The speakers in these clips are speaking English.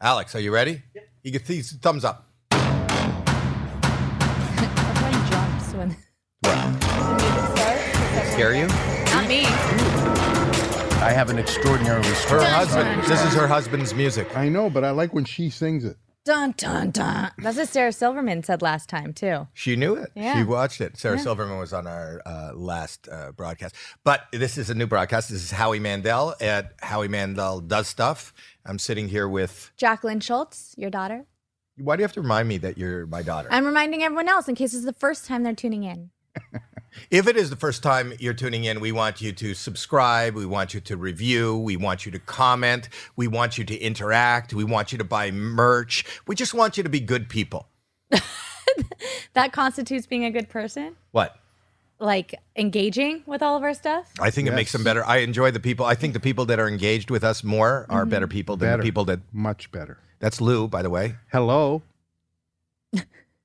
Alex, are you ready? You can see thumbs up. Everyone jumps when. Scare you? Not me. I have an extraordinarily Her strong. husband. This is her husband's music. I know, but I like when she sings it. Dun dun dun. That's what Sarah Silverman said last time too. She knew it. Yeah. She watched it. Sarah Silverman was on our uh, last uh, broadcast. But this is a new broadcast. This is Howie Mandel at Howie Mandel Does Stuff. I'm sitting here with. Jacqueline Schultz, your daughter. Why do you have to remind me that you're my daughter? I'm reminding everyone else in case it's the first time they're tuning in. If it is the first time you're tuning in, we want you to subscribe. We want you to review. We want you to comment. We want you to interact. We want you to buy merch. We just want you to be good people. That constitutes being a good person, What? like engaging with all of our stuff. I think it makes them better. I enjoy the people. I think the people that are engaged with us more are better people than Mm-hmm. Better. the people that. Much better. That's Lou, by the way. Hello.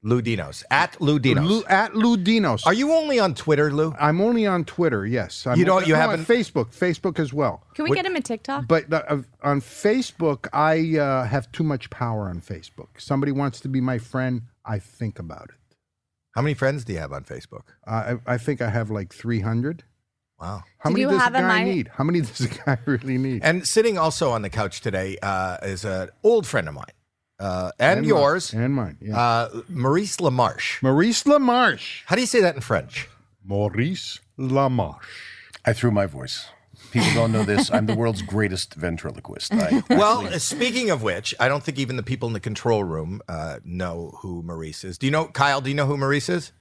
Lou Dinos. At Lou Dinos. Lu- at Ludinos. are you only on Twitter, Lou? I'm only on Twitter, yes. I'm, You don't- you no, haven't- On Facebook, Facebook as well. Can we What- get him a TikTok? But uh, on Facebook, I uh, have too much power on Facebook. Somebody wants to be my friend, I think about it. How many friends do you have on Facebook? Uh, I, I think I have like 300. Wow. How Did many you does a have a guy mi- need? How many does a guy really need? And sitting also on the couch today uh, is an old friend of mine uh, and, mine- yours, and mine. Yeah. uh, Maurice LaMarche. Maurice LaMarche. How do you say that in French? Maurice LaMarche. I threw my voice. People don't know this. I'm the world's greatest ventriloquist. I, Well, uh, speaking of which, I don't think even the people in the control room uh, know who Maurice is. Do you know, Kyle, do you know who Maurice is?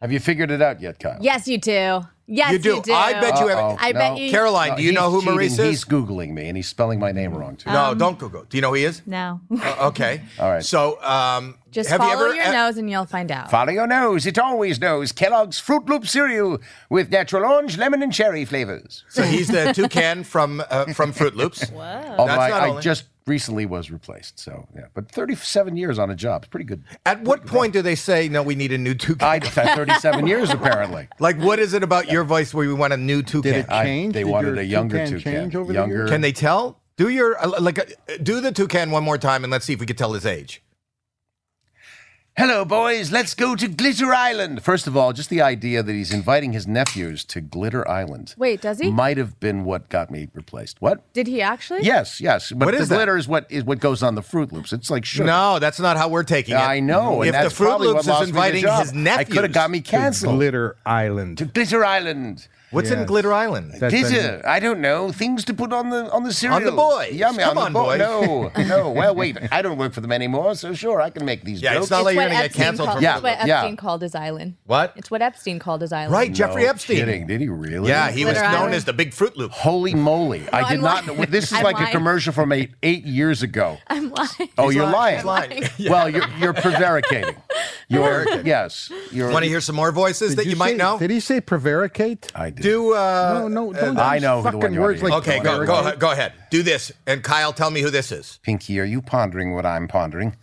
have you figured it out yet, Kyle? yes, you do. Yes, You you do. do. I bet you have- Uh-oh. I bet you- Caroline, do you he's know who cheating. Maurice is? He's googling me and he's spelling my name wrong too. Um, no, don't Google. Do you know who he is? No. Uh, okay. All right. So, um, Just have follow you ever, your uh, nose and you'll find out. Follow your nose; it always knows. Kellogg's Fruit Loop cereal with natural orange, lemon, and cherry flavors. So he's the toucan from uh, from Fruit Loops. Although That's not I, I only- just recently was replaced, so yeah. But 37 years on a job is pretty good. At what point do they say no? We need a new toucan. I 37 years apparently. like, what is it about your voice where we want a new toucan? Did it I- change? they Did wanted your a younger toucan toucan. change over Younger. the years? Can they tell? Do your uh, like uh, do the toucan one more time and let's see if we could tell his age. Hello, boys. Let's go to Glitter Island. First of all, just the idea that he's inviting his nephews to Glitter Island. Wait, does he? Might have been what got me replaced. What? Did he actually? Yes, yes. But What the is that? glitter is what is what goes on the Fruit Loops. It's like sugar. No, that's not how we're taking it. I know. And If that's the Fruit probably what Loops lost is me the inviting job. his nephews, I could have got me canceled. Glitter Island. To Glitter Island. What's in Yes. Glitter Island? That's Glitter. I don't know. Things to put on the on the cereal. boys. Yummy. Come on, the on, No, no. Well, wait. I don't work for them anymore, so sure, I can make these Yeah, jokes. it's not like you're what going to get Epstein canceled called- from Yeah. It's what Epstein called his island. What? It's what Epstein called his island. Right, Jeffrey No Epstein. Kidding. Did he really? Yeah, he was Glitter known Island. as the Big Fruit Loop. Holy moly! I did I'm not. lying. know This is I'm like lying. a commercial from eight, eight years ago. I'm lying. oh, you're lying. lying. Well, you're you're prevaricating. You're yes. You're. Want to hear some more voices that you, might say- know? Did he say prevaricate? I did. Do uh, no, no, don't. I use know who the fucking one you words are. like Okay, go go ahead- go ahead. Do this, and Kyle, tell me who this is. Pinky, are you pondering what I'm pondering?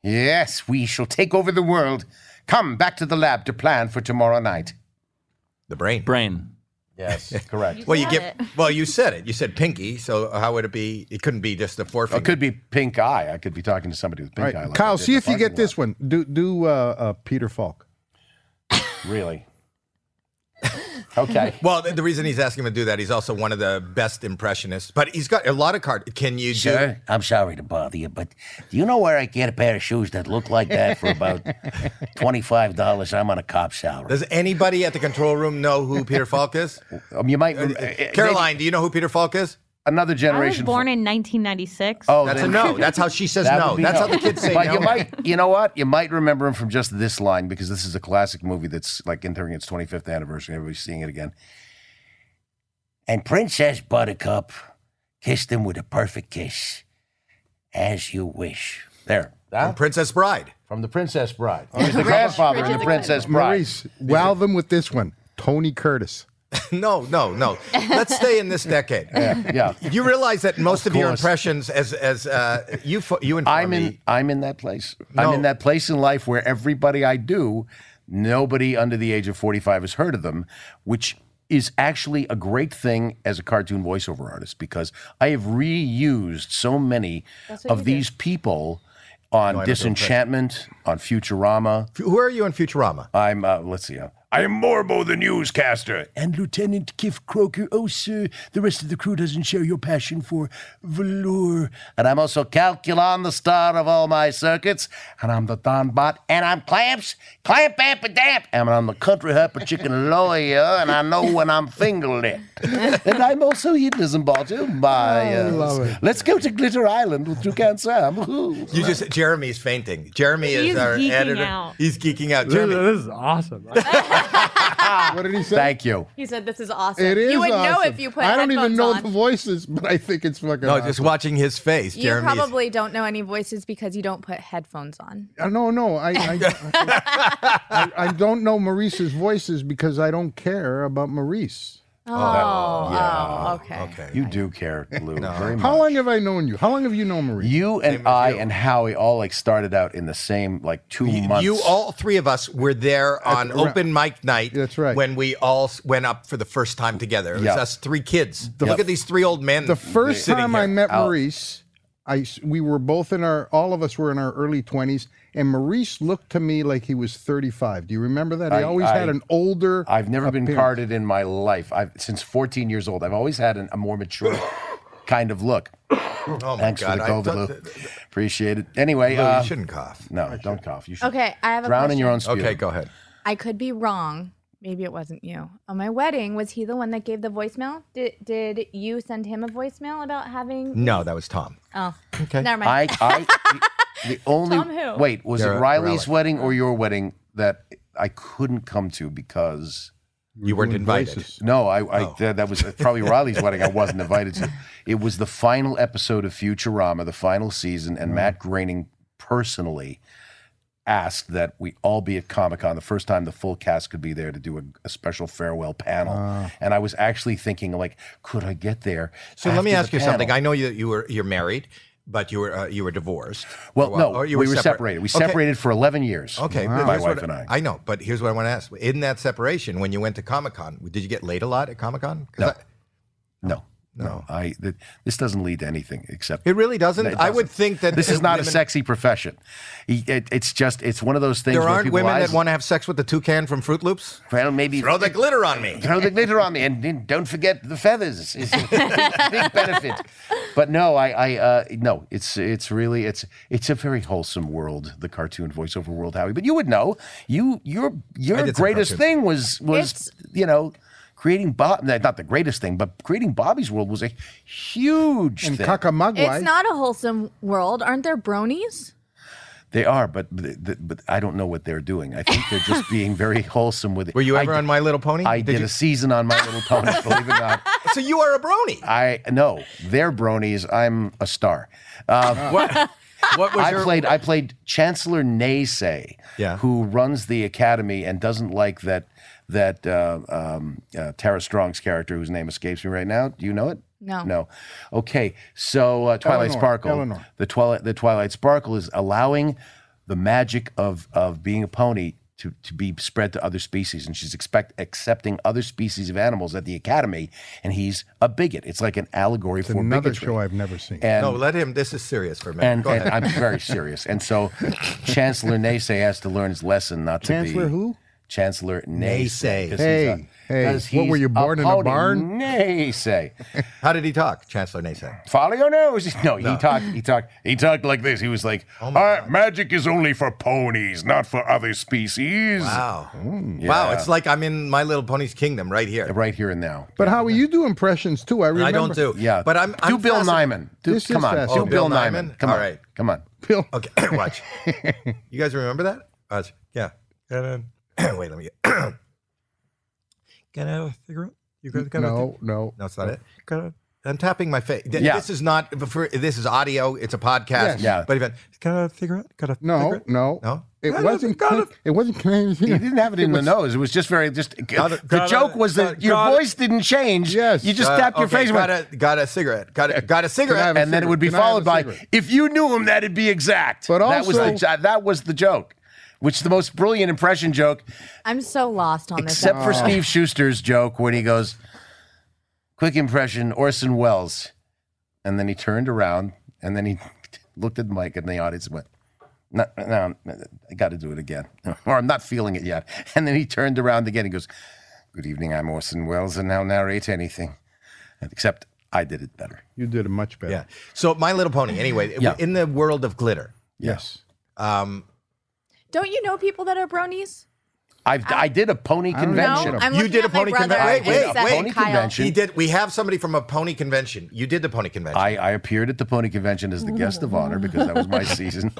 Yes, we shall take over the world. Come back to the lab to plan for tomorrow night. The brain. Brain. Yes, correct. Well, you Got get. it. Well, you said it. You said pinky. So how would it be? It couldn't be just the forefinger. it could be pink eye. I could be talking to somebody with pink All right, eye. Like I Kyle, did see in if the you get parking this one. Do do uh, uh, Peter Falk. lot. Really? Okay. Well, the, the reason he's asking him to do that, he's also one of the best impressionists. But he's got a lot of card. Can you do? Sir, I'm sorry to bother you, but do you know where I can get a pair of shoes that look like that for about twenty-five dollars? I'm on a cop salary. Does anybody at the control room know who Peter Falk is? Um, you might. uh, Caroline, do you know who Peter Falk is? another I was generation. born in 1996. Oh, That's a then- no. That's how she says That no. would be That's no. how the kids say but no. you might, you know what? You might remember him from just this line because this is a classic movie that's like entering its 25th anniversary. Everybody's seeing it again. And Princess Buttercup kissed him with a perfect kiss, as you wish. There, From Princess Bride. from the Princess Bride. He was the grandfather in the Princess Bride. Maurice, wow them with this one. Tony Curtis. No, no, no. Let's stay in this decade. Yeah, You realize that most of, your course. impressions, as as uh, you fo- you inform I'm me, in. I'm in that place. No. I'm in that place in life where everybody I do, nobody under the age of 45 has heard of them, which is actually a great thing as a cartoon voiceover artist because I have reused so many That's what of you do. these people don't on do it, but- Disenchantment, on Futurama. F- Who are you in Futurama? I'm uh, let's see. Uh, I am Morbo the newscaster and Lieutenant Kiff Croker. Oh, sir, the rest of the crew doesn't share your passion for velour. And I'm also Calculon, the star of all my circuits. And I'm the Don Bot. And I'm Clamps, Clamp Amp and Damp. And I'm the country hopper chicken lawyer. And I know when I'm finger lit. and I'm also hedonism bottle by. Oh, I love it. uh, Let's go to Glitter Island with Toucan Sam. Woohoo. You just Jeremy's fainting. Jeremy is He's our geeking editor. out. He's geeking out. This, Jeremy, this is awesome. What did he say? Thank you. He said, "This is awesome." it is. you would know awesome. if you put. I don't even headphones know on. the voices, but I think it's fucking. no, awesome. just watching his face. You Jeremy's probably don't know any voices because you don't put headphones on. Uh, no, no, I, I, I, I don't know Maurice's voices because I don't care about Maurice. Oh, oh, okay. okay. You do care, Lou, very much. How long have I known you? How long have you known Maurice? You and I and Howie all like started out in the same like two months. You all three of us were there on open mic night. That's right. When we all s- went up for the first time together. It was Yeah. us three kids. Look at these three old men. the first sitting time here. I met Maurice, I s- we were both in our all of us were in our early twenties, and Maurice looked to me like he was thirty five. Do you remember that? He I- always had I- an older. I've never been appearance. carded in my life. I've since 14 years old. I've always had an, a more mature kind of look. Oh my Thanks God. for I the COVID, thought- Lou. Appreciate it. Anyway, Lou, uh, you shouldn't cough. no, don't cough. You should Okay, I have a drown in your own question. sputum. Okay, go ahead. I could be wrong. Maybe it wasn't you. On my wedding, was he the one that gave the voicemail? Did did you send him a voicemail about having? No, that was Tom. Oh, okay. Never mind. I, I, the, the only Tom who? wait was Your- it Riley's Riley. wedding or your wedding that I couldn't come to because You weren't doing invited. Oh. voices. no, I, I that, that was probably Riley's wedding. I wasn't invited to. It was the final episode of Futurama, the final season, Mm. and Matt Groening personally asked that we all be at Comic Con the first time the full cast could be there to do a, a special farewell panel. And I was actually thinking, like, could I get there? Ah. So let me after ask the you something. panel? I know you you were you're married, but you were uh, you were divorced. well, Or- no, or Oh, you we were separ- separated. We Okay. separated for eleven years. Okay, but my here's what wife and I. I know, but here's what I want to ask: In that separation, when you went to Comic Con, did you get laid a lot at Comic Con? No. No, no, I. Th- this doesn't lead to anything except it really doesn't. No, it I would doesn't. think that This is uh, not a women- sexy profession. He- it- it's just it's one of those things. There where aren't people women eyes- that want to have sex with the toucan from Fruit Loops. Well, maybe. Throw the glitter on me. Throw the glitter on me. And then don't forget the feathers. It's a big- big benefit. But no, I, I uh, no. It's it's really it's it's a very wholesome world, the cartoon voiceover world, Howie. But you would know. You your your did some greatest cartoons. thing was was It's- you know. Creating Bob, not the greatest thing, but creating Bobby's World was a huge And thing. Kakamagwai. it's not a wholesome world. Aren't there bronies? They are, but but, but I don't know what they're doing. I think they're just being very wholesome with it. Were you I ever di- on My Little Pony? I did, you, a season on My Little Pony. believe it or not, so you are a brony. I no, they're bronies. I'm a star. Uh, what, what was I your? played I played Chancellor Naysay, Yeah. who runs the academy and doesn't like that that uh, um, uh, Tara Strong's character, whose name escapes me right now. Do you know it? No. No. Okay. So uh, Twilight Eleanor, Sparkle. Eleanor. The Twilight the Twilight Sparkle is allowing the magic of of being a pony. To, to be spread to other species, and she's expect accepting other species of animals at the academy, and he's a bigot. It's like an allegory for Another bigotry. show I've never seen. And no, let him. This is serious for a minute. and, Go and ahead. I'm very serious. And so Chancellor Naysay has to learn his lesson not to Chancellor be who? Chancellor Naysay. 'cause Hey, he's a- hey, 'cause what were he's you, born in a pony. barn? Naysay. How did he talk, Chancellor Naysay? Follow your nose. No, he talked. He talked. He talked like this. He was like, Oh "Our magic is only for ponies, not for other species." Wow, wow! It's like I'm in My Little Pony's kingdom right here. uh, Right here and now. But how you do impressions too? I remember. I don't do. Yeah. but I'm. I'm do Bill fascinated- Nyman. Do, This is come on. fascinating. Do Bill, Bill Nyman. Nyman? Come on. All right. Come on. Bill. Okay, watch. you guys remember that? Watch. Yeah. And then, wait, let me get. Can I have a cigarette? You guys got a No, no. No, it's not it. I'm tapping my face. Th- Yeah. This is not for. This is audio. It's a podcast. Yes. Yeah. But even can I have a cigarette? Can I have a No, cigarette? no, No? It Got it, wasn't. got It, it. wasn't Canadian. He didn't have it in was- the nose. It was just very just. it, the got joke it, was that got it, your got it. voice didn't change. Yes. you just Uh, tapped your okay, face. and Got went, a got a cigarette. Got a got a cigarette. have a and then it would be Can I have a followed by cigarette? if you knew him that'd be exact But that was also- the, jo- that was the joke which is the most brilliant impression joke, I'm so lost on this. Oh. except for Steve Schuster's joke when he goes, "Quick impression, Orson Welles," and then he turned around and then he looked at Mike and the audience and went. No, no, I got to do it again, or I'm not feeling it yet. And then he turned around again and goes, "Good evening, I'm Orson Welles, and I'll narrate anything, except I did it better." You did it much better. Yeah. So My Little Pony. Anyway, Yeah. in the world of glitter, Yes. um, Don't you know people that are bronies? I've, I did a pony don't even No, convention. I'm You looking did at a pony my brother convention. Wait, and wait, Seth wait. and Pony Kyle. convention. he did. We have somebody from a pony convention. You did the pony convention. I, I appeared at the pony convention as the guest of honor because that was my season.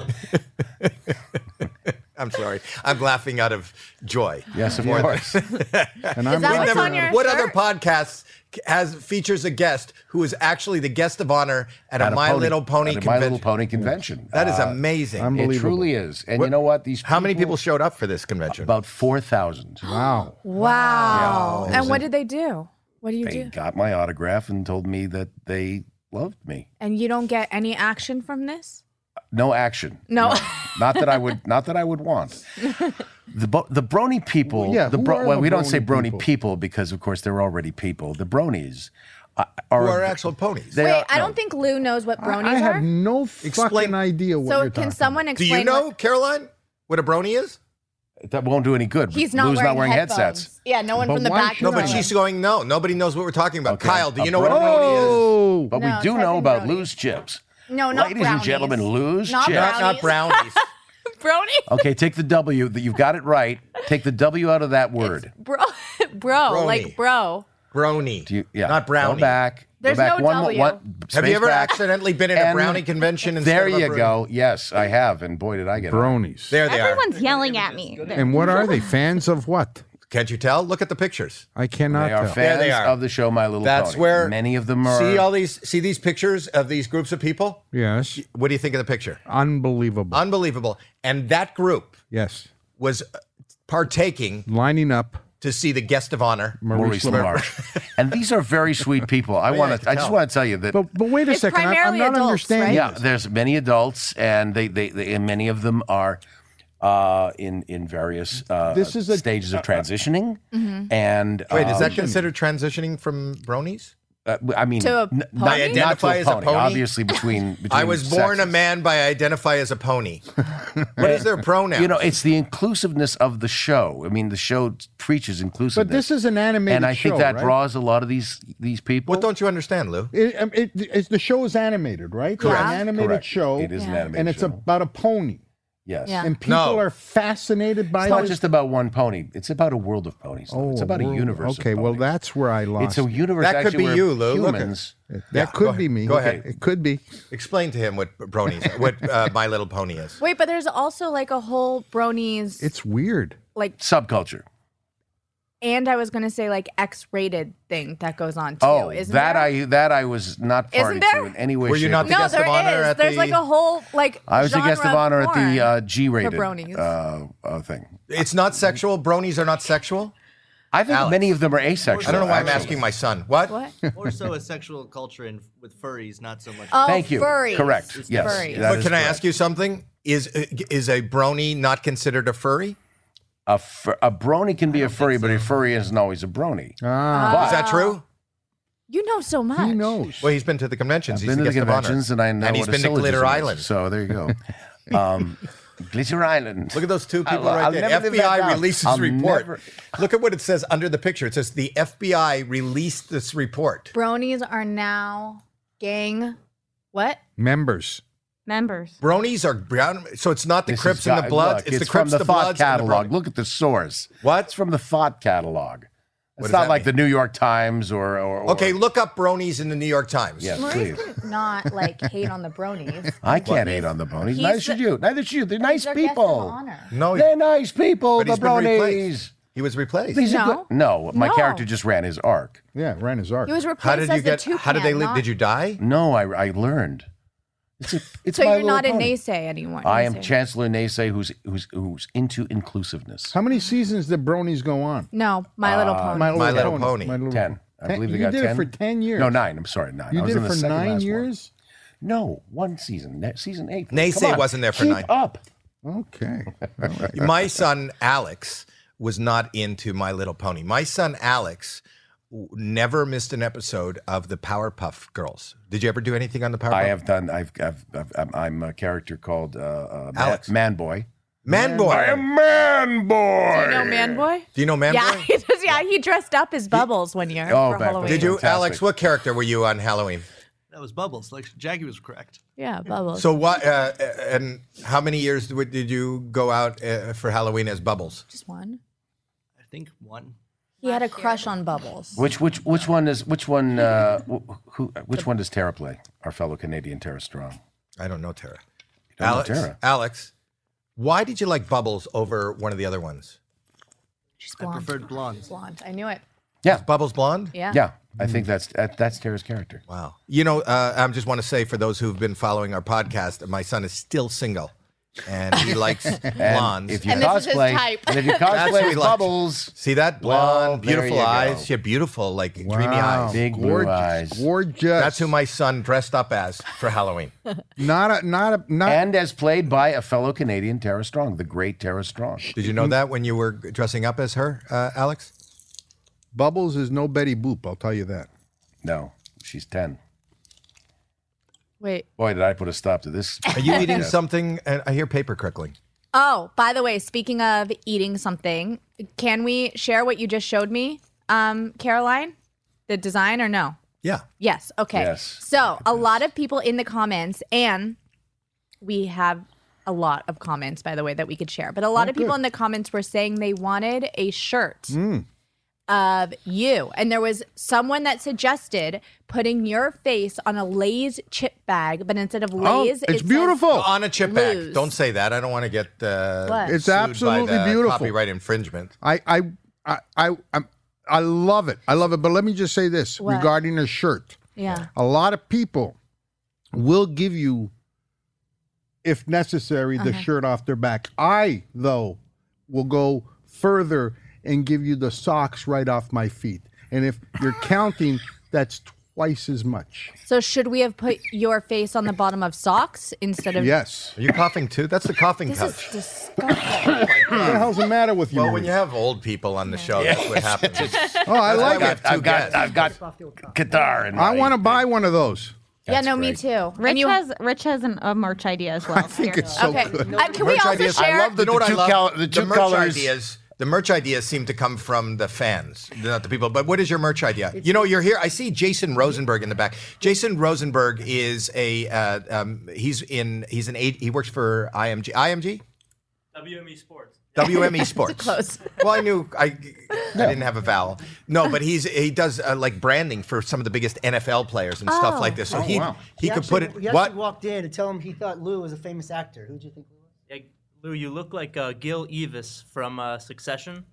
I'm sorry. I'm laughing out of joy. Yes, of More than- course. And I'm that with what's you. on your- what shirt? other podcast has features a guest who is actually the guest of honor at, At a My pony- Little Pony at a convention? My Little Pony convention. That is Uh, amazing. I'm- it Unbelievable. truly is. And you know what? These How many people showed up for this convention? About four thousand. Wow. Wow. And what did they do? What do you They do? got my autograph and told me that they loved me. And you don't get any action from this? No action. No. not that I would. Not that I would want. The bo- the brony people. Well, yeah, the who bro- are well, the we don't brony say brony people? people? because of course they're already people. The bronies uh, are, Who are actual ponies? They Wait, are- I no. don't think Lou knows what bronies I, I have are. no Explain- fucking idea what So you're can talking someone Do explain? you know, what- Caroline, what a brony is? that won't do any good. he's not Lou's wearing, not wearing headphones. headsets. Yeah, no one But from the why back. should No, is but Caroline. wearing she's going, no, nobody knows what we're talking about. Okay. Kyle, do you know what a brony is? Oh. But No, we do type know in about brownies. Lou's chips. them. No, not Ladies and brownies. gentlemen, lose Not chips. Not, not brownies. brownie, Okay, take the W. That you've got it right. Take the W out of that word. bro, bro, like bro. brony. Do you- yeah, Not brownie. Go back. go There's back no one, W. One, Have space you ever back. accidentally been in a And- brownie convention? Instead There of a you brony? go. Yes, I have, and boy, did I get it. Bronies. There they are. Everyone's yelling at me. And what are they? Fans of what? Can't you tell? Look at the pictures. I cannot They are tell. fans they are. of the show My Little That's Pony. where many of them are. See all these. See these pictures of these groups of people. yes. What do you think of the picture? Unbelievable. Unbelievable. And that group yes. was uh, partaking Lining up. to see the guest of honor. Maurice Lamarche. and these are very sweet people. Oh, I want to. I just tell. want to tell you that. But but wait a It's second. I'm- I'm primarily not adults, understanding. right? yeah, there's many adults, and they, they, they and many of them are uh, in in various uh, This is a- stages of transitioning. Mm-hmm. And Wait, is um, that considered transitioning from bronies? Uh, I mean, To a n- pony? Not, I not to identify a as a pony, pony? Obviously, between, between I was born a sexes. man, but I identify as a pony. what is their pronoun? You know, it's the inclusiveness of the show. I mean, the show preaches inclusiveness. But this is an animated and I show, think that right? draws a lot of these these people. what don't you understand, Lou? It, um, it, it's the show is animated, right? It's Correct. an animated Correct. show, It is an Yeah. animation. and it's about a pony. yes. Yeah. And people No. are fascinated by It's not this. just about one pony. It's about a world of ponies. though. it's Oh, about a world- universe. of Okay, well ponies. that's where I lost. it's a universe. That could actually, be where you, Lou. Look at- Humans. it. that Yeah, go could be ahead. me. Go ahead. It could be. Explain to him what bronies, what uh, My Little Pony is. Wait, but there's also like a whole bronies. It's weird. like, Subculture. and I was gonna say like X-rated thing that goes on too. Oh, isn't that there? I that I was not Isn't party there? to in any way. Were you shape, not or the No, guest of there honor is. at There's the- like a whole like. I was the guest genre of honor at porn. the uh, G-rated bronies. uh, uh, thing. It's not sexual. Bronies are not sexual. I think Alex. many of them are asexual. I don't know why I'm actually. asking my son. What? what? More so a sexual culture in, with furries, not so much. Oh, Thank you. Furries. Correct. It's Yes. furries. that But is can I correct. ask you something? Is uh, is a brony not considered a furry? A, fur, a brony can be a furry, but a furry isn't always a brony. Ah, Is that true? You know so much. who knows? Well, he's been to the conventions. I've he's been the to the guest of honor. conventions and I know And he's what a been to syllogism Glitter is, Island. So there you go. Um, Glitter Island. Look at those two people I'll- right I'll there. never live that FBI down. releases I'll report. never- Look at what it says under the picture. It says the FBI released this report. Bronies are now gang. What? Members. Members. Bronies are brown, so it's not the This Crips has and the got- Bloods. look, it's, the Crips, from the, the thought Bloods, catalog. and the Bronies. Look at the source. What? It's from the thought catalog. does It's that not like mean? the New York Times or. or, or Okay, look up bronies in the New York Times. Yes, Maurice please. could not like hate on the bronies. I can't hate on the bronies. he's Neither the- should you. Neither should you. They're nice He's our guest of people. honor. No, They're nice people, but the he's been bronies. replaced. He was replaced. These are No. good- No, my No. character just ran his arc. Yeah, ran his arc. He was replaced How did as you the get? toucan. How did they live? not- Did you die? No, I, I learned. It's a, it's So my you're Little not a Pony. naysay anymore. I am naysay. Chancellor Naysay, who's who's who's into inclusiveness. How many seasons did Bronies go on? No, My Uh, Little Pony. My Little Pony. My Little Ten, I Ten- believe they you got did ten. it for ten years. No, nine. I'm sorry, nine. You I was did in it the for second nine last one. years. No, one season. Ne- season eight. Naysay Come on, wasn't there for keep nine. Up. Okay. my son Alex was not into My Little Pony. My son Alex w- never missed an episode of the Powerpuff Girls. Did you ever do anything on the Powerpuff? I have done. I've. I've, I've I'm- I'm a character called uh, uh, Ma- Alex. Man Boy. Man Boy. I am Man Boy. Do you know Man Boy? Do you know Man yeah, Boy? he does, yeah, he dressed up as Bubbles one year Oh, for back- Halloween. Did you, Fantastic. Alex? What character were you on Halloween? That was Bubbles. Like Jackie was correct. Yeah, Bubbles. So what? Uh, and how many years w- did you go out uh, for Halloween as Bubbles? just one. I think one. He had a crush on Bubbles. Which which which one is which one? Uh, wh- who which one does Tara play? Our fellow Canadian Tara Strong. I don't know, Tara. don't know Alex, Tara. Alex, why did you like Bubbles over one of the other ones? She's I blonde. preferred blondes. blonde. I knew it. Bubbles blonde? Yeah. Yeah, I think that's that, that's Tara's character. Hmm. Wow. You know, uh, I just want to say for those who've been following our podcast, my son is still single, and he likes blondes. If you And cosplay, this is his type. and if you That's what we cosplay like. bubbles, See that blonde, Well, there beautiful you go. eyes. She had beautiful, like dreamy eyes. Big blue gorgeous, eyes. Gorgeous. That's who my son dressed up as for Halloween. Not a. Not a. Not. and as played by a fellow Canadian Tara Strong, the great Tara Strong. Did you Mm. know that when you were dressing up as her, uh, Alex? Bubbles is no Betty Boop. I'll tell you that. No, she's ten. Wait. Boy, did I put a stop to this. Are you eating something? And I hear paper crickling. Oh, by the way, speaking of eating something, can we share what you just showed me, um, Caroline? The design or no? Yeah. Yes. Okay. Yes. So a lot of people in the comments, and we have a lot of comments, by the way, that we could share. But a Oh, lot of people in the comments were saying they wanted a shirt of you, and there was someone that suggested putting your face on a Lay's chip bag, but instead of Oh, Lay's, Oh, it's it beautiful. Says, On a chip bag. Lose. Don't say that. I don't want to get uh, What? It's sued by absolutely the beautiful. Copyright infringement. I. I. I. I. I'm, I love it. I love it. But let me just say this What? regarding a shirt. yeah. a lot of people will give you, if necessary, Uh-huh. the shirt off their back. I, though, will go further and give you the socks right off my feet. And if you're counting, that's twice as much. So should we have put your face on the bottom of socks instead of? Yes. Are you coughing too? That's the coughing This couch. is disgusting. What the hell's the matter with you? well, when you Maurice? have old people on the show, that's what happens. oh, I I've like it. got two I've got, guests. I've got Qatar. And I want to buy one of those. yeah, no, me too. And Rich you- has Rich has an, a merch idea as well. I think it's so Okay. good. Uh, can we also share? I love you that know the what I two love? col- the two merch colors- ideas. The merch ideas seem to come from the fans, not the people. But what is your merch idea? you know, you're here. I see Jason Rosenberg in the back. Jason Rosenberg is a uh, um, he's in he's an eight. He works for IMG. IMG. E WME Sports. WME E Sports. Well, I knew I, I didn't have a vowel. No, but he's he does uh, like branding for some of the biggest NFL players and stuff like Oh, this. So he he, could actually- put Ah. Oh, He it. actually What? walked in to tell him he thought Lou was a famous actor. Who do you think Lou was? Yeah, Lou, you look like uh, Gil Evis from uh, Succession.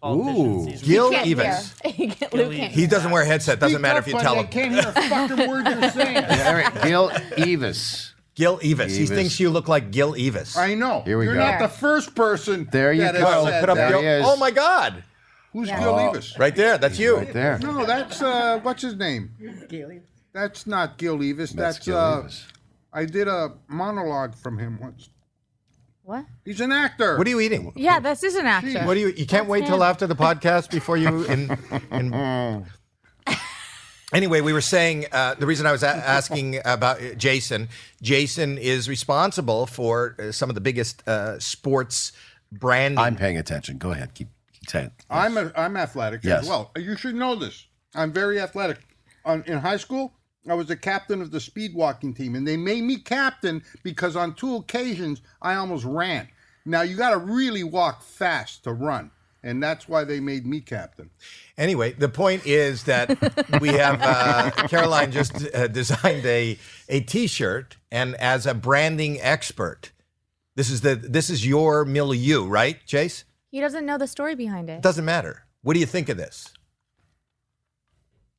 Politician Ooh. season. Gil Can't Evans. hear. Luke can't He doesn't wear a headset. Doesn't matter if you tell him. can't hear a fucking word you're saying. All right, Gil Evis. Gil Evis. He Evis. thinks you look like Gil Evis. I know. Here we You're go. not the first person. There you that has go. said Put up that. Gil- There he is. Oh my God! Who's Gil Evans? Right there. That's you. Right there. No, that's uh, what's his name? Gailey? That's not Gil Evans. That's That's, Gil uh, Evis. I did a monologue from him once. What? He's an actor. What are you eating? Yeah, this is an actor. What do you? You can't wait till after the podcast before you. In, in... Anyway, we were saying uh, the reason I was a- asking about uh, Jason. Jason is responsible for uh, some of the biggest uh, sports branding. I'm paying attention. Go ahead. Keep. keep I'm a, I'm athletic Yes. as well. You should know this. I'm very athletic. On, in high school, I was the captain of the speed walking team, and they made me captain because on two occasions I almost ran. Now you got to really walk fast to run, and that's why they made me captain. Anyway, the point is that we have uh, Caroline just uh, designed a a T-shirt, and as a branding expert, this is the this is your milieu, right, Chase? He doesn't know the story behind it. It doesn't matter. What do you think of this?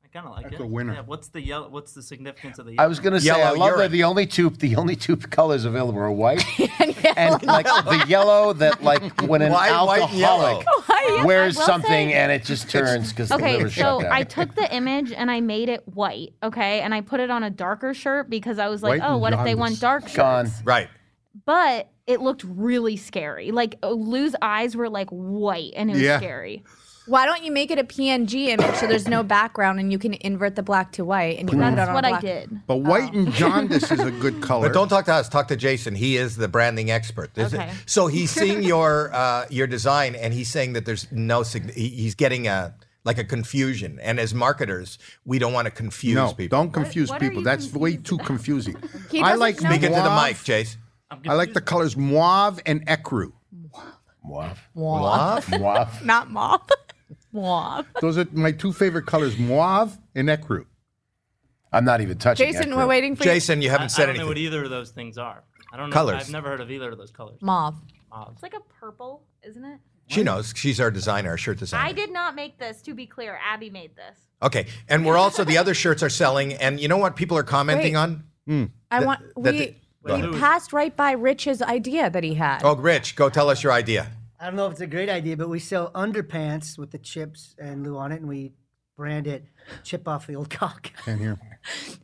I kind of like That's it. a winner. Yeah, what's the yellow? What's the significance of the I yellow? was gonna say Yellow I love urine. that the only two the only two colors available are white and like the yellow that like when an Why white and alcoholic wears I will something say- and it just turns because the Okay, liver shut so down. I took the image and I made it white, okay, and I put it on a darker shirt because I was like, White oh, and what if they jaundiced. want dark shirts? Gone. Right. But it looked really scary. Like uh, Lou's eyes were like white and it was Yeah. scary. Why don't you make it a PNG image so there's no background and you can invert the black to white and you can put it That's on what I black. did. Oh. But white and jaundice is a good color. But don't talk to us. Talk to Jason. He is the branding expert. This is- Okay. so he's seeing your uh, your design, and he's saying that there's no. Sig- he- he's getting a like a confusion. And as marketers, we don't want to confuse no, people. don't confuse what are people. you That's way too confusing. He I doesn't like know. mauve. Speak into the mic, Jace. I like the colors mauve and ecru. Wow. What? Wow. Not mauve. mauve. Those are my two favorite colors, mauve and ecru. I'm not even touching Jason, that we're group. waiting for Jason, you haven't I, I said don't know what anything. either of those things are. I don't know. Colors. I've never heard of either of those colors. you. Mauve. Mauve. It's like a purple, isn't it? She knows. She's our designer, our shirt designer. I did not make this, to be clear. Abby made this. Okay, and we're also the other shirts are selling, and you know what people are commenting Wait. on? Hmm. I want that we the- Wait, we who is- passed right by Rich's idea that he had. Oh, Rich, go tell us your idea. I don't know if it's a great idea, but we sell underpants with the chips and Lou on it, and we brand it "Chip Off the Old Cock." Can't hear.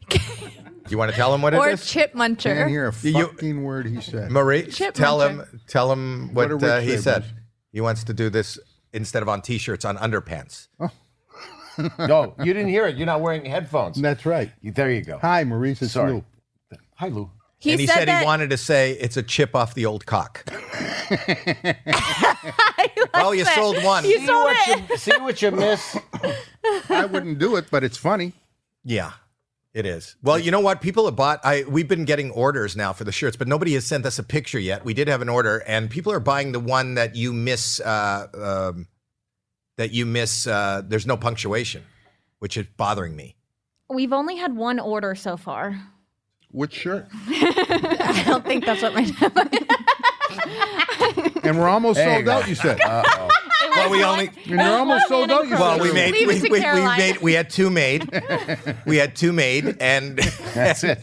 You want to tell him what or it is? chip muncher. Can't hear a You- fucking word he said. Marie, Chipmunk tell check. him, tell him what, What are uh, we he sure said. about? He wants to do this instead of on t-shirts on underpants. No, you didn't hear it. You're not wearing headphones. That's right. You- There you go. Hi, Maurice. It's Sorry. Lou. Hi, Lou. He, and he said, said, that he wanted to say it's a chip off the old cock. well, you sold one. You sold it. See what you missed. I wouldn't do it, but it's funny. Yeah, it is. Well, you know what? People have bought. I we've been getting orders now for the shirts, but nobody has sent us a picture yet. We did have an order, and people are buying the one that you miss. Uh, um, that you miss. Uh, there's no punctuation, which is bothering me. We've only had one order so far. Which shirt? I don't think that's what my And we're almost There you sold go. out, you said. Well, we only. and you're almost sold out, you Well, said. we made we, Leave it to we, we Caroline. made we had two made. we had two made, and That's it.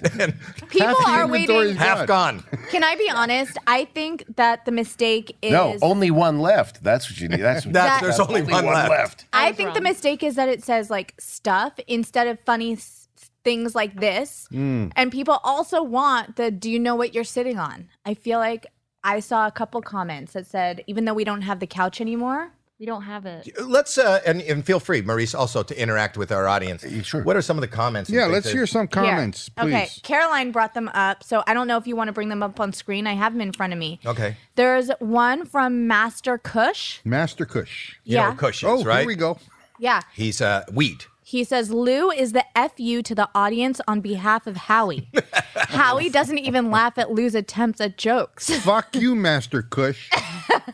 people Half the are inventory waiting. is half gone. Can I be honest? I think that the mistake is No, oh, only one left. That's what you need. That's what That's, That- there's only, one, left. I was think the wrong. mistake is that it says like stuff instead of funny s- things like this. Mm. And people also want the do you know what you're sitting on? I feel like I saw a couple comments that said even though we don't have the couch anymore, We don't have it. Let's uh, and, and feel free, Maurice, also to interact with our audience. sure. What are some of the comments? and Uh, Yeah, things let's that- hear some Here. comments, please. Okay, Caroline brought them up, so I don't know if you want to bring them up on screen. I have them in front of me. Okay. There's one from Master Kush. Master Kush. You know yeah. what Kush is, Oh, right? here we go. Yeah. He's uh, wheat. He says Lou is the FU to the audience on behalf of Howie. Howie doesn't even laugh at Lou's attempts at jokes. Fuck you, Master Kush.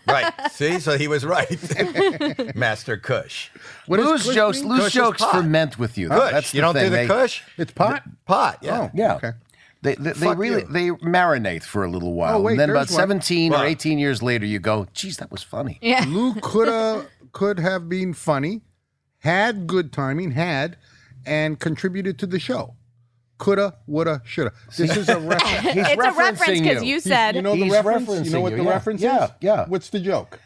Right. See, so he was right. Master Kush. What does Lou's Kush jokes, mean? Lou's Kush is jokes pot. ferment with you. Kush. That's the you don't thing. do the They- Kush? It's pot. Pot, yeah. Oh. Yeah. Okay. They, they, they Fuck really you. they marinate for a little while, Oh, wait, and then there's about one. seventeen Wow. or eighteen years later, you go, "Geez, that was funny." Lou could have could have been funny, had good timing, had, and contributed to the show. Coulda, woulda, shoulda. This is a reference. He's it's a reference referencing because you. you. said you know the He's reference. You know referencing what you, the yeah. reference Yeah, is? yeah. What's the joke?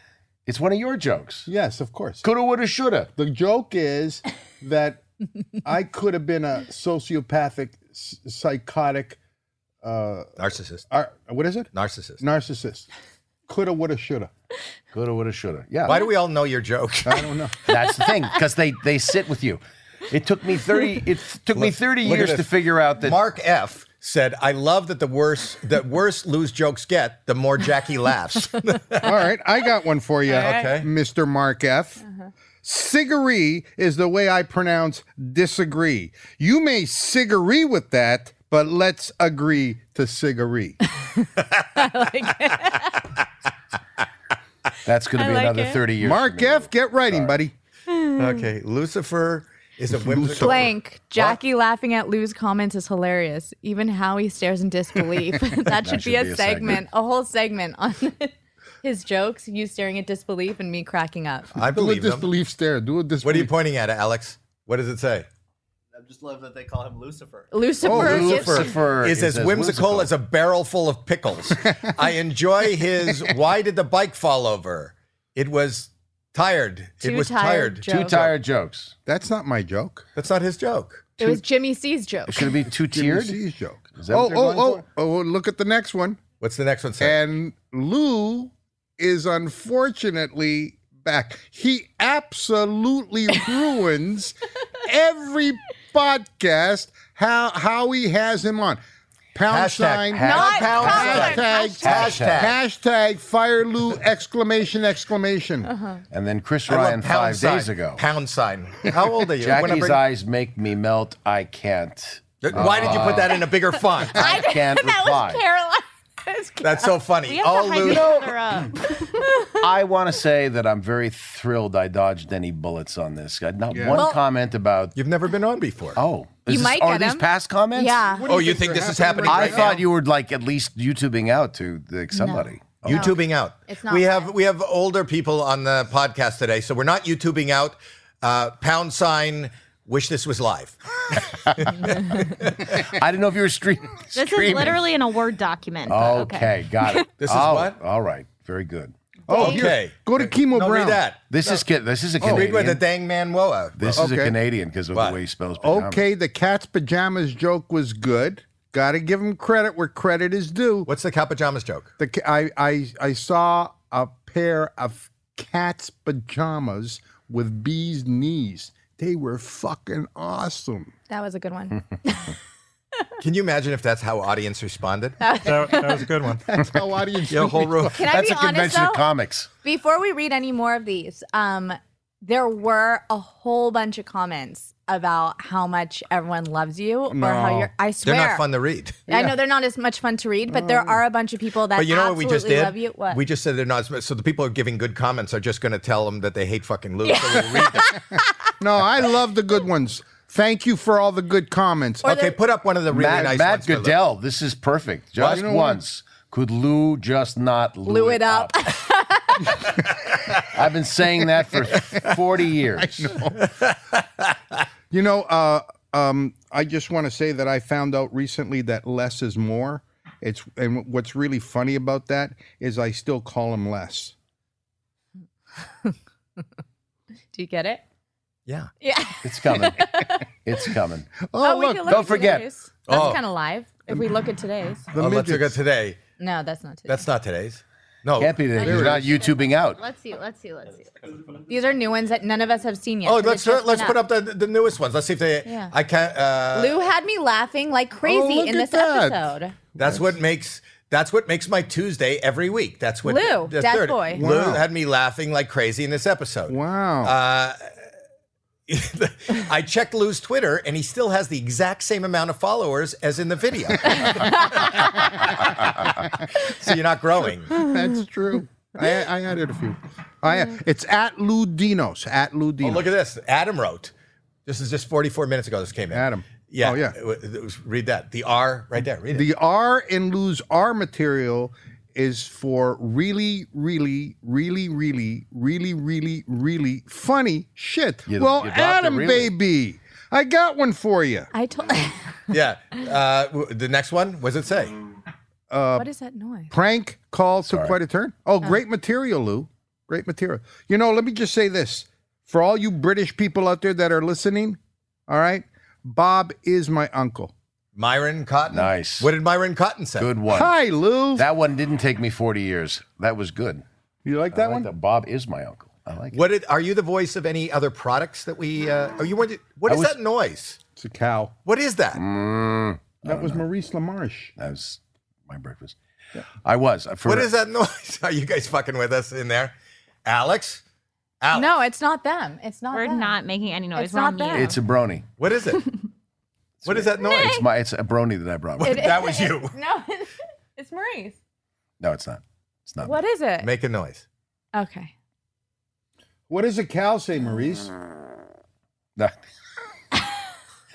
It's one of your jokes. Yes, of course. Coulda, woulda, shoulda. The joke is that I could have been a sociopathic, s- psychotic. Uh, Narcissist. ar- what is it? Narcissist. Narcissist. Coulda, woulda, shoulda. Coulda, woulda, shoulda. Yeah. Why do we all know your joke? I don't know. That's the thing, because they they sit with you. It took me thirty. It took me thirty look at years to this. figure out that. Mark F said, "I love that the worse that worse Lou's jokes get, the more Jackie laughs." All right, I got one for you, Okay. Mr. Mark F. Cigaree is the way I pronounce disagree. You may cigaree with that, but let's agree to cigaree. that's going to be like another it. thirty years. Mark F, get writing, buddy. Hmm. okay, Lucifer is a Hmm. whimsical. blank. Jackie laughing at Lou's comments is hilarious. Even Howie stares in disbelief. that should, be, a, segment, a whole segment on his jokes, you staring at disbelief and me cracking up. I Do a believe them. disbelief stare. Do a disbelief. What are you pointing at, Alex? What does it say? I just love that they call him Lucifer. Lucifer, Oh, Oh, Lucifer. Lucifer is, as whimsical, as a barrel full of pickles. I enjoy his. Why did the bike fall over? It was tired. Too it was tired tired. joke. Two tired jokes. That's not my joke. That's not his joke. it was Jimmy C's joke. Should it be two Jimmy tiered? C's joke. Is that Oh, what they're oh, going oh, oh, look at the next one. What's the next one say? And Lou is unfortunately back. He absolutely ruins every podcast how how he has him on. Pound sign. Not pound Colin. sign. Hashtag, Hashtag. Hashtag fire Lou exclamation exclamation. Uh-huh. And then Chris I love Ryan pound five sign. days ago. Pound sign. How old are you? When I Jackie's bring- eyes make me melt. I can't. Uh, Why did you put that in a bigger font? I can't that reply. was Caroline. That's That's so We funny. have All to hype Lou. each other up. I want to say that I'm very thrilled I dodged any bullets on this. I- Not one Well- comment about. You've never been on before. Oh, is You this- might are get these him. past comments? yeah. Oh, you think this is happening I right now? thought you were like at least YouTubing out to like, somebody. Oh. YouTubing out. It's not We that. have we have older people on the podcast today, so we're not YouTubing out. Uh, pound sign. Wish this was live. I didn't know if you were streaming. This is literally in a Word document. but Oh, Okay, got it. This is Oh, what? All right, very good. Oh, here, Okay. go to Chemo No, Brown. read that. This is ca- this is a Read Canadian. what the dang man woa. this is a Okay. Canadian because of What? the way he spells. pajamas. Okay, the cat's pajamas joke was good. Got to give him credit where credit is due. What's the cat pajamas joke? The ca- I I I saw a pair of cat's pajamas with bees knees. They were fucking awesome. That was a good one. Can you imagine if that's how audience responded? That, that was a good one. That's how audience. Your whole room. Can I That's be a honest convention though? of comics. Before we read any more of these, um, there were a whole bunch of comments about how much everyone loves you or how you're. I swear, They're not fun to read. I know they're not as much fun to read, but there are a bunch of people that But you know what we absolutely just did? love you. What? We just said they're not. So the people who are giving good comments are just going to tell them that they hate fucking Lou. So we'll read them. No, I love the good ones. Thank you for all the good comments. Or Okay, the- put up one of the really Matt, nice Matt ones. for Lou. Goodell, this is perfect. Just You know what? once. Could Lou just not Lou, Blew it up. I've been saying that for 40 years. You know, uh, um, I just want to say that I found out recently that less is more. It's and what's really funny about that is I still call him less. Do you get it? Yeah. Yeah. It's coming. It's coming. Oh, we look, can the look don't at forget. today's. That's Oh. kind of live. If we look at today's, Oh, let's look midgets. at today. no, that's not today. That's not today's. No. Can't be that you're not YouTubing out. Let's see. Let's see. Let's see. These are new ones that none of us have seen yet. Oh, 'cause let's it's just let's been put up the the newest ones. Let's see if they. Yeah. I can't. Uh, Lou had me laughing like Oh, crazy look in at this that. episode. That's what makes that's what makes my Tuesday every week. That's what Lou, the Dad's third- boy. Lou had me laughing like crazy in this episode. Uh, Wow. I checked Lou's Twitter, and he still has the exact same amount of followers as in the video. so you're not growing. That's true. I, I added a few. I it's at Ludinos. At Oh, Ludinos. look at this. Adam wrote. This is just 44 minutes ago. This came in. Adam. Yeah. Oh, yeah. It was- it was- Read that. The R right there. Read it. the R in Lou's R material is for really, really, really, really, really, really, really funny shit. You- well, you dropped it Adam, really. baby, I got one for you. I told. Yeah. Uh, w- the next one. What does it say? Uh, Uh, what is that noise? Prank call took quite a turn. Oh, great material, Lou. Great material. You know, let me just say this for all you British people out there that are listening. All right, Bob is my uncle. Myron Cotton. Nice. What did Myron Cotton say? Good one. Hi, Lou. That one didn't take me 40 years. That was good. you like I that like one? that Bob is my uncle. I like it. What did, are you the voice of any other products that we? Uh, are you? weren't- What I is was- that noise? It's a cow. What is that? Mm. That was Maurice LaMarche. That was my breakfast. I was. Uh, For, What is that noise? Are you guys fucking with us in there, Alex? Alex, No, it's not them. It's not. We're them. not making any noise. It's We're not on mute. that. It's a brony. what is it? what is that noise? It's my. It's a brony that I brought. with me. that was you. No, it's Maurice. No, it's not. It's not. What is it? Make a noise. Okay. What does a cow say, Maurice? No.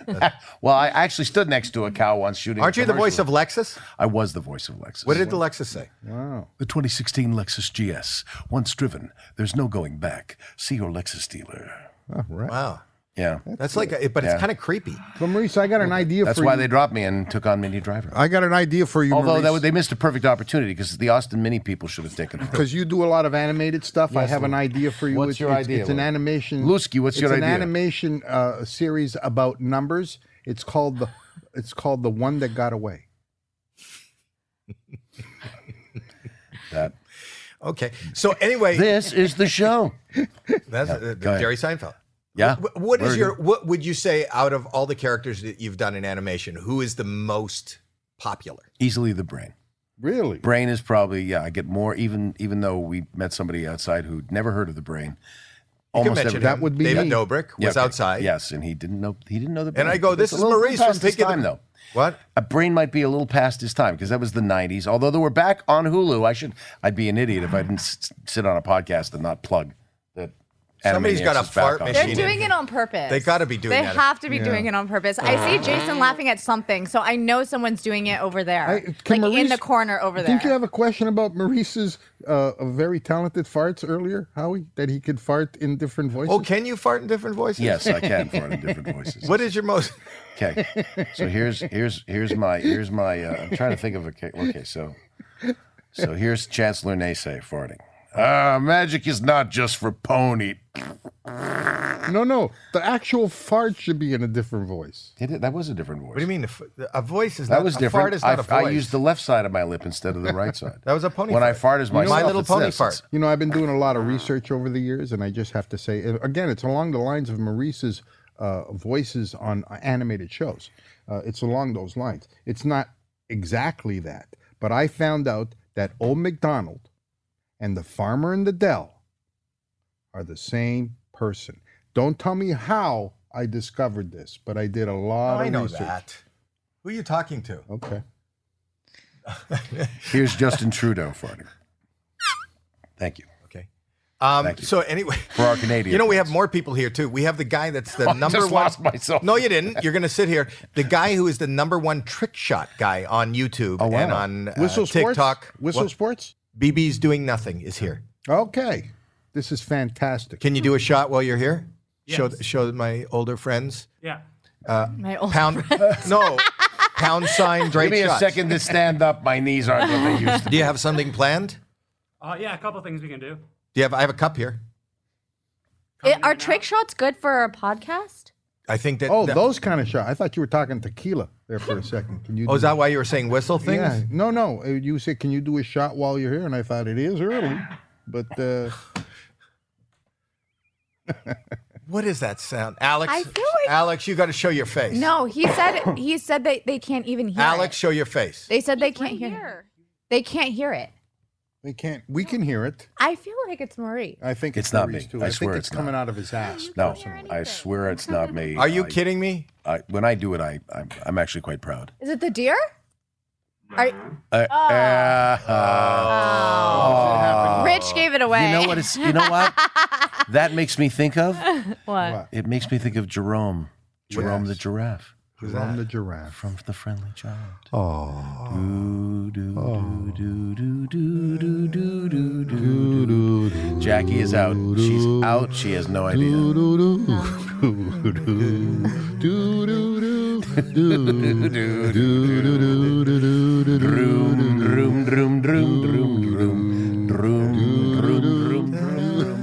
well, I actually stood next to a cow once shooting. a Aren't you the voice commercial. of Lexus? I was the voice of Lexus. What did the Lexus say? Wow. the 2016 Lexus GS? Once driven, there's no going back. See your Lexus dealer. All right. Wow, Yeah, that's like, a, but it's Yeah. kind of creepy. So, Maurice, I got an idea that's for why you. they dropped me and took on Mini Driver. I got an idea for you, Although that, Maurice. they missed a perfect opportunity because the Austin Mini people should have taken it. because you do a lot of animated stuff, I Yes, have an Lou. idea for you. What's it's, your it's- idea, It's an Lou? animation. Lusky, what's it's your an idea? animation uh, series about numbers. It's called the. It's called the one that got away. That Okay. So anyway, this is the show. that's uh, go ahead. Jerry Seinfeld. Yeah. Wh- What is Word. your what would you say out of all the characters that you've done in animation, who is the most popular? easily the brain? Really? Brain is probably yeah. I get more even even though we met somebody outside who'd never heard of the brain. You can Almost mention every- That him. would be David me. Dobrik Yeah, was okay. outside. Yes, and he didn't know he didn't know the brain. And I go, It's this a is little Maurice from past his Pinky and the- time though. What? a brain might be a little past his time because that was the 90s although they were back on hulu i should i'd be an idiot if i didn't s- sit on a podcast and not plug that Somebody's got a Animaniacs is back fart on. They're machine. She doing did. it on purpose. They gotta be doing They that. have to be doing it on purpose. I see Jason laughing at something, so I know someone's doing it over there, I- like can in Maurice- the corner over there. Didn't you have a question about Maurice's uh, very talented farts earlier, Howie? That he could fart in different voices? Oh, can you fart in different voices? yes i can fart in different voices What is your most okay so here's here's here's my here's my uh, i'm trying to think of a ca- okay so so here's chancellor naysay farting Ah, magic is not just for pony. No, no. The actual fart should be in a different voice. It, that was a different voice. What do you mean? the f- A voice is That not was a different. Fart is not a I, I voice. used the left side of my lip instead of the right side. That was a pony When I fart. fart is myself. My Little it's Pony this. fart. You know, I've been doing a lot of research over the years, and I just have to say, uh, again, it's along the lines of Maurice's uh, voices on uh, animated shows. Uh, it's along those lines. It's not exactly that, but I found out that Old MacDonald and the farmer in the dell are the same person. Don't tell me how I discovered this, but I did a lot I of know research. that. Who are you talking to? Okay. It's- Here's Justin Trudeau farting. Thank you Okay. Um, Thank you. so anyway, for our Canadian. you know we have friends. more people here too. We have the guy that's the I number just one. lost myself. No, you didn't. You're going to sit here. The guy who is the number one trick shot guy on YouTube Oh, wow. and on uh, Whistle Sports? TikTok. Whistle What- Sports? BB's doing nothing is here. Okay. This is fantastic. Can you do a shot while you're here? Show Yes. show my older friends. uh, Yeah. My old Pound no pound sign. Drake Give me a shots. second to stand up. My knees aren't what they used to. Do you have something planned? Uh, yeah, a couple things we can do. Do you have? I have a cup here. It- are trick shots good for a podcast? I think that. Oh, that- those kind of shots. I thought you were talking tequila there for a second. Can you? Oh, do is that why you were saying whistle things? Yeah. No, no. Uh, You said, "Can you do a shot while you're here?" And I thought it is early, but uh, What is that sound, Alex? I feel like- Alex, you got to show your face. No, he said he said that they can't even hear. Alex, it. show your face. they said they Right can't hear. here. They can't hear it. they can't. We can hear it. I feel like it's Marie. I think It's it's, not Maurice, me. Too. I think swear it's it's coming not. out of his ass. No, Personally. I swear it's not me. Are you I- kidding me? I, when I do it, I, I'm, I'm actually quite proud. Is it the deer? Are, Uh, uh, Oh. Rich gave it away. you know what? It's, you know what? that makes me think of. What? What? It makes me think of Jerome. Jerome the Yes. giraffe Jerome the giraffe. from The Friendly Giant. Oh. Do, do, do, do, do, do, do, do, do, do. Jackie is out. She's out. She has no idea. Droom, droom, droom, droom, droom, droom. Droom, droom, droom, droom,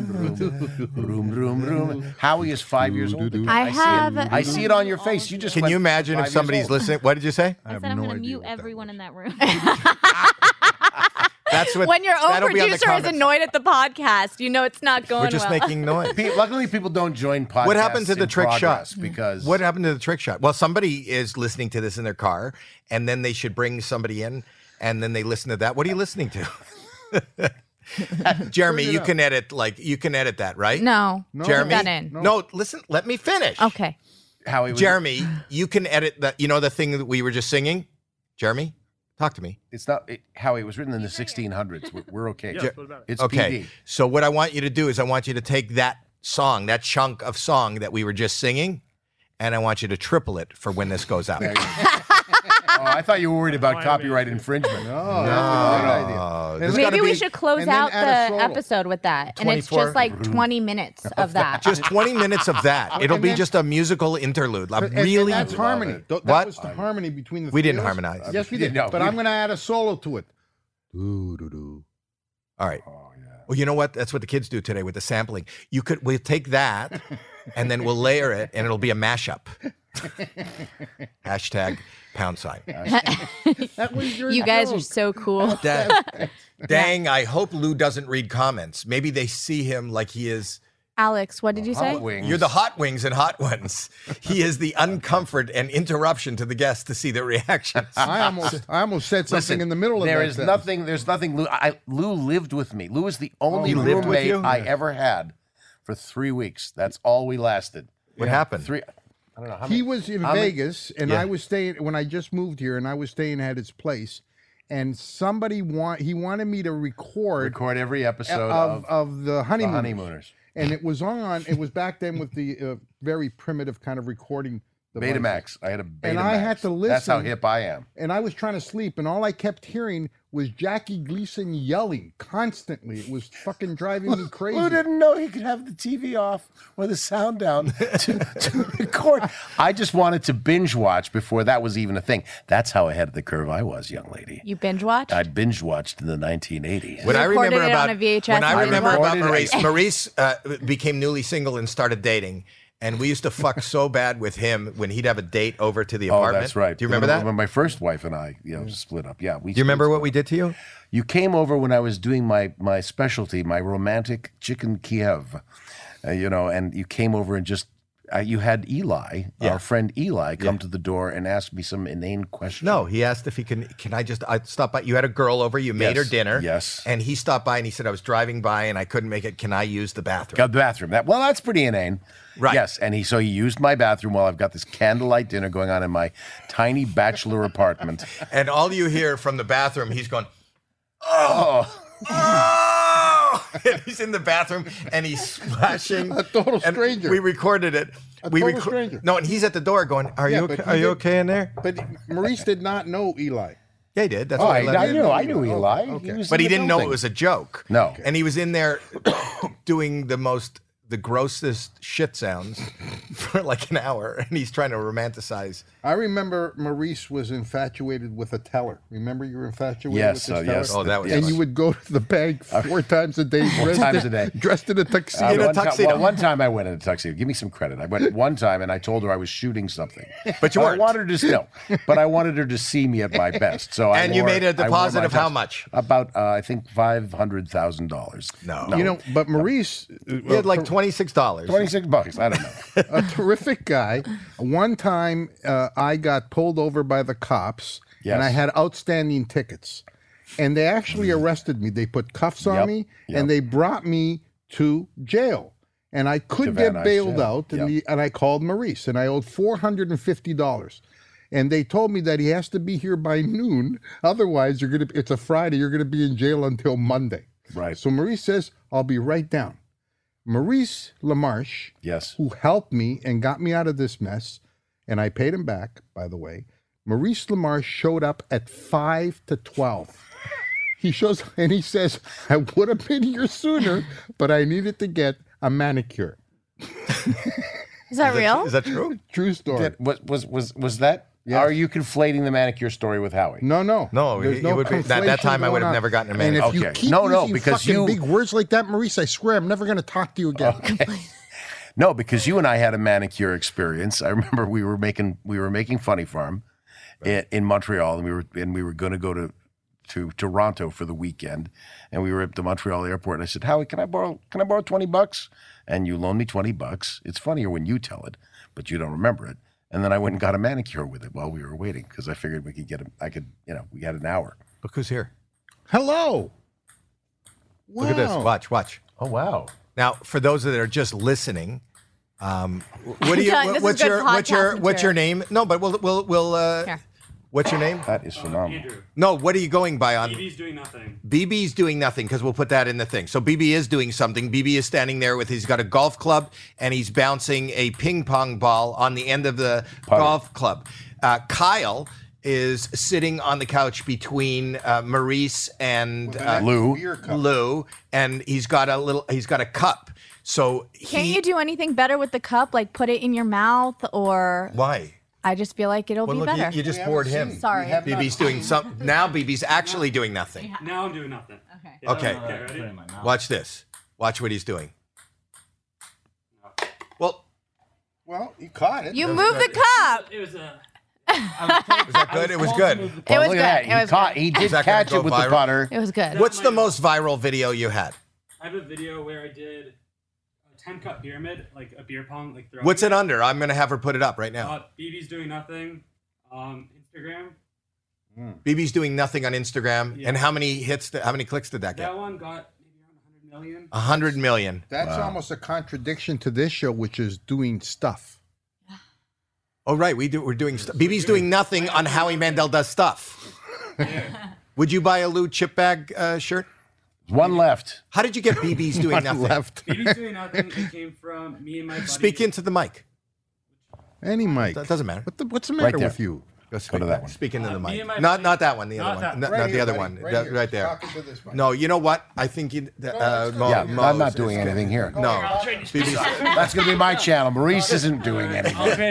droom. Droom, droom, droom. Howie is five years old. I see it. have- I see it on your face. You just Can went you imagine five if years somebody's old. listening? What did you say? I, said I'm going to mute everyone in that room. That's what. when your own that'll be on the producer is comments. annoyed at the podcast, you know it's not going we're just well. making noise. Pe- Luckily, people don't join podcasts. What happened to in the trick progress shot? Hmm. Because What happened to the trick shot? Well, somebody is listening to this in their car, and then they should bring somebody in, and then they listen to that. What are you listening to? Jeremy, you can edit like you can edit that, right? no. Jeremy, Done in. no. listen, let me finish. Okay. Howie was, Jeremy, you can edit that. You know the thing that we were just singing. Jeremy, talk to me. it's not it, Howie. It was written in the 1600s. We're, we're okay. Yes, what about it? It's Okay. PD. So what I want you to do is I want you to take that song, that chunk of song that we were just singing, and I want you to triple it for when this goes out. Oh, I thought you were worried about copyright Oh, that's infringement. a great idea. Uh, It's Maybe gotta we be- should close and then out add a the solo. episode with that. And it's 24 just like 20 minutes of that. just 20 minutes of that. It'll And be then- just a musical interlude. I'm And- and really that's harmony. Th- That What? was the harmony between the. We three didn't of us. harmonize. Yes, we did. No, but we- I'm going to add a solo to it. Doo, doo, doo. All right. Oh, Well, you know what? That's what the kids do today with the sampling. You could we'll take that and then we'll layer it and it'll be a mashup. Hashtag pound sign. That was your You guys are joke. so cool. Da- dang, I hope Lou doesn't read comments. Maybe they see him like he is. Alex, what did you say? Hot wings. You're the hot wings and hot ones. He is the uncomfort and interruption to the guests to see their reactions. I almost, I almost said something Listen, in the middle of There that is sentence. nothing. There's nothing. Lou, I, Lou lived with me. Lou is the Oh, only he lived with roommate you? I ever had for three weeks. That's all we lasted. What happened? Three. I don't know. How he many- was in how many- Vegas, and Yeah. I was staying when I just moved here, and I was staying at his place, and somebody want he wanted me to record, record every of, episode of of, the the honeymoon, honeymooners. and it was on. It was back then with the uh, very primitive kind of recording. devices. Betamax. I had a Betamax. I had to That's how listen. hip I am. and I was trying to sleep, and all I kept hearing was Jackie Gleason yelling constantly. It was fucking driving me crazy. Lou didn't know he could have the TV off or the sound down to, to record. I just wanted to binge watch before that was even a thing. That's how ahead of the curve I was, young lady. You binge watch? I binge watched in the 1980s. When I Recorded remember it about on a VHS when I and remember about recorded it. Maurice, Maurice uh, became newly single and started dating, and we used to fuck so bad with him when he'd have a date over to the Oh, apartment. that's right. Do you remember When- that? When my first wife and I, you know, split up. Yeah, we. Do you remember what we did to you? You came over when I was doing my my specialty, my romantic chicken Kiev, uh, you know, and you came over and just uh, you had Eli, Yeah. our friend Eli, come to the door and ask me some inane question. No, he asked if he can. Can I just I stop by? You had a girl over. You made Yes, her dinner. yes. And he stopped by and he said I was driving by and I couldn't make it. Can I use the bathroom? Got the bathroom. That well, that's pretty inane. Right. Yes, and he so he used my bathroom while I've got this candlelight dinner going on in my tiny bachelor apartment. And all you hear from the bathroom, he's going, oh, oh! and he's in the bathroom and he's splashing. A total stranger. We recorded it. A we total stranger. No, and he's at the door going, "Are Yeah, you but okay? he Are you did- okay in there?" But Maurice did not know Eli. Yeah, he did. That's Oh, why I, I left. I him. knew, I knew Eli. Okay. was But in he the didn't know it building. was a joke. No. And he was in there doing the most, the grossest shit sounds for like an hour, and he's trying to romanticize. I remember Maurice was infatuated with a teller. Remember you were infatuated Yes, with uh, this teller? yes. Oh, that was yes. And you would go to the bank four times a day, Four dressed times in, a day. dressed in a Uh, tuxedo. one, ti- tuxedo. well, one time I went in a tuxedo. Give me some credit. I went one time and I told her I was shooting something. But you I weren't. wanted her to no, but I wanted her to see me at my best. So I And you wore- made a I wore deposit my of how tux- much? About uh, I think five hundred thousand dollars. No. you know, but Maurice, He had like twenty six dollars. twenty six bucks. I don't know. a terrific guy. One time, uh, I got pulled over by the cops, Yes. and I had outstanding tickets, and they actually arrested me. They put cuffs on Yep, me, yep. and they brought me to jail. And I could get Van Nuys bailed jail, out, and, yep. the, and I called Maurice, and I owed four hundred and fifty dollars. And they told me that he has to be here by noon, otherwise you're gonna. It's a Friday. You're gonna be in jail until Monday. Right. So Maurice says, "I'll be right down." Maurice LaMarche Yes. who helped me and got me out of this mess, and I paid him back, by the way. Maurice Lamar showed up at 5 to 12. He shows and he says, I would have been here sooner, but I needed to get a manicure. Is that real? Is that true? True story. That- was was was was that? Yes. Are you conflating the manicure story with Howie? no, no, No, it- There's it would be- at that conflation time, I would going have on. never gotten a And if manicure. you Okay. keep No, no, using because fucking you- big words like that, Maurice, I swear I'm never going to talk to you again. No, because you and I had a manicure experience. I remember we were making we were making Funny Farm i- in Montreal, and we were and we were going to go to to Toronto for the weekend, and we were at the Montreal airport. And I said, Howie, can I borrow can I borrow twenty bucks? And you loaned me twenty bucks. It's funnier when you tell it, but you don't remember it. And then I went and got a manicure with it while we were waiting because I figured we could get a, I could you know we had an hour. Look who's here. Hello. Wow. Look at this. Watch, watch. Oh wow! Now, for those that are just listening, um, what do you? John, this what- is what's good your? What's your? podcast What's your name? No, but we'll we'll we'll. Uh, Here. what's your name? That is phenomenal. Andrew, No, what are you going by on? TV's doing nothing. BB's doing nothing because we'll put that in the thing. So BB is doing something. BB is standing there with he's got a golf club and he's bouncing a ping pong ball on the end of the golf club. Uh, Kyle is sitting on the couch between uh, Maurice and uh, Lou. Lou, and he's got a little. He's got a cup. So he, Can't you do anything better with the cup? Like put it in your mouth, or why? I just feel like it'll Well, be look, you, better. you just bored him. Sorry. BB's doing some now. BB's actually doing nothing. Now I'm doing nothing. Okay. Yeah, Okay. Okay, ready? Watch this. Watch what he's doing. Well, Well, you caught it. You move the cup. It was a. Was that good? It was good. It was look good. at that. It he was caught. good. He did that gonna catch go it with viral? the putter. It was good. What's the most viral video you had? I have a video where I did a 10 cup pyramid, like a beer pong, like throwing. What's it under? I'm gonna have her put it up right now. BB's doing nothing. Um, Instagram. Hmm. BB's doing nothing on Instagram. And how many hits? Did, how many clicks did that get? one got maybe around 100 million. A hundred million. That's almost a contradiction to this show, which is doing stuff. Oh right, we do. We're doing. St- BB's doing nothing on Howie Mandel does stuff. Would you buy a Lou chip bag uh, shirt? One left. How did you get BB's doing nothing? left. BB's doing nothing. It came from me and my buddy. Speak into the mic. Any mic. That doesn't matter. What the, what's the matter there. with you? Go, speak- to that one. Speak into Uh, the me mic. and my Not buddy- not that one. The other Not one. that- No, Right not here, the other buddy. one. Right That- here. right there. Talking to this mic. No, you know what? I think you. that, Uh, let's Mo, go. Yeah, Mo's I'm not is doing good. anything here. Oh. No, BB's That's going to be my channel. Maurice isn't doing anything. Come Talking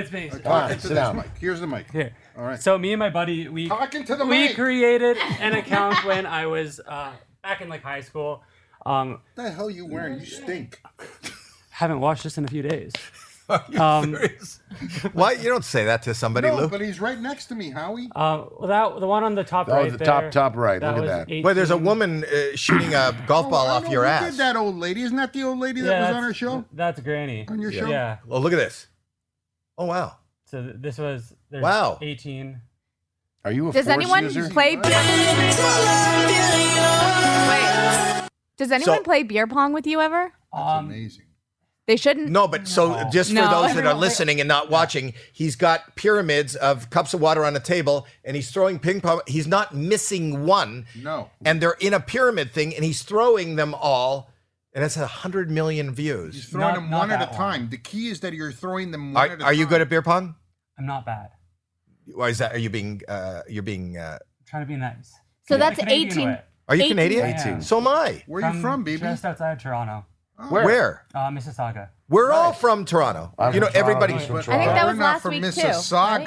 on, to sit this down. mic. Here's the mic. Here. All right. So me and my buddy, we Talking to the we mic. created an account when I was uh, back in like high school. Um, What the hell are you wearing? You stink. haven't watched this in a few days. Um, Why you don't say that to somebody, No, Lou? but he's right next to me, Howie. Uh, well, that the one on the top Oh, right the there, top, top right. Look at was that. 18. Wait, there's a woman uh, shooting a golf ball Oh, I off know your who ass. did that old lady? Isn't that the old lady Yeah, that was that's- on our show? That's Granny. On your yeah. show? Yeah. Oh, look at this. Oh wow. So th- this was there's Wow. 18. Are you a Does force anyone user? play beer? Wait. Does anyone So- play beer pong with you ever? That's amazing. They shouldn't. Um, No, but so just for No. those that are listening and not watching, he's got pyramids of cups of water on a table and he's throwing ping pong. He's not missing one. No. And they're in a pyramid thing and he's throwing them all. And that's a hundred million views. He's throwing Not- them not one at a that one. time. The key is that you're throwing them one Are, at a are you time. good at beer pong? I'm not bad. Or is that are you being uh you're being uh I'm trying to be nice. So Yeah, that's the Canadian 18 way. are you 18. Canadian? I am. So am I. Where are you from, baby? Oh. Just outside Toronto, Where? uh, Mississauga. We're all from Toronto. I'm you know, from Toronto, everybody's he's from from Toronto. I think that We're was not last from week too,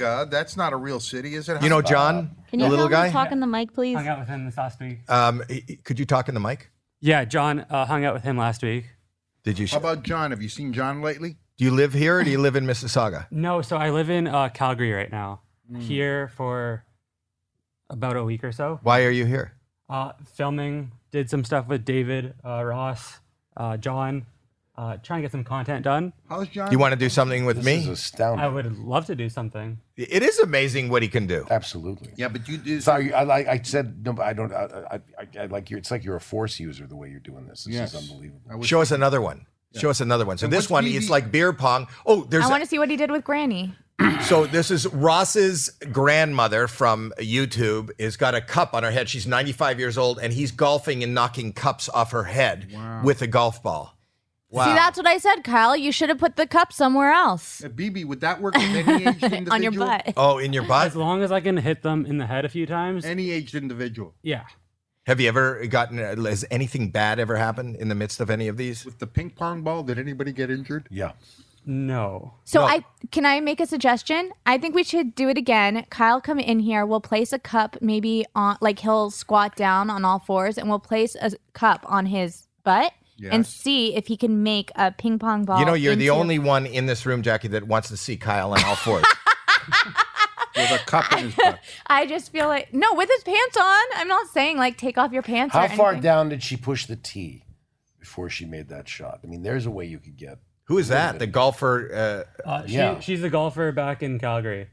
Mississauga. That's not a real city, is it? You know, John, Can the you little tell guy. him to talk in the mic, please? Hung out with him this last week. Um, he- he- could you talk in the mic? Yeah, John uh, hung out with him last week. Did you? How about John? Have you seen John lately? do you live here or do you live in Mississauga? No, so I live in uh, Calgary right now. Mm. Here for about a week or so. Why are you here? Uh, filming, did some stuff with David, uh, Ross, uh, John, uh, trying to get some content done. How's John? You want to do something with This is me? I astounding. would love to do something. It is amazing what he can do. Absolutely. yeah, but you do. Sorry, I, like I said no. but I don't. I, I, I, I like you. It's like you're a force user the way you're doing this. This Yes. is unbelievable. I would- Show us another one. Show us another one. So And this one, what's BB? it's like beer pong. Oh, there's I want to see what he did with Granny. so this is Ross's grandmother from YouTube has got a cup on her head. She's 95 years old, and he's golfing and knocking cups off her head with a golf ball. Wow. See, that's what I said, Kyle. You should have put the cup somewhere else Uh, BB, would that work with any aged individual? on your butt. oh, in your butt. As long as I can hit them in the head a few times. Any aged individual yeah. Have you ever gotten? Has anything bad ever happened in the midst of any of these? with the ping pong ball. Did anybody get injured? Yeah. No. So No. I can I make a suggestion? I think we should do it again. Kyle, come in here. We'll place a cup maybe on like he'll squat down on all fours, and we'll place a cup on his butt and Yes. see if he can make a ping pong ball. You know, you're the into- only one in this room, Jackie, that wants to see Kyle on all fours. With a cup in his butt. I just feel like no, with his pants on. I'm not saying like take off your pants. How or far anything. down did she push the tee before she made that shot? I mean, there's a way you could get. Who is that? The golfer? Uh, Uh, she, Yeah. She's a golfer back in Calgary.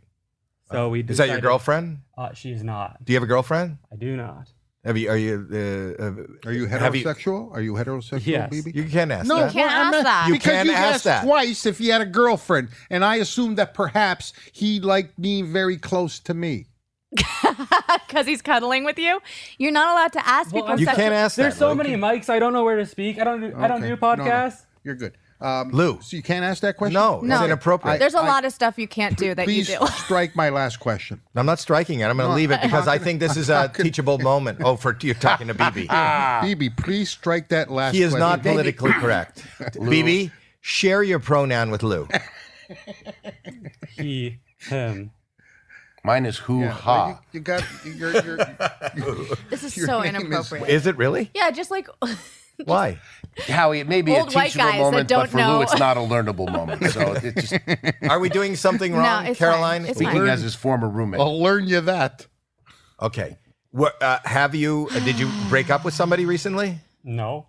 So we Uh, is that your decided- girlfriend? Uh, she's not. Do you have a girlfriend? I do not. Have you? Are you? Uh, uh, Are you Have you- heterosexual? Are you heterosexual, Yes. BB? you can ask. No, that. can't well, I'm ask not- that. You Because can't you ask asked that. twice if he had a girlfriend, and I assumed that perhaps he liked me very close to me. because he's cuddling with you. You're not allowed to ask Well, people. you such- can't ask There's that. so Lou. many mics. I don't know where to speak. I don't. Do, I don't Okay. do No, no. podcasts. You're good, um, Lou. So you can't ask that question. No, No. it's inappropriate. There's a lot of stuff you can't do that you Please do. strike my last question. I'm not striking it. I'm going to leave it because I think this is a teachable moment. Oh, for you're talking to BB. BB, Ah. please strike that last. He is question. not politically correct. BB, share your pronoun with Lou. He, him. Mine is hoo Yeah, ha. well, you, you got. You're, you're, This is Your so name is- inappropriate. Is it really? yeah, just like Why? Howie, it may be Old a white teachable guys that moment, but don't for know. Lou, it's not a learnable moment. So it just Are we doing something wrong, it's fine. Caroline? It's speaking fine. as his former roommate. I'll learn you that. Okay. What uh, have you? Uh, did you break up with somebody recently? No.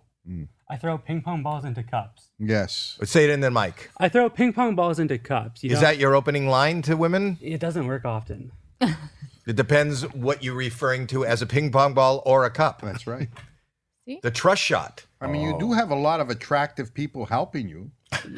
I throw ping pong balls into cups. Yes. Say it in the mic. I throw ping pong balls into cups. You Is know? that your opening line to women? It doesn't work often. It depends what you're referring to as a ping pong ball or a cup. That's right. The trust shot. I mean, you Oh. do have a lot of attractive people helping you.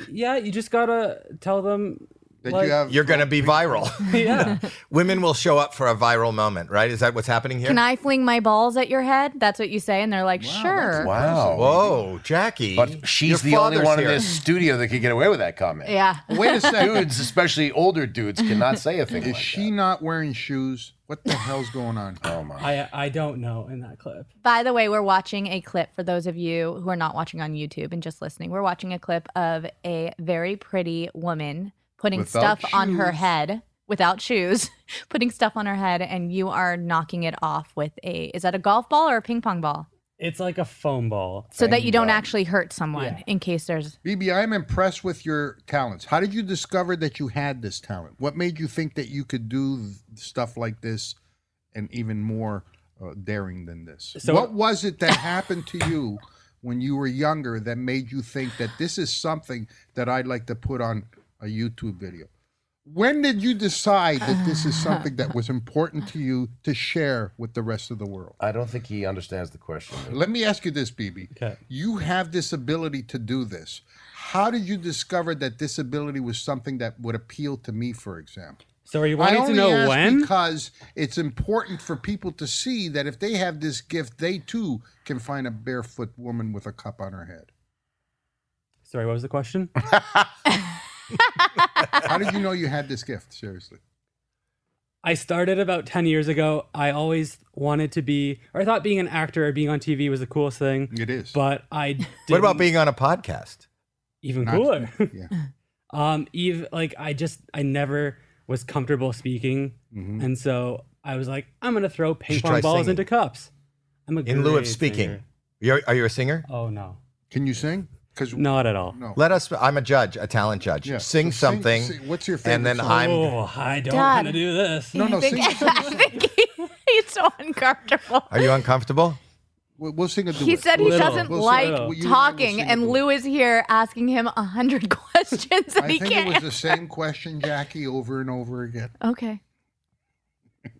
Yeah, you just gotta tell them. That Like- you have. You're going to be viral. Yeah. women will show up for a viral moment, right? Is that what's happening here? Can I fling my balls at your head? That's what you say, and they're like, sure. Wow. Whoa, Jackie. But your she's the only father's one here. in this studio that could get away with that comment. Yeah. Wait a second. Dudes, especially older dudes, cannot say a thing Is like she not wearing shoes? What the hell's going on? that. Oh my. I I don't know in that clip. By the way, we're watching a clip for those of you who are not watching on YouTube and just listening. We're watching a clip of a very pretty woman putting Without stuff on her shoes. head without shoes, putting stuff on her head, and you are knocking it off with a is that a golf ball or a ping pong ball? It's like a foam ball. So that you don't actually hurt someone Yeah. in case there's BB, I'm impressed with your talents. How did you discover that you had this talent? What made you think that you could do th- stuff like this and even more uh, daring than this? So- what was it that happened to you when you were younger that made you think that this is something that I'd like to put on a YouTube video? When did you decide that this is something that was important to you to share with the rest of the world? I don't think he understands the question. Let me ask you this, BB. Okay. You have this ability to do this. How did you discover that this ability was something that would appeal to me, for example? So are you wanting to know ask when? because it's important for people to see that if they have this gift, they too can find a barefoot woman with a cup on her head. Sorry, what was the question? How did you know you had this gift? Seriously. I started about 10 years ago. I always wanted to be, or I thought being an actor or being on TV was the coolest thing. It is. But I did What about being on a podcast? even Not- cooler? Yeah. um, Eve, like I just, I never was comfortable speaking, Mm-hmm. and so I was like, I'm gonna throw ping should pong try balls singing. into cups. I'm a In lieu great of speaking, singer. you're, are you a singer? Oh no, Can you sing? Because not at all. No. Let us. I'm a judge, a talent judge. Yeah. Sing So sing- something. sing- what's your And then favorite song? I'm. Oh, I don't Dad. want to do this. no, no, sing, sing, sing. he's so uncomfortable. Are you uncomfortable? We'll, we'll sing a duet. He said he Little. doesn't We'll sing- like we'll- you and I will talking, sing a and duet. Lou is here asking him a hundred questions that I he think it can't. was the same question, Jackie, over and over again. okay.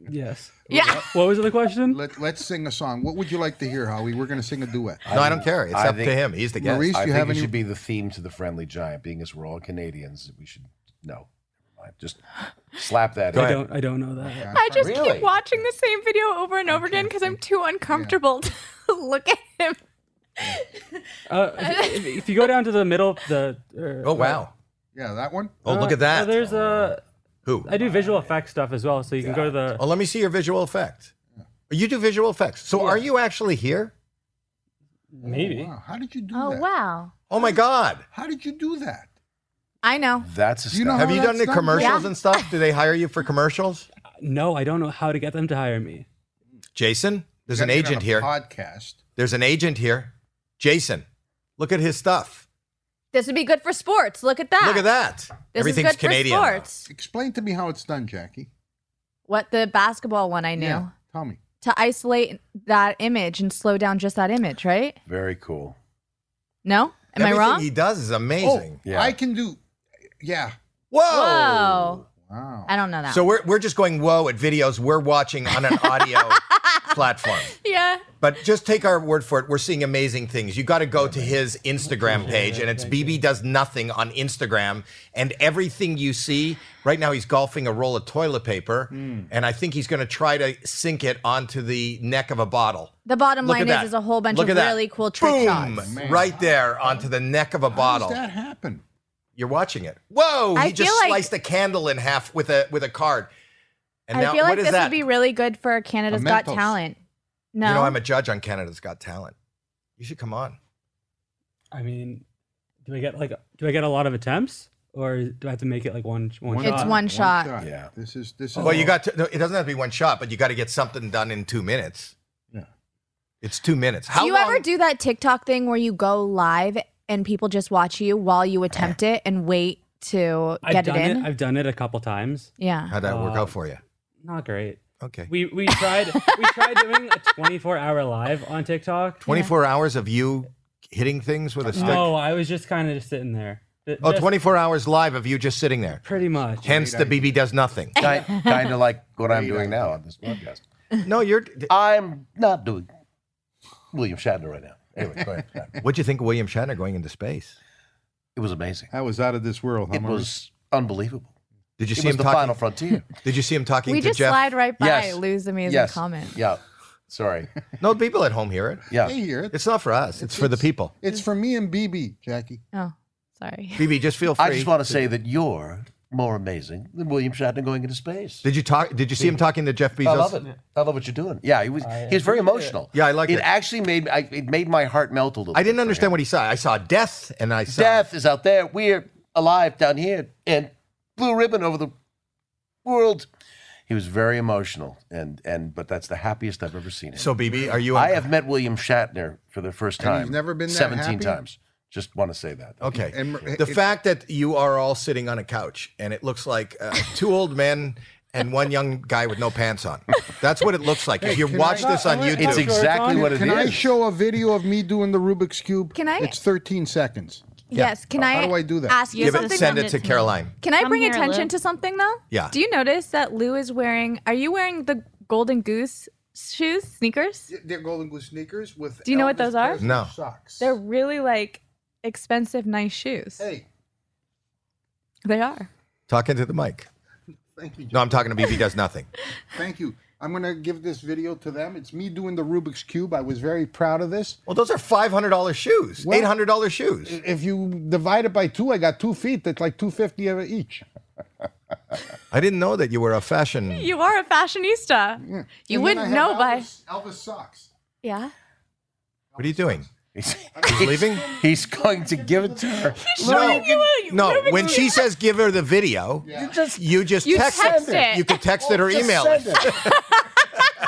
Yes. Yeah. What was the question? Let, let's sing a song. What would you like to hear, Howie? We're going to sing a duet. No, I don't care. It's I up to think- him. He's the guest. Maurice, I you think have it any? should be the theme to the Friendly Giant, being as we're all Canadians, we should no, never mind. Just slap that. Go in. I ahead. don't. I don't know that. I just Really? keep watching the same video over and over again because I'm too uncomfortable to look at him. Uh, if, if you go down to the middle, the uh, Oh wow! yeah, that one. Oh look uh, at that. There's a. Who? I do visual effects stuff as well, so you can go to the. Oh, let me see your visual effect. You do visual effects. So are you actually here? Maybe. Wow, how did you do Oh that? wow! Oh my God! How did you do that? I know. That's a You know step. how- Have you that's done any done. commercials Yeah. and stuff? Do they hire you for commercials? Uh, No, I don't know how to get them to hire me. Jason, there's an Gotta get on agent a here. Podcast. There's an agent here. Jason, look at his stuff. This would be good for sports. Look at that. Look at that. This Everything's is good Canadian. for sports. Explain to me how it's done, Jackie. What the basketball one I knew Yeah, tell me. to isolate that image and slow down just that image, right? Very cool. No, am Everything I wrong? He does is amazing. Oh, Yeah. I can do. Yeah. Whoa! Wow. I don't know that. So we're, we're just going whoa at videos we're watching on an audio platform. yeah, But just take our word for it. We're seeing amazing things. You got to go to his Instagram page, and it's BB does nothing on Instagram. And everything you see right now, he's golfing a roll of toilet paper, Hmm. and I think he's going to try to sink it onto the neck of a bottle. the bottom Look line at is, that. is a whole bunch Look of at that. really cool trick Boom! shots. Oh, Man. Right there onto the neck of a How bottle. does that happen? You're watching it. Whoa! He I just feel like- sliced a candle in half with a with a card. And I now, feel like what is this that? would be really good for Canada's Got Mementos. Talent. No, You know, I'm a judge on Canada's Got Talent. You should come on. I mean, do I get like do I get a lot of attempts, or do I have to make it like one one? It's shot? one shot. Yeah. This is this is. Well, you got to, no, it doesn't have to be one shot, but you got to get something done in two minutes. Yeah. It's two minutes. do you ever do that TikTok thing where you go live and people just watch you while you attempt it and wait to I've get done it in? I've done it a couple times. Uh, Yeah. How'd that work out for you? Not great. Okay. We we tried we tried doing a 24 hour live on TikTok. 24 hours of you hitting things with a stick? No, I was just kind of just sitting there. Th- Oh, just 24 hours live of you just sitting there. Pretty much. Hence, the BB does nothing. kind of like what I'm doing now on this podcast. No, you're. I'm not doing William Shatner right now. Anyway, go ahead. What'd you think of William Shatner going into space? It was amazing. That was out of this world. huh, It Murray? was unbelievable. Did you It see was him the talking? final frontier. Did you see him talking We to just Jeff? slide right by Yes. Lou's amazing Yes. comment. Yeah. Sorry. No, people at home hear it. Yeah. They hear it. It's not for us. It's, for the people. It's for me and BB, Jackie. Oh, sorry. BB, just feel free. I just want to say that you're more amazing than William Shatner going into space. Did you talk? Did you see him talking to Jeff Bezos? I love it. I love what you're doing. Yeah, he was. he was very emotional. Yeah, I like it. it. actually made I, it made my heart melt a little. I bit didn't for understand him. what he saw. I saw death, and I saw death is out there. We're alive down here, and blue ribbon over the world. He was very emotional, and and but that's the happiest I've ever seen him. So, BB, are you? I have met William Shatner for the first And time. you've never been that seventeen happy? times. Just want to say that. Okay. And- the fact that you are all sitting on a couch and it looks like uh, two old men and one young guy with no pants on. That's what it looks like. if you can watch I- this on Can I- YouTube, It's exactly what it is. Can I show a video of me doing the Rubik's Cube? Can I- It's 13 seconds. Yes. Can I? Oh, How do I do that? Ask you Yeah, give but it, something. send it Send to it to me. Caroline. Can I Come bring here, attention Lou. to something though? Yeah. Do you notice that Lou is wearing? Are you wearing the Golden Goose shoes, sneakers? They're Golden Goose sneakers with. Do you know what Elvis those are? Presley No. Socks. They're really like expensive, nice shoes. Hey, They are. Talk into the mic. thank you. No, I'm talking to BB does nothing. Thank you. I'm going to give this video to them. It's me doing the Rubik's Cube. I was very proud of this. Well, those are $500 shoes, Well- $800 shoes. If you divide it by two, I got two feet. That's like 250 of each. I didn't know that you were a fashion. You are a fashionista. You And then I wouldn't have know by. Elvis, Elvis socks. Yeah. What are you doing? He's, Leaving? he's going to give it to her. No, no. When she says give her the video, You just you just You text, text it. it. You could text it or just email said it. it.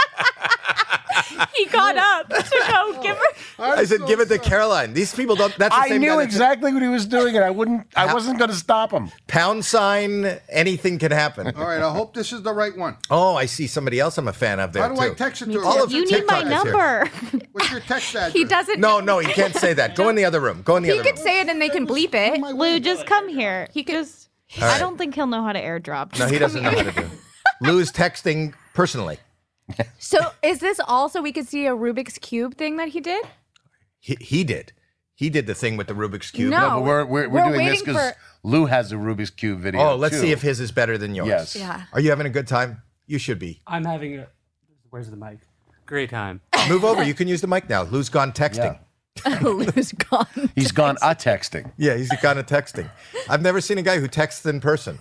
He got up to go give her. I said give it to Caroline. These people don't. That's the I same guy knew that said- exactly what he was doing, and I wouldn't. I wasn't going to stop him. Pound sign. Anything can happen. All right, I hope this is the right one. Oh, I see somebody else I'm a fan of there How do too. I text it to All her? of You the need TikTokers my here. number. What's your text address? He doesn't. No, no, you can't say that. Go in the other room. Go in the He other could room. say it and they can bleep it. My Lou, way. just come here. He just. right. I don't think he'll know how to airdrop. no, Just he come doesn't know here. how to do. it. Lou's texting personally. So is this also we could see a Rubik's cube thing that he did? He, he did. He did the thing with the Rubik's cube. No. But we're we're, we're, We're doing this waiting because for- Lou has a Rubik's cube video. Oh, let's too. see if his is better than yours. Yes. Yeah. Are you having a good time? You should be. I'm having a. Where's the mic? Great time. Move over. You can use the mic now. Lou's gone texting. Lou's gone. He's gone a texting. Yeah, he's gone to texting. I've never seen a guy who texts in person.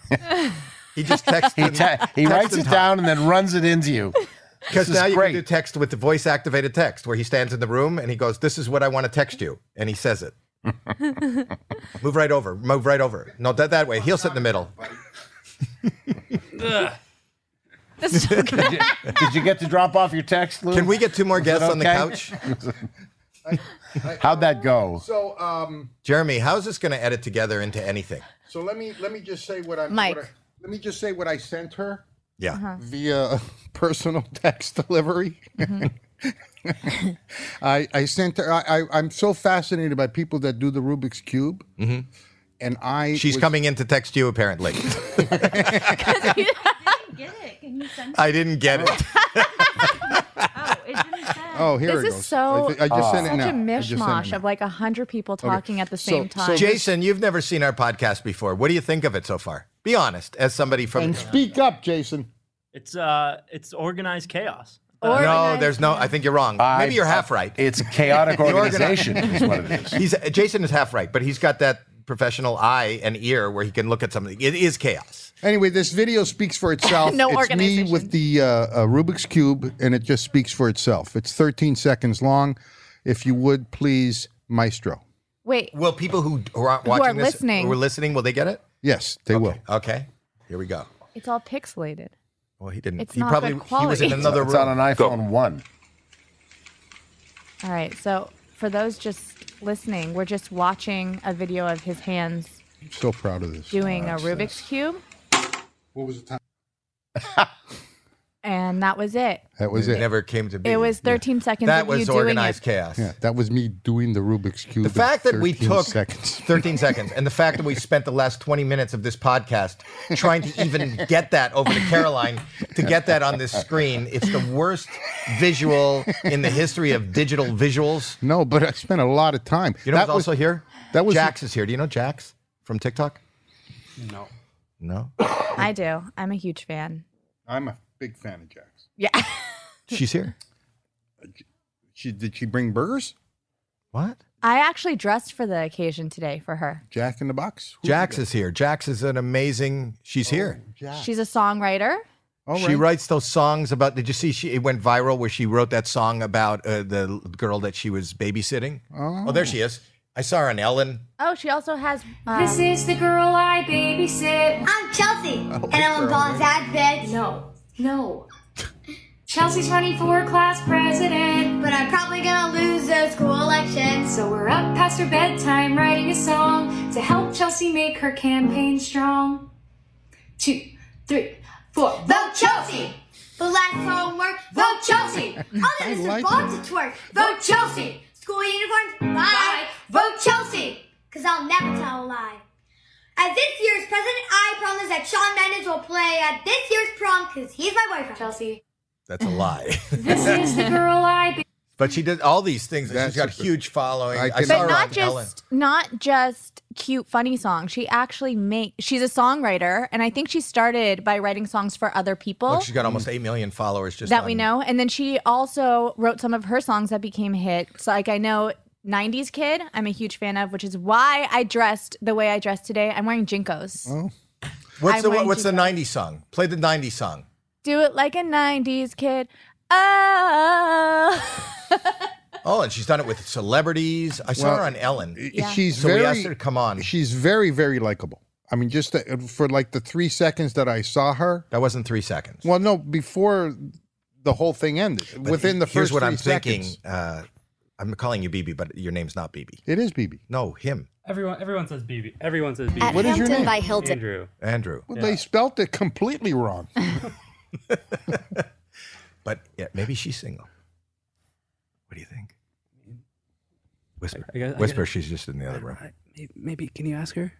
He just texts. He, in- ta- he text writes in it time. down and then runs it into you. Because This is now you great. can do text with the voice activated text where he stands in the room and he goes, This is what I want to text you. And he says it. Move right over. Move right over. No, that, that way. He'll sit in the middle. This is okay. did, you, did you get to drop off your text, Lou? Can we get two more guests on the okay? couch? How'd that go? So, um, Jeremy, how's this going to edit together into anything? so let me let me just say what I'm. Mike. what I- let me just say what I sent her Yeah. via personal text delivery. Mm-hmm. I I sent her. I, I I'm so fascinated by people that do the Rubik's cube, and I Mm-hmm. She's was- coming in to text you, apparently. Get it? Can you send it? I didn't get it. Oh, it didn't send. Oh, here This it is goes. so- I, thi- I just sent it Such now. a I just sent it mishmash now. of like a hundred people talking at the So- same so time. Jason, you've never seen our podcast before. What do you think of it so far? Be honest, as somebody from. And speak up, Jason. It's uh, it's organized chaos. Or- No, there's no. I think you're wrong. I- Maybe you're half right. It's chaotic organized. organization, is what it is. He's Jason is half right, but he's got that professional eye and ear where he can look at something. It is chaos. Anyway, this video speaks for itself. No it's me organization. with the uh, uh, Rubik's cube, and it just speaks for itself. It's 13 seconds long. If you would please, Maestro. Wait, Will people who, who aren't Who are watching this, listening. who are listening, will they get it? Yes, they will. Okay, here we go. it's all pixelated. Well, he didn't. It's he not probably good he was in quality. another it's room. on an iPhone 1. All right. So for those just listening, we're just watching a video of his hands I'm so proud of this. doing a Rubik's cube, What was the time? and that was it. That was it. Never came to be. It was 13 seconds That of was you doing organized it. chaos. Yeah, that was me doing the Rubik's cube. The fact that we took seconds. 13 seconds and the fact that we spent the last 20 minutes of this podcast trying to even get that over to Caroline to get that on this screen, it's the worst visual in the history of digital visuals. No, but I spent a lot of time. You know that who's also here? That was Jax is here. Do you know Jax from TikTok? No. No. I do. I'm a huge fan. I'm a big fan of Jack's. Yeah. She's here. She did she bring burgers? What? I actually dressed for the occasion today for her. Jack in the Box. Who- Jax is here. Jax is an amazing. She's here. Jack. She's a songwriter. All She Oh, right. writes those songs about. Did you see? She it went viral where she wrote that song about uh, the l- girl that she was babysitting. Oh. there she is. I saw her on Ellen. Oh, she also has. Um, This is the girl I babysit. I'm Chelsea, and I'm on Bob's ad bed. No, no. Chelsea's running for class president, but I'm probably gonna lose those school elections. So we're up past her bedtime writing a song to help Chelsea make her campaign strong. Two, three, four. Vote Chelsea. The last homework. Vote Chelsea. Other Mr. like Bond to twerk. Vote Chelsea. School uniforms. Bye. Vote Chelsea. Cause I'll never tell a lie. As this year's president, I promise that Sean Mendes will play at this year's prom because he's my boyfriend. Chelsea. That's a lie. This is the girl I be- but she did all these things. and That's she's got a just a- huge following. I I, can- saw but her not on just Ellen. not just cute funny songs. She actually make she's a songwriter, and I think she started by writing songs for other people Look, she's got almost eight million followers. Just that on- we know. And then she also wrote some of her songs that became hits. Like I know. 90s kid, I'm a huge fan of, which is why I dressed the way I dressed today. I'm wearing Jinkos. What's I the wanted what's to the '90s song? Play the '90s song. Do it like a 90s kid. Oh. Oh, and she's done it with celebrities. I saw Well, her on Ellen. Yeah. She's So very. we asked her to come on. She's very very likable. I mean, just the, for like the three seconds that I saw her. That wasn't three seconds. Well, no, before the whole thing ended. But within the here's first what three I'm seconds, thinking. Uh, I'm calling you BB, but your name's not BB. it is BB. No, him, Everyone, everyone says BB. Everyone says BB. At What is your Hampton name? by Hilton. Andrew. Andrew. Well, they spelt it completely wrong. But yeah, maybe she's single. What do you think? Whisper. I guess- I Whisper. guess- she's just in the other room. Maybe, maybe can you ask her?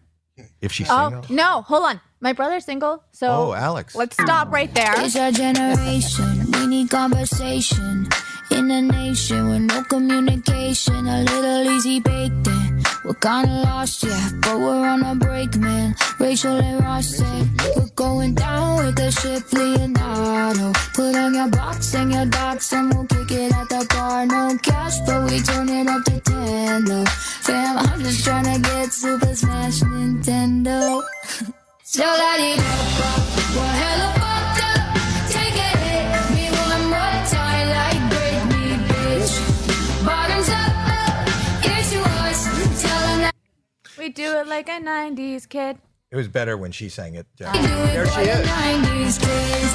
If she's Oh, single. no, hold on. My brother's single, so Oh, Alex. let's stop right there. It's our generation. We need conversation in a nation with no communication. A little easy baked in. We're kinda lost, yeah, but we're on a break, man. Rachel and Ross said, We're going down with the ship Leonardo. Put on your box and your docs, and we'll kick it at the bar. No cash, but we turn it up to 10. though. Fam, I'm just trying to get Super Smash Nintendo. So that it well, hello, fucked up. Take a hit. Me one more time, like break me, bitch. Bottoms up, up. Here's to us. Tell 'em that We do it like a 90s kid. It was better when she sang it. Jack. we do it There she for the is. 90s kids.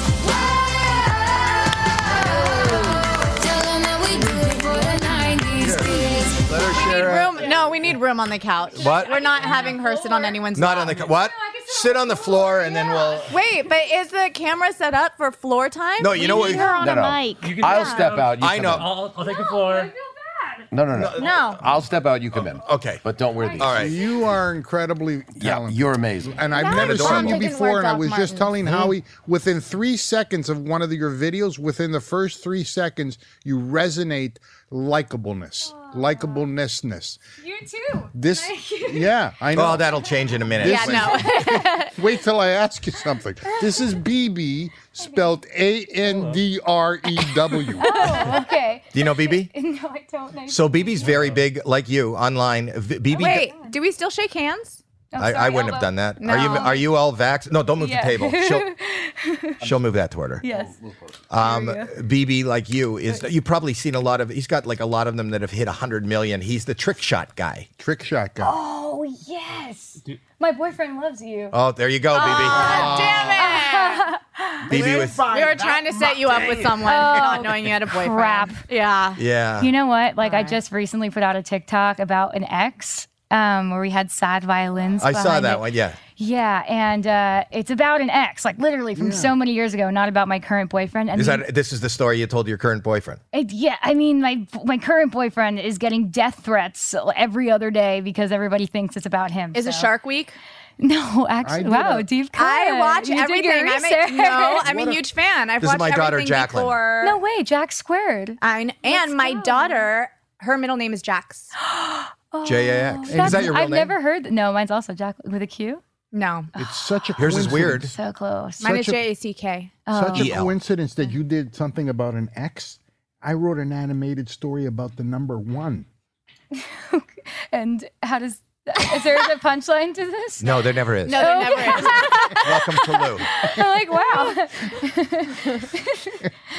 Whoa. Tell 'em that we do it for the 90s kids. Let her share. it. Room? No, we need room on the couch. What? We're not having her sit on anyone's Not lap. on the co- what? Sit on the floor and then we'll. Wait, but is the camera set up for floor time? No, you know what? You're on No, a no. mic. I'll step out. You I come know. in. I'll, I'll take the floor. No, no, no, Uh-huh. No. I'll step out. You come in. Okay. But don't wear these. All right. You are incredibly Yeah, talented. you're amazing. and I've That never was seen you something in before. Word And I Doc was just Martens. telling Howie, within three seconds of one of your videos, within the first three seconds, you resonate likableness, likablenessness. You too. This, yeah, I know. Oh, that'll change in a minute. Yeah, no. Wait till I ask you something. This is BB spelled A N D R E W. Oh, okay. Do you know BB? No, I don't. know. So BB's very big, like you, online. V- BB. Oh, Wait, do we still shake hands? Oh, I, I wouldn't have done that. Are you No. are you all vax? No, don't move Yeah. the table. She'll she'll move that toward her. Yes. Um, BB, like you, is you've probably seen a lot of. He's got like a lot of them that have hit hundred million. He's the trick shot guy. Trick shot guy. Oh yes, my boyfriend loves you. Oh, there you go, BB. Ah, damn BB with- We were trying to set you up with someone, not knowing you had a boyfriend. Oh, Crap. Yeah. Yeah. You know what? Like I just recently put out a TikTok about an ex, um, where we had sad violins. I saw behind that it. one. Yeah. Yeah, and uh, it's about an ex, like literally from so many years ago, not about my current boyfriend. And Is the- that this is the story you told your current boyfriend? It, yeah, I mean, my my current boyfriend is getting death threats every other day because everybody thinks it's about him. Is it Shark Week? No, actually, wow, deep cut. I watch You did everything. your I'm research. a, no, I'm a huge fan. I've This is my watched daughter, everything Jacqueline. before. No way, Jack squared. I, and my daughter, her middle name is Jax. J-A-X. Is Oh, That's- that your real I've name? never heard. No, mine's also Jack with a Q. No, Oh, It's such a Yours is weird. coincidence. so close. Mine is Such a- J A C K. Oh, Such a EL. coincidence that you did something about an ex. I wrote an animated story about the number one. And how does is there a punchline to this? No, there never is. No, there never is. Welcome to Lou. I'm like, wow,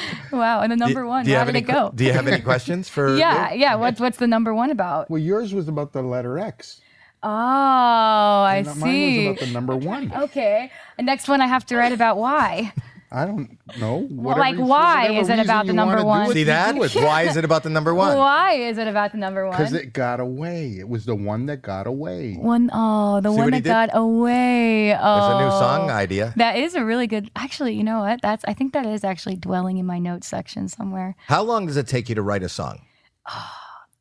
wow, and the number one. Do you how have did any? it go? Do you have any questions for? yeah, Lou? yeah. What's what's the number one about? Well, yours was about the letter X. Oh, I and see. Mine was about the number one. Okay. The next one I have to write about why. I don't know. Well, like, why is it about the number one? See that? Why is it about the number one? Why is it about the number one? Because it got away. It was the one that got away. one oh, the See one what he that did? got away. Oh, There's a new song idea. That is a really good. Actually, you know what? That's I think that is actually dwelling in my notes section somewhere. How long does it take you to write a song?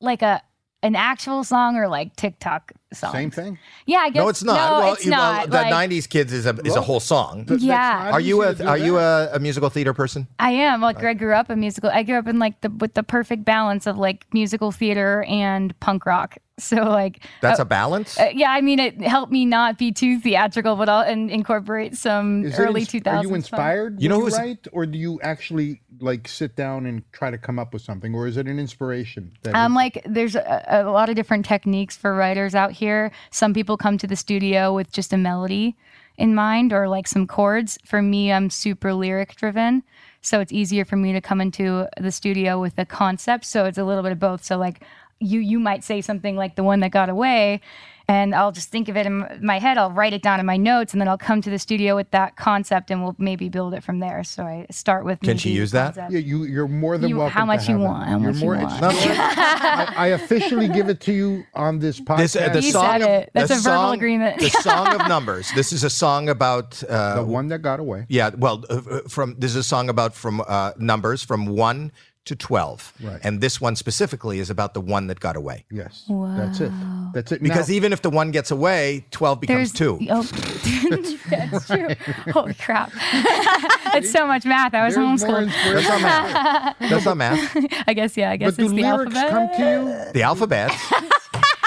Like a an actual song or like TikTok song. Same thing. Yeah, I guess. no, it's not. well, it's you- well, not, the like- '90s kids is a is a whole song. Th- that's Yeah. not Are you easy a to do are you a, a musical theater person? I am. Like I grew up in musical. I grew up in like the with the perfect balance of like musical theater and punk rock. So like That's uh, a balance. Uh, yeah, I mean, it helped me not be too theatrical, but I'll and incorporate some Is it early ins- 2000s. Are you fun. inspired? You know when who's- write, or do you actually like sit down and try to come up with something, or is it an inspiration? That Um, like there's a, a lot of different techniques for writers out here. Some people come to the studio with just a melody in mind or like some chords. For me, I'm super lyric driven. So it's easier for me to come into the studio with a concept. So it's a little bit of both. So like you you might say something like the one that got away and I'll just think of it in m- my head. I'll write it down in my notes and then I'll come to the studio with that concept and we'll maybe build it from there. So I start with Can she maybe the use that? concept. Yeah, you you're more than You- welcome. how much to you have it. want, how You're much you more, want. it's not- I, I officially give it to you on this podcast. This, uh, the You song said of- it. That's the a verbal song- agreement. the song of numbers. This is a song about uh, the one that got away. Yeah, well, uh, uh, from this is a song about from uh, numbers from one to twelve, Right. and this one specifically is about the one that got away. Yes, that's it. That's it. Because Now- even if the one gets away, twelve becomes two. Oh, that's true. Holy crap. That's so much math. I was There's more homeschooled. inspiration. That's not math. That's not math. I guess, yeah, I guess but do it's the lyrics alphabet. come to The alphabet.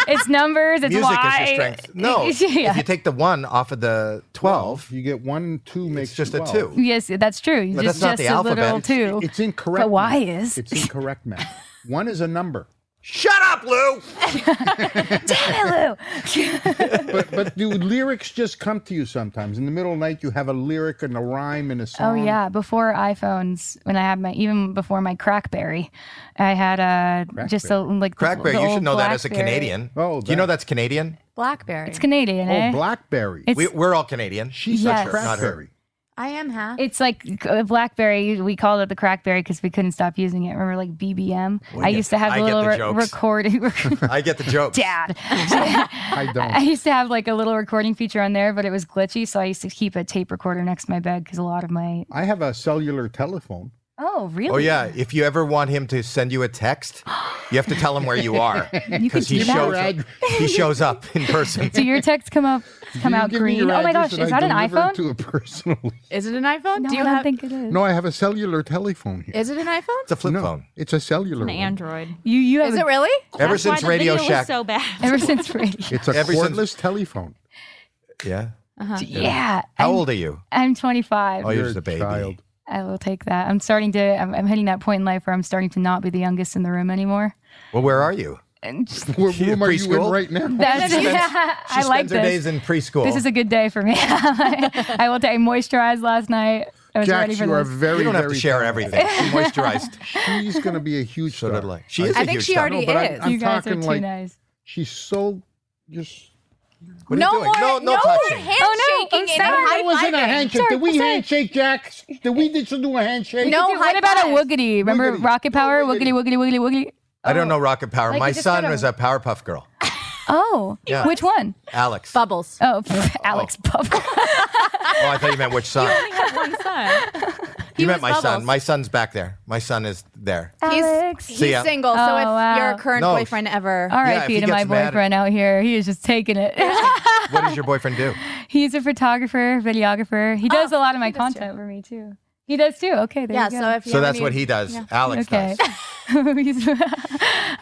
It's numbers, it's Music y. is your strength. No, yeah. if you take the one off of the twelve, you? You get one, two makes just a 12. two. Yes, that's true. You But just, that's not just the a literal alphabet. two. It's incorrect. But why math. is? It's incorrect math. one is a number. Shut up, Lou. Damn it, Lou. But but do lyrics just come to you sometimes? In the middle of the night, you have a lyric and a rhyme and a Oh song. yeah, before iPhones, when I had my even before my CrackBerry, I had uh just a, like the- Crackberry, the you old should know that as a Blackberry. Canadian. Oh, you know that's Canadian. Blackberry. It's Canadian. eh? Oh, BlackBerry. It's- We, we're all Canadian. She's Yes. not her. Not her. I am half. It's like uh, BlackBerry. We called it the crackberry because we couldn't stop using it. Remember, like BBM. I get- used to have I a get little the re- jokes. recording. I get the joke. Dad, I I used to have like a little recording feature on there, but it was glitchy, so I used to keep a tape recorder next to my bed because a lot of my. I have a cellular telephone. Oh really? Oh yeah, if you ever want him to send you a text, you have to tell him where you are You can because he do that. shows up, he shows up in person. Do your texts come up come You out give me green? your Oh my address gosh, and is I that an deliver it iPhone? To it personally. Is it an iPhone? No, Do you I don't have? think it is. No, I have a cellular telephone here. Is it an iPhone? It's a flip no, phone. It's a cellular. An one. Android. You you have Is a- it really? Ever That's since why the Radio video Shack. was so bad. Oh, ever since radio. It's a Ever since- cordless telephone. Yeah. Uh-huh. Yeah. Yeah. How I'm, old are you? I'm 25. Oh, you're You're just a baby. child. I will take that. I'm starting to. I'm, I'm hitting that point in life where I'm starting to not be the youngest in the room anymore. Well, where are you? And just, What room are you in Preschool? right now? that's yeah, She I like spends her this. days in preschool. This is a good day for me. I will. Take, I moisturized last night. I was ready Jax, for you are this. very. you don't have to very share talented. everything. She moisturized. She's going to be a huge So star. did I. She is I a think huge she star. already No, but I- is. I'm you guys are talking too like- nice. She's so just What No are you doing? more- no, no no, more touching. hand- Oh, no, I'm Shaking and sorry. That wasn't a high-fiving. handshake. Sorry, did we I'm sorry. handshake, Jack? Did we did you do a handshake? No, what about a woogity? Remember Rocket Power? Woogity, woogity, woogity, woogity. I don't know Rocket Power. oh. Like, My you just son gotta- was a Powerpuff Girl. Oh, Yeah. which one? Alex. Bubbles. Oh, pff, Alex Bubbles. Oh, I thought you meant which son. one son. you meant was my son. Bubbles. My son's back there. My son is there. He's, See he's ya. single, so if Oh, wow. your current No. boyfriend ever. Yeah, if R.I.P. he to my gets mad at- boyfriend out here. He is just taking it. What does your boyfriend do? He's a photographer, videographer. He Oh, does a lot of my content for me too. He does too. Okay, there Yeah, you go. so if you So ever that's what need- he does. Yeah. Alex okay. does. He's-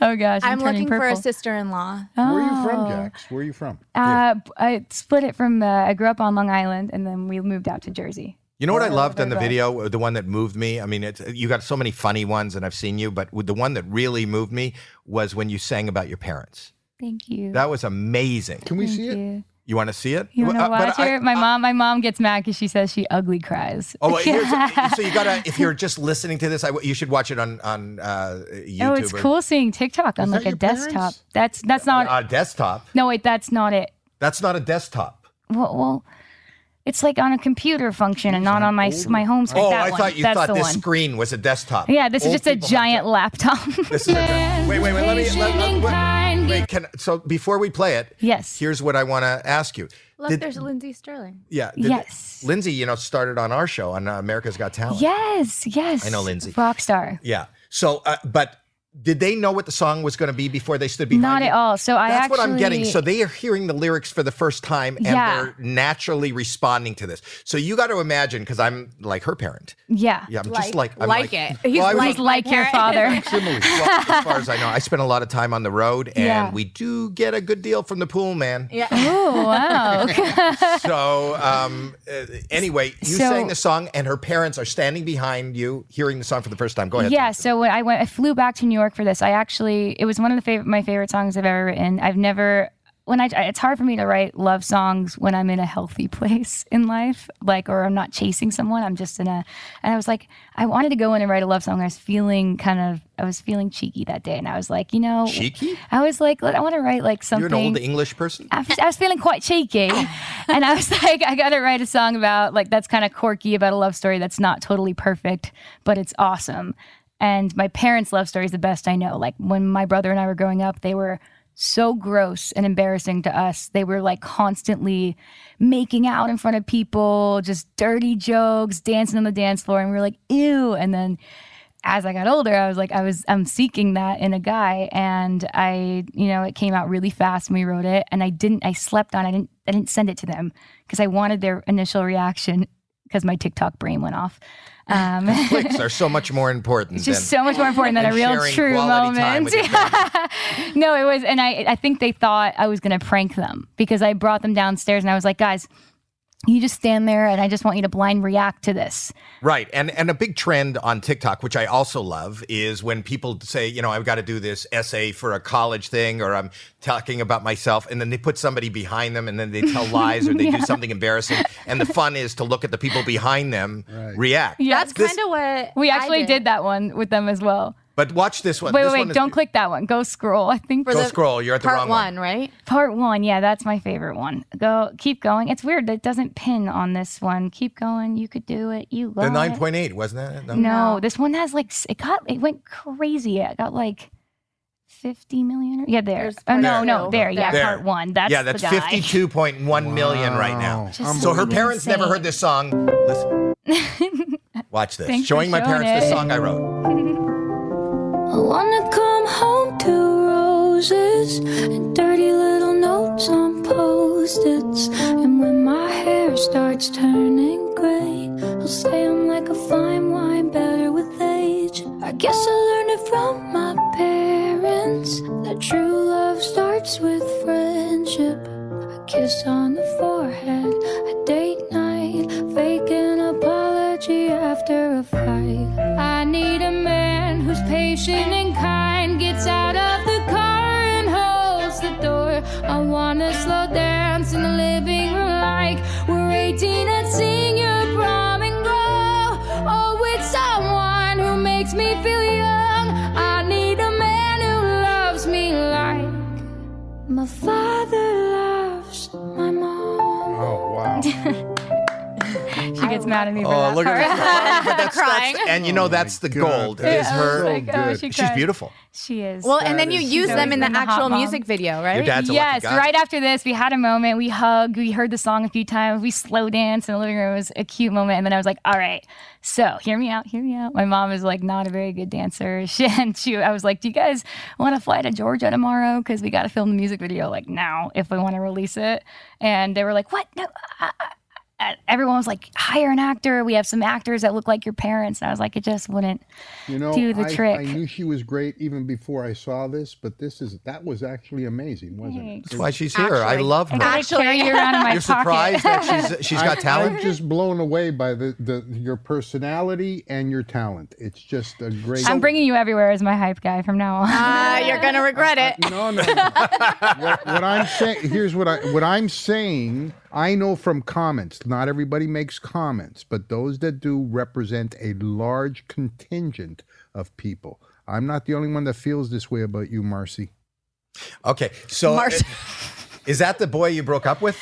oh gosh, I'm, I'm looking turning for a purple. sister-in-law. Where are you Oh. from, Jax? Where are you from? Uh, b- I split it from. Uh, I grew up on Long Island, and then we moved out to Jersey. You know what I Oh, loved in the very video, the one that moved me. I mean, it's, you got so many funny ones, and I've seen you, but the one that really moved me was when you sang about your parents. Thank you. That was amazing. Can we see Thank it? you. You want to see it? You want to Uh, but watch I- her? my mom. My mom gets mad because she says she ugly cries. Oh, wait, here's, so you gotta. If you're just listening to this, I, you should watch it on on uh, YouTube. oh, it's or- cool seeing TikTok on Is like that a your desktop. parents? That's that's not. On a desktop. no, wait, that's not it. That's not a desktop. Well, well, it's like on a computer function and not on my s- my home screen. oh, that I one. thought you That's thought the this one. screen was a desktop. Yeah, this Old is just a people have giant laptop. This is a, wait, wait, wait. Let me. Let, let, wait, wait, can, so before we play it, yes. here's what I want to ask you. Look, Did- there's Lindsay Sterling. yeah. Yes. Lindsay, you know, started on our show on uh, America's Got Talent. Yes. Yes. I know Lindsay. Rock star. Yeah. So, uh, but did they know what the song was going to be before they stood behind? Not you? at all. So I That's actually. what I'm getting. So they are hearing the lyrics for the first time and Yeah. they're naturally responding to this. So you got to imagine, because I'm like her parent. yeah. Yeah, I'm just like I'm like it. He's I was like He's like your father. Simile. well, as far as I know, I spent a lot of time on the road, and Yeah. we do get a good deal from the pool man. Yeah. oh wow. So, um, uh, anyway, you So- sang the song, and her parents are standing behind you, hearing the song for the first time. Go ahead. Yeah, so when I went, I flew back to New York for this. I actually, it was one of the favorite, my favorite songs I've ever written. I've never, when I, it's hard for me to write love songs when I'm in a healthy place in life, like, or I'm not chasing someone. I'm just in a, and I was like, I wanted to go in and write a love song. I was feeling kind of, I was feeling cheeky that day, and I was like, you know, Cheeky? I was like, I want to write like something. You're an old English person. I was, I was feeling quite cheeky, and I was like, I gotta write a song about like that's kind of quirky about a love story that's not totally perfect, but it's awesome. And my parents' love story is the best I know. Like when my brother and I were growing up, they were so gross and embarrassing to us. They were like constantly making out in front of people, just dirty jokes, dancing on the dance floor, and we were like, ew. And then as I got older, I was like, I was, I'm seeking that in a guy, and I, you know, it came out really fast when we wrote it, and I didn't, I slept on, I didn't, I didn't send it to them because I wanted their initial reaction because my TikTok brain went off. Um, Clicks are so much more important. it's just than, so much more important than a And real sharing true quality moment. time with your no, it was, and I, I think they thought I was gonna prank them because I brought them downstairs and I was like, guys. You just stand there, and I just want you to blind react to this. Right. And and a big trend on TikTok, which I also love, is when people say, you know, I've got to do this essay for a college thing or I'm talking about myself and then they put somebody behind them and then they tell lies or they do something embarrassing and the fun is to look at the people behind them react. That's kind of what We I actually did. that one with them as well. But watch this one. Wait, This wait, one wait! is- Don't click that one. Go scroll. I think Go scroll. You're at the part wrong one, right? part one. Yeah, that's my favorite one. Go, keep going. It's weird that it doesn't pin on this one. Keep going. You could do it. You The love nine it. point eight, wasn't it? No, this one has like s- it got it went crazy. It got like fifty million. Or, yeah, there. There's Oh part no, two. no, there. Yeah, There. part one. That's yeah, that's the guy. fifty two point one million right now. Just So her amazing. parents never heard this song. Listen. Watch this. Thanks for showing my showing parents this it. song I wrote. I wanna come home to roses and dirty little notes on post-its. And when my hair starts turning gray, I'll say I'm like a fine wine, better with age. I guess I learned it from my parents that true love starts with friendship. A kiss on the forehead, a date night, fake an apology after a fight. I need a man who's patient and kind, gets out of the car and holds the door. I wanna slow dance in the living room like we're 18 at senior prom and go. Oh, with someone who makes me feel young. I need a man who loves me like my father loves she gets mad at me for Oh, that look part. at that. But that's- Crying. that's- and you know that's the gold is her. Oh my gosh, she She's cried. beautiful. She is. Well, and then you use them in the been hot actual mom. music video, right? Your dad's a lucky yes, guy. right after this, we had a moment. We hugged. We heard the song a few times. We slow danced in the living room. It was a cute moment. And then I was like, all right, so hear me out, hear me out. My mom is like not a very good dancer. She, and she, I was like, do you guys want to fly to Georgia tomorrow? Because we got to film the music video like now if we want to release it. And they were like, what? No. uh, I, I, I- everyone was like, hire an actor. We have some actors that look like your parents. And I was like, it just wouldn't You know, do the I, trick. I knew she was great even before I saw this, but this is that was actually amazing, wasn't it? That's why she's here. I love her. carry you around in my You're surprised that she's she's got I- talent. I'm just blown away by the, the your personality and your talent. It's just a great. I'm bringing you everywhere as my hype guy from now on. Ah, you're gonna regret it. Uh, no, no. what, what I'm saying here's what I what I'm saying. I know from comments. Not everybody makes comments, but those that do represent a large contingent of people. I'm not the only one that feels this way about you, Marcy. Okay, so uh, Marcy. is that the boy you broke up with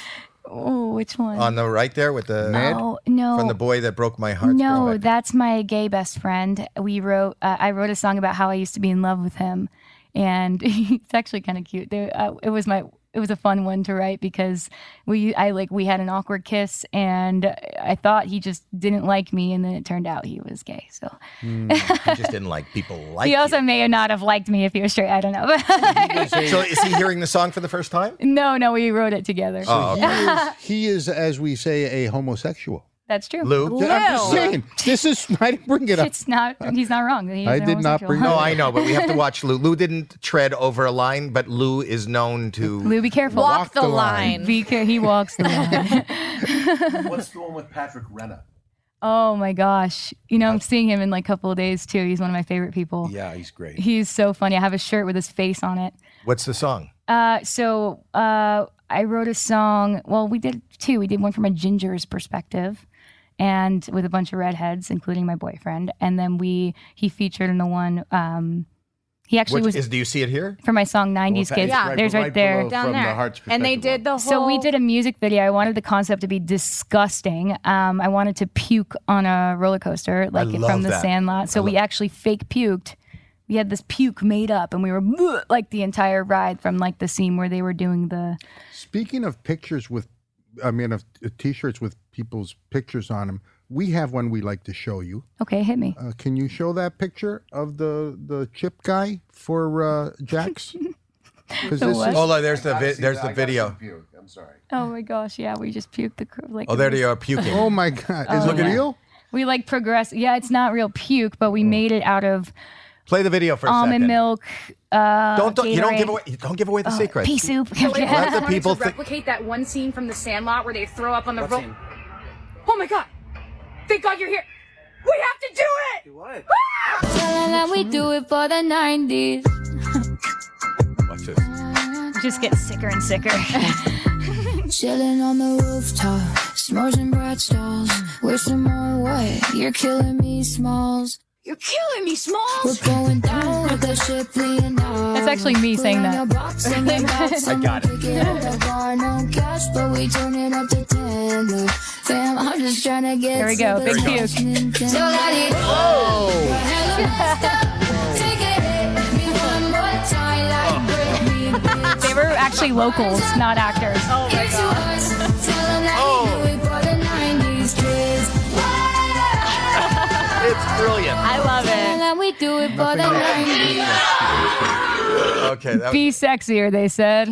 Oh, which one? on the right there with the Ned? Oh, no. from the boy that broke my heart? no, that's my gay best friend. We wrote. Uh, I wrote a song about how I used to be in love with him, and it's actually kind of cute. There, uh, it was my. It was a fun one to write because we. I like we had an awkward kiss, and I thought he just didn't like me, and then it turned out he was gay. So Mm, he just didn't like people like. he also may not have liked me if he was straight. I don't know. you. so is he hearing the song for the first time? no, no, we wrote it together. Oh, He is, he is, as we say, a homosexual. That's true. Lou? I'm just saying. This is. I didn't bring it up. It's not. He's "Oh, not wrong. He is I did not homosexual. bring No, Oh, I know, but we have to watch Lou. Lou didn't tread over a line, but Lou is known to. Lou, be careful. Walk Walk the the line. line. Be care- he walks the line. What's the one with Patrick Renna? Oh my gosh. You know, I'm seeing him in like a couple of days too. He's one of my favorite people. Yeah, he's great. He's so funny. I have a shirt with his face on it. What's the song? Uh, so uh, I wrote a song. Well, we did two. We did one from a ginger's perspective, and with a bunch of redheads, including my boyfriend. And then we he featured in the one. Um, he actually What- was is- do you see it here? for my song '90s that Kids. is right- There's right, right there below Down from the there. heart's And they did the whole. so we did a music video. I wanted the concept to be disgusting. Um, I wanted to puke on a roller coaster, like love from the that. Sandlot. So we actually fake puked. We had this puke made up, and we were "Bleh," like the entire ride from like the scene where they were doing the. Speaking of pictures with, I mean, of uh, T-shirts with people's pictures on them, we have one we like to show you. Okay, hit me. Uh, can you show that picture of the the chip guy for uh, Jax? 'Cause The this what? is- Oh, look, there's the I gotta vi- see there's that. the I gotta video. see puke. I'm sorry. Oh my gosh! Yeah, we just puked the cr- like. Oh, it there was- they are puking. Oh my God! Is Oh, it yeah. real? We like progress. Yeah, it's not real puke, but we made it out of Play the video Mm. for a almond second. milk. Uh, Don't, don't you don't give Gatorade. away you don't give away the Oh, secret. Pea soup. Let the people to think. replicate that one scene from The Sandlot where they throw up on the rope. Oh my god! Thank God you're here. We have to do it. Ah! Do what? Tell 'em that we do it for the 90s. Watch this. Just get sicker and sicker. Chilling on the rooftop, smashing bread stalls. Wish some more way, you're killing me, Smalls. You're killing me, Smalls. We're going down with the Shipley and I. That's actually me saying that. I got it. No cash, but we turn it up to 10. Look, Fam, I'm just trying to get There we go. to Big the puke. So that it. Oh. They were actually locals, not actors. Oh my It's brilliant. I love it. We do it for the 90s. Okay. That Be sexier, they said.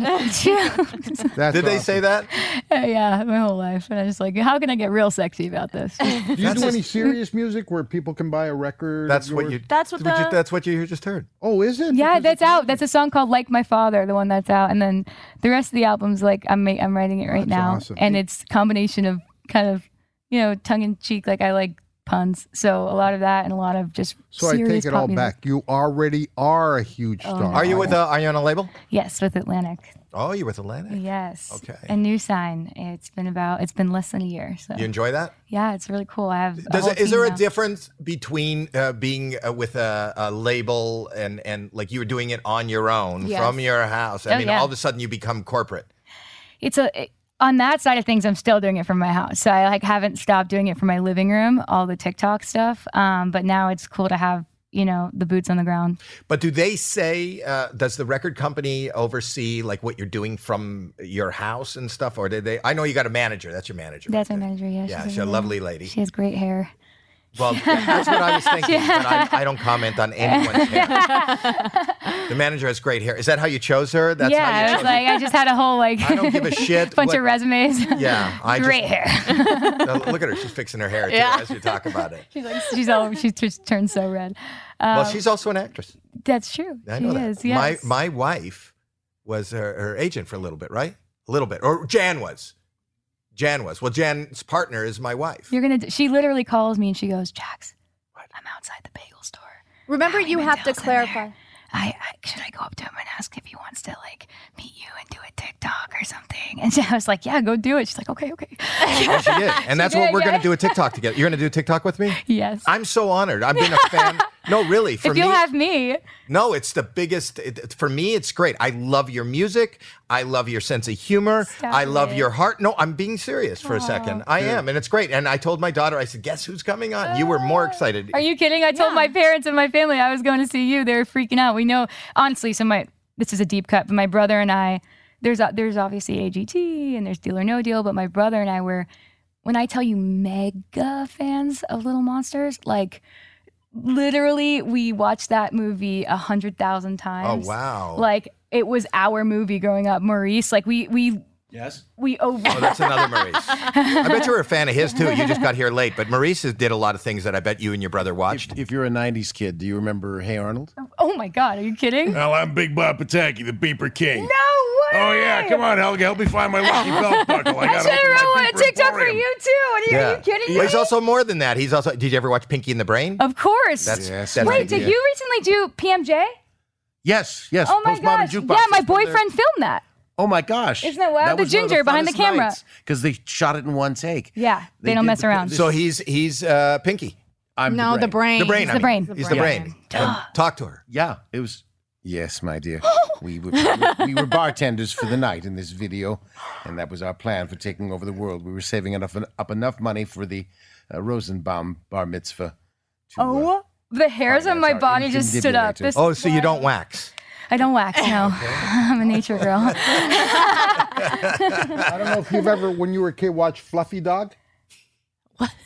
Uh, Did they awesome. say that? yeah, my whole life. And I was like, how can I get real sexy about this? Do you do any serious music where people can buy a record? of That's what yours? you. you, that's what you just heard. Oh, is it? Yeah, that's out. That's a song called "Like My Father," the one that's out, and then the rest of the album's like I'm ma- I'm writing it right now, awesome. and it's combination of kind of you know tongue in cheek. Like I like puns, so a lot of that and a lot of just So I serious take it pop all music. back. You already are a huge Oh, star. Are you with? Uh, are you on a label? Yes, with Atlantic. Oh, you're with Atlantic. Yes. Okay. A new sign. It's been about. It's been less than a year. So. You enjoy that? yeah, it's really cool. I have. a Does whole it, is there team a now. difference between uh, being uh, with a, a label and and like you were doing it on your own Yes. from your house? I Oh, mean, yeah. all of a sudden you become corporate. It's a. It, on that side of things, I'm still doing it from my house. So I like haven't stopped doing it from my living room, all the TikTok stuff. Um, but now it's cool to have you know the boots on the ground. But do they say, uh, does the record company oversee like what you're doing from your house and stuff? Or do they? I know you got a manager. That's your manager. That's my manager. Yeah, yeah, she's she's a lovely lady. She has great hair. Well, that's what I was thinking. But I, I don't comment on anyone's hair. The manager has great hair. Is that how you chose her? That's yeah, how you I chose was like, I just had a whole like I don't give a shit bunch what- of resumes. Yeah, I just- great hair. No, look at her. She's fixing her hair too, Yeah. as you talk about it. she's like, she's all she's just turned so red. well, Um, she's also an actress. that's true. I she know is. that. Yes. My my wife was her, her agent for a little bit, right? A little bit, or Jan was. Jan was. Well, Jan's partner is my wife. You're gonna. d- She literally calls me and she goes, "Jax, I'm outside the bagel store. Remember, you have to clarify. I, I should I go up to him and ask if he wants to like meet you and do a TikTok or something?" And I was like, "Yeah, go do it." She's like, "Okay, okay." And she did. She And that's what did, we're going yeah. to do a TikTok together. You're going to do a TikTok with me? Yes. I'm so honored. I've been a fan. No, really. For if me, you'll have me, no, it's the biggest. It, for me, it's great. I love your music. I love your sense of humor. Stop I love it. your heart. No, I'm being serious for a second. I am. And it's great. And I told my daughter, I said, guess who's coming on? You were more Ah. excited. Are you kidding? I told my parents and my family I was going to see you. They were freaking out. We know, honestly. So my this is a deep cut, but my brother and I, there's o- there's obviously AGT and there's Deal or No Deal, but my brother and I were, when I tell you, mega fans of Little Monsters. Like, literally, we watched that movie a hundred thousand times. Oh, wow. Like it was our movie growing up, Maurice. Like we we Yes. we over. Oh, that's another Maurice. I bet you were a fan of his too. You just got here late, but Maurice has- did a lot of things that I bet you and your brother watched. If, if you're a '90s kid, do you remember Hey Arnold? Oh my God, are you kidding? Well, I'm Big Bob Pataki, the Beeper King. No Oh yeah, come on, Helga, help me find my lucky belt buckle. I got should it. have wrote a TikTok for you too. Are you, are you kidding Well, me? he's also more than that. He's also. Did you ever watch Pinky and the Brain? Of course. That's, that's Wait, did you recently do PMJ? Yes, yes. oh my Postmodern gosh. Jukebox. Yeah, my boyfriend filmed that. Oh my gosh! Isn't that wild? The ginger behind the camera. because they shot it in one take. Yeah, they, don't mess around. So he's he's uh, Pinky. I'm No, the brain. The brain. He's I the mean. brain. He's the brain. And Talk to her. Yeah, it was. Yes, my dear. we, were, we were bartenders for the night in this video, and that was our plan for taking over the world. We were saving enough up enough money for the uh, Rosenbaum bar mitzvah. oh, the hairs on my body just stood up. This oh, so you don't wax? I don't wax. No, I'm a nature girl. I don't know if you've ever, when you were a kid, watched Fluffy Dog.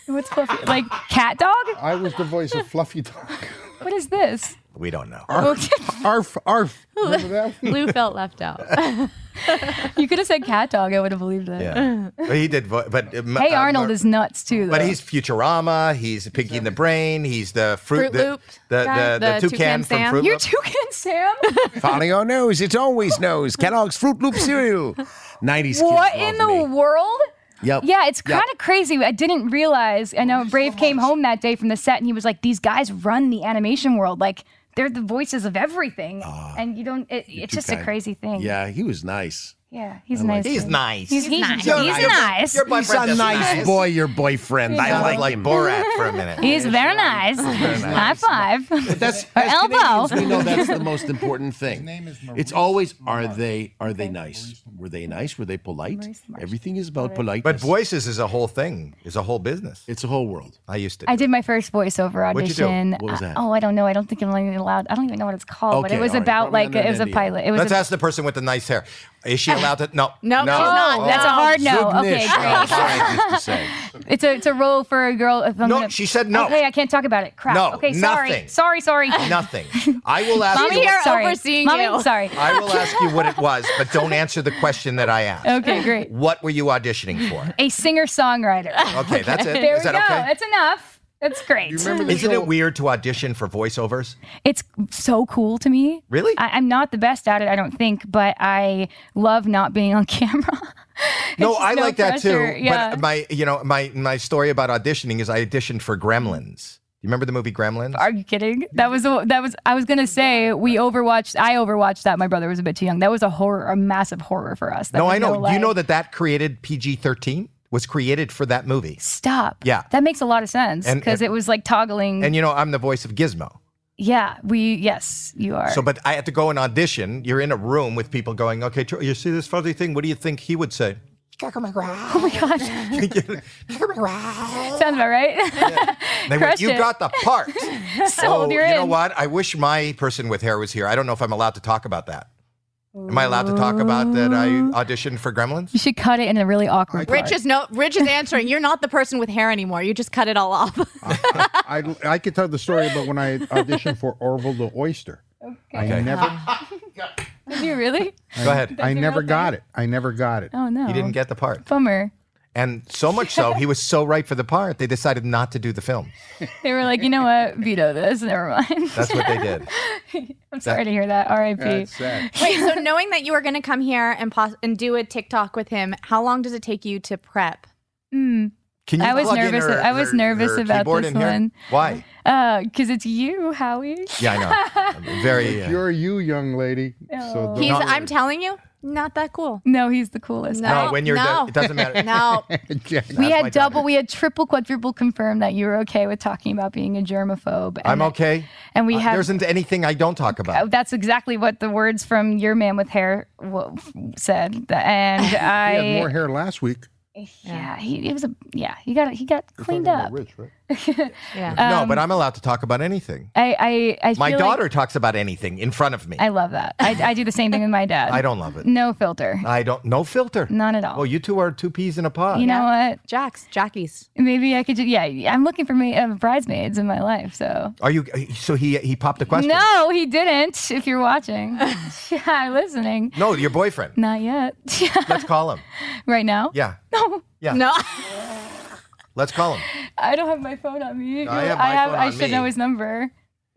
What's fluffy? Like cat dog? I was the voice of Fluffy Dog. What is this? We don't know. Arf, arf, arf. Remember that? Lou felt left out. You could have said cat dog. I would have believed it. Yeah. But he did. vo- But uh, m- Hey uh, Arnold Mar- is nuts too. Though. But he's Futurama. He's Pinky in the Brain. He's the fruit, Fruit the, Loop the, guy, the, the, toucan, from Fruit You're Loop. toucan Sam. Follow your nose; it always knows. Kellogg's Fruit Loop cereal. Nineties. What in the world? Yep. Yeah, it's Yep. kind of crazy. I didn't realize. I know Brave came home that day from the set and he was like, "These guys run the animation world. Like they're the voices of everything." Ah. and you don't. It, it's just a crazy thing. Yeah, he was nice. Yeah, he's I like nice. him. He's dude. nice. He's, he's, nice. he's, You're nice. nice. Your boyfriend He's a is nice, nice. boy. Your boyfriend. I I like, like, like him. Borat for a minute. He's very nice. Very High nice. five. That's or as Canadians, elbow. we know that's the most important thing. it's always are they are they nice? Were they nice? Were they polite? Everything is about politeness. But voices is a whole thing. Is a whole business. It's a whole world. I used to. I did my first voiceover What'd you do? audition. What was that? Uh, oh, I don't know. I don't think I'm even allowed. I don't even know what it's called. but Okay, it was all right. about Probably like under it was a NDA. pilot. It was Let's a, ask the person with the nice hair. Is she allowed to? No. No, she's not. Oh, That's a hard no. Okay, great. It's a it's a role for a girl. If I'm No, gonna- she said no. Okay, I can't talk about it. Crap. No, okay, sorry, nothing. sorry, sorry. Nothing. I will ask Mommy, you. you're sorry. overseeing Mommy, you. sorry. I will ask you what it was, but don't answer the question that I asked. Okay, great. What were you auditioning for? A singer songwriter. Okay, that's it. There Is we that go. okay? That's enough. That's great. Isn't it weird to audition for voiceovers? It's so cool to me. Really? I, I'm not the best at it, I don't think, but I love not being on camera. No, just I no like that pressure, too. yeah. But my, you know, my my story about auditioning is I auditioned for Gremlins. You remember the movie Gremlins? Are you kidding? That was a, that was I was gonna say we overwatched. I overwatched that. My brother was a bit too young. That was a horror, a massive horror for us. That no, was I know. like- you know that that created PG thirteen was created for that movie. Stop. Yeah, That makes a lot of sense And- because and- it was like toggling. and you know I'm the voice of Gizmo. yeah, we yes, you are. So, but I had to go and audition. You're in a room with people going, okay, Troy, you see this fuzzy thing? What do you think he would say? Oh my gosh. Sounds about right. They went, Crushed you it. got the part. Sold, oh, you're you know in. what? I wish my person with hair was here. I don't know if I'm allowed to talk about that. Am I allowed to talk about that I auditioned for Gremlins? You should cut it in a really awkward Rich is no. Rich is answering. You're not the person with hair anymore. You just cut it all off. I, I could tell the story about when I auditioned for Orville the Oyster. I never, Did you really? Go ahead. I never got it. I never got it. Oh no. You didn't get the part. Bummer. And so much so, he was so right for the part, they decided not to do the film. They were like, you know what? Veto this. Never mind. That's what they did. I'm sorry to hear that. R.I.P. Wait. So knowing that you were going to come here and pos- and do a TikTok with him, how long does it take you to prep? Mm. Can you I was plug in nervous. her- I was her- nervous her about keyboard this in here? one. Why? Because Uh, it's you, Howie. Yeah, I know. I'm very. If uh, you're you, young lady. So Oh. don't He's. worry. I'm telling you, not that cool. No, he's the coolest. No, when you're no. the- it doesn't matter. No. Yeah, we that's my had daughter. double, we had triple, quadruple confirmed that you were okay with talking about being a germaphobe. And I'm that- okay. And we Uh, have There isn't anything I don't talk about. Uh, That's exactly what the words from your man with hair w- said, Th- and I. He had more hair last week. Yeah, he it was a yeah. He got he got cleaned up. yeah. no, but I'm allowed to talk about anything. I Um, I, I My feel like- daughter talks about anything in front of me. I love that. I, I do the same thing with my dad. I don't love it. No filter. I don't. No filter. None at all. Well, you two are two peas in a pod. you know what? Jacks, jockeys. Maybe I could. Just, yeah, I'm looking for ma- uh, bridesmaids in my life. So Are you? So he he popped a question. no, he didn't. If you're watching, yeah, listening. No, your boyfriend. Not yet. Let's call him. right now. Yeah. No. Yeah. No. Let's call him. I don't have my phone on me. I have my phone I on should me. know his number.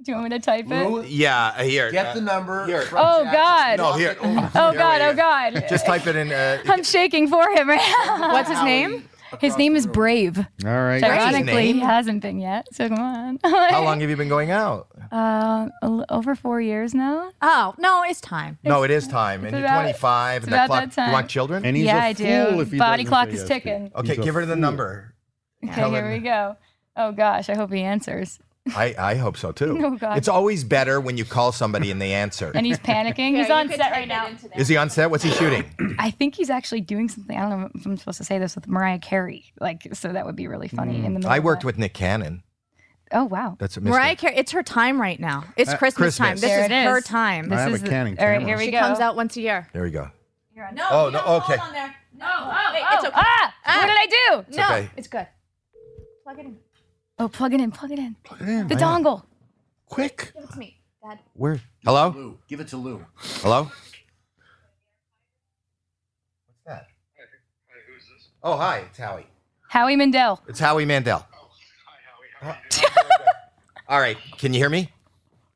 Do you want me to type it? Yeah. Here. Get the number. Here. Oh God. No. Here. Oh God. Oh God. Just type it in. Uh, I'm shaking for him right now. What's his name? His name is Brave. All right. That's his Ironically, he name? hasn't been yet. So come on. how long have you been going out? Uh, a l- over four years now. Oh no, it's time. No, it is time. And It's you're about- 25. it's And that about clock. that time. You want children? And he's yeah, a I fool do. if he Body doesn't clock say is yes to ticking. Okay, He's a give her the fool. number. Okay, here we go. Oh gosh, I hope he answers. I, I hope so too. Oh, God. It's always better when you call somebody and they answer. And he's panicking. he's on set right now. Is he on set? What's he shooting? I think he's actually doing something. I don't know if I'm supposed to say this with Mariah Carey. Like, so that would be really funny. In the middle Mm, I of worked that. with Nick Cannon. Oh wow. That's a mistake. Mariah Carey. It's her time right now. It's Uh, Christmas, time. Christmas. This There is it is. her time. I This have is a the- cannon all right, camera. here we She go. comes out once a year. There we go. No, Oh, you no, gotta hold okay. on there. No, oh, wait, oh, it's okay. ah, what did I do? No, okay. it's good. Plug it in. Oh, plug it in. Plug it in. in. The dongle. Quick. Give it to me, Dad. Where? Hello? Lou. Give it to Lou. Hello? What's that? Oh, hi. It's Howie. Howie Mandel. It's Howie Mandel. All right. Can you hear me?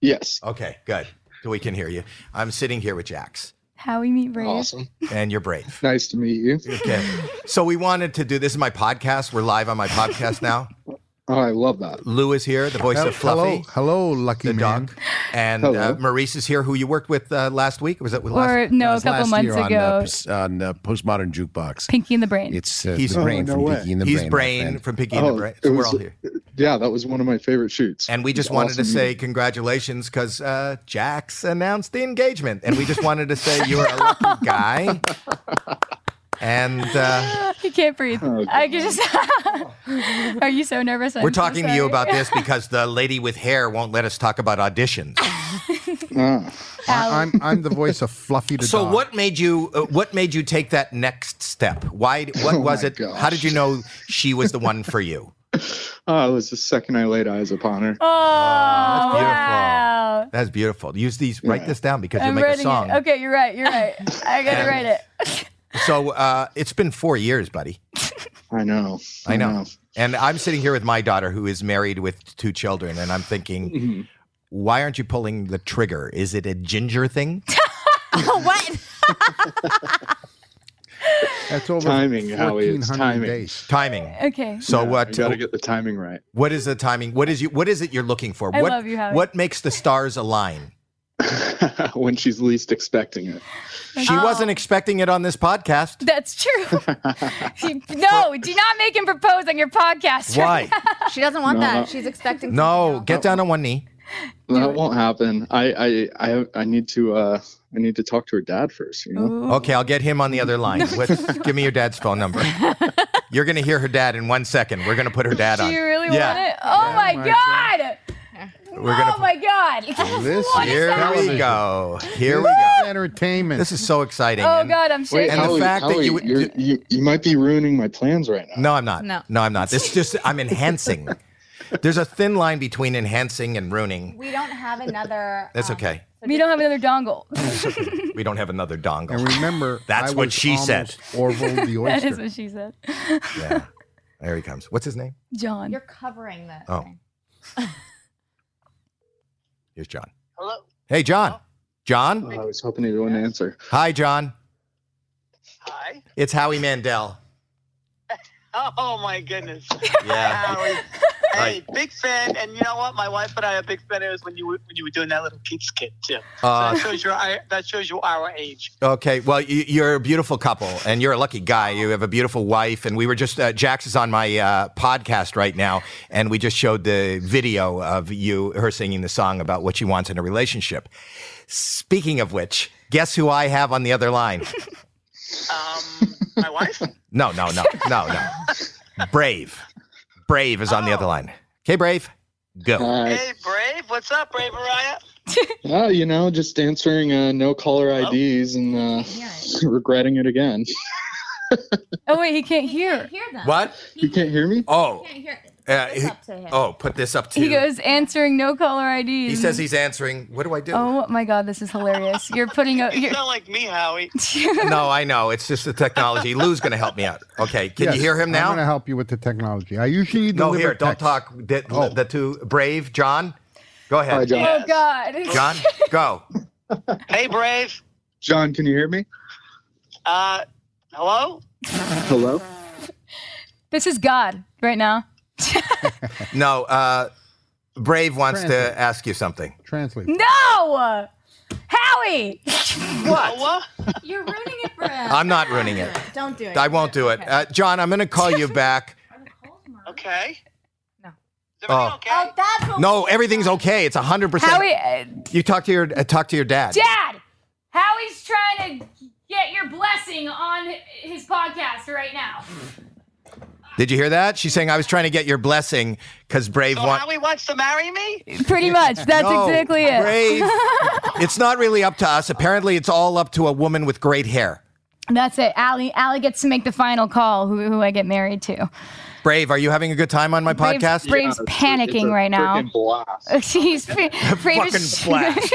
Yes. Okay, good. So we can hear you. I'm sitting here with Jax, Howie meet Brave. and you're brave. Nice to meet you. Okay. So we wanted to do this is my podcast. We're live on my podcast now. Oh, I love that. Lou is here, the voice Hel- of Fluffy. Hello, hello, lucky man. And uh, Maurice is here, who you worked with uh, last week. Was that with Or last? no, a couple last months year on, ago. uh, pos- on uh, Postmodern Jukebox. Pinky in the Brain. It's uh, He's- the brain Oh, no from way. Pinky and the He's Brain. my brain friend. from Pinky and Oh, the Brain. it So we're was- all here. Yeah, that was one of my favorite shoots. And we just It was wanted to awesome say meeting- congratulations because uh, Jax announced the engagement. And we just wanted to say you are a lucky guy. And uh, I can't breathe. Oh, I can just. Are you so nervous? I'm we're so talking to you sorry. about this because the lady with hair won't let us talk about auditions. I, am I'm the voice of Fluffy the So dog. what made you uh, what made you take that next step? Why what Oh was my it? How did you know she was the one for you? Oh, it was the second I laid eyes upon her. Oh, wow. That's Oh, beautiful. Use these write this down because you'll I'm make a writing song. it. Okay, you're right. You're right. I gotta And- write it. So uh, it's been 4 years, buddy. I know. I know. And I'm sitting here with my daughter who is married with two children and I'm thinking Mm-hmm. why aren't you pulling the trigger? Is it a ginger thing? what? That's over Timing, Howie, it's 1400 timing. days. Timing. Okay. So Yeah, what You got to get the timing right. what is the timing? What is you what is it you're looking for? I what love you, Howie. what makes the stars align? when she's least expecting it. She wasn't expecting it on this podcast. That's true. no, do not make him propose on your podcast. Why? She doesn't want No. that. She's expecting. No, get down on one knee. That won't happen. I I I, I need to uh I need to talk to her dad first, you know. Okay, I'll get him on the other line. What's, give me your dad's phone number. You're going to hear her dad in one second. We're going to put her dad Do on. you really yeah. want it? Oh my, my god! We're gonna oh my god! What is Here that? we go. Here we go. Entertainment. This is so exciting. Oh And- god, I'm shaking. and the fact that you, you you you might be ruining my plans right now. No, I'm not. No. No, I'm not. This is just I'm enhancing. There's a thin line between enhancing and ruining. We don't have another. That's okay. we don't have another dongle. We don't have another dongle. And remember, That's I what was she said. almost Orville the that is oyster. what she said. Yeah. There he comes. What's his name? John. You're covering this. Oh. Here's John. Hello. Hey, Oh. John. John. I was hoping he wouldn't answer. Hi, John. Hi. It's Howie Mandel. Oh my goodness. Yeah. Howie. Hey, Hi. big fan, and you know what? My wife and I are big fans when you were, when you were doing that little kids kit too. Uh, so that shows you I, that shows you our age. Okay, well, you, you're a beautiful couple, and you're a lucky guy. You have a beautiful wife, and we were just uh, Jax is on my uh, podcast right now, and we just showed the video of you her singing the song about what she wants in a relationship. Speaking of which, guess who I have on the other line? Um, my wife. No, no, no, no, no. Brave, Brave is on the other line. Okay, Brave, go. Hey, Brave. What's up, Brave Mariah? Yeah, you know, just answering uh, no caller IDs and uh, regretting it again. Oh wait, he can't hear. Hear them. What? You can't hear me? Oh, Can't hear. uh, Put this up to him. oh, put this up to. He goes answering no caller IDs. He says he's answering. What do I do? Oh my god, this is hilarious. You're putting out. You're... Not like me, Howie. no, I know. It's just the technology. Lou's going to help me out. Okay. Can Yes, you hear him I'm now? going to help you with the technology. I usually no, deliver here. Don't text. talk. The, Oh. the two brave John. Go ahead. Hi, John. Oh god. John, go. Hey, Brave. John, can you hear me? Uh, hello. Hello? This is God right now. No, uh, Brave wants Translate. to ask you something. Translate. No, Oh, uh, Howie. What? what? You're ruining it for him. I'm not ruining it. Don't do it. I won't do it. Uh, John, I'm going to call you back. Okay. Oh. Oh, that's what No, everything's okay. It's 100%. Howie, uh, You talk to your uh, talk to your dad. Dad, Howie's trying to get your blessing on his podcast right now. Did you hear that? She's saying I was trying to get your blessing cuz Brave So wants Howie Oh, wants to marry me? pretty much. That's No, exactly it. Brave. it's not really up to us. Apparently, it's all up to a woman with great hair. That's it. Allie, Allie gets to make the final call who, who I get married to. Brave, are you having a good time on my Brave's- podcast? Brave's panicking right now. Freaking blast. She's fa- Brave is- Fucking blast.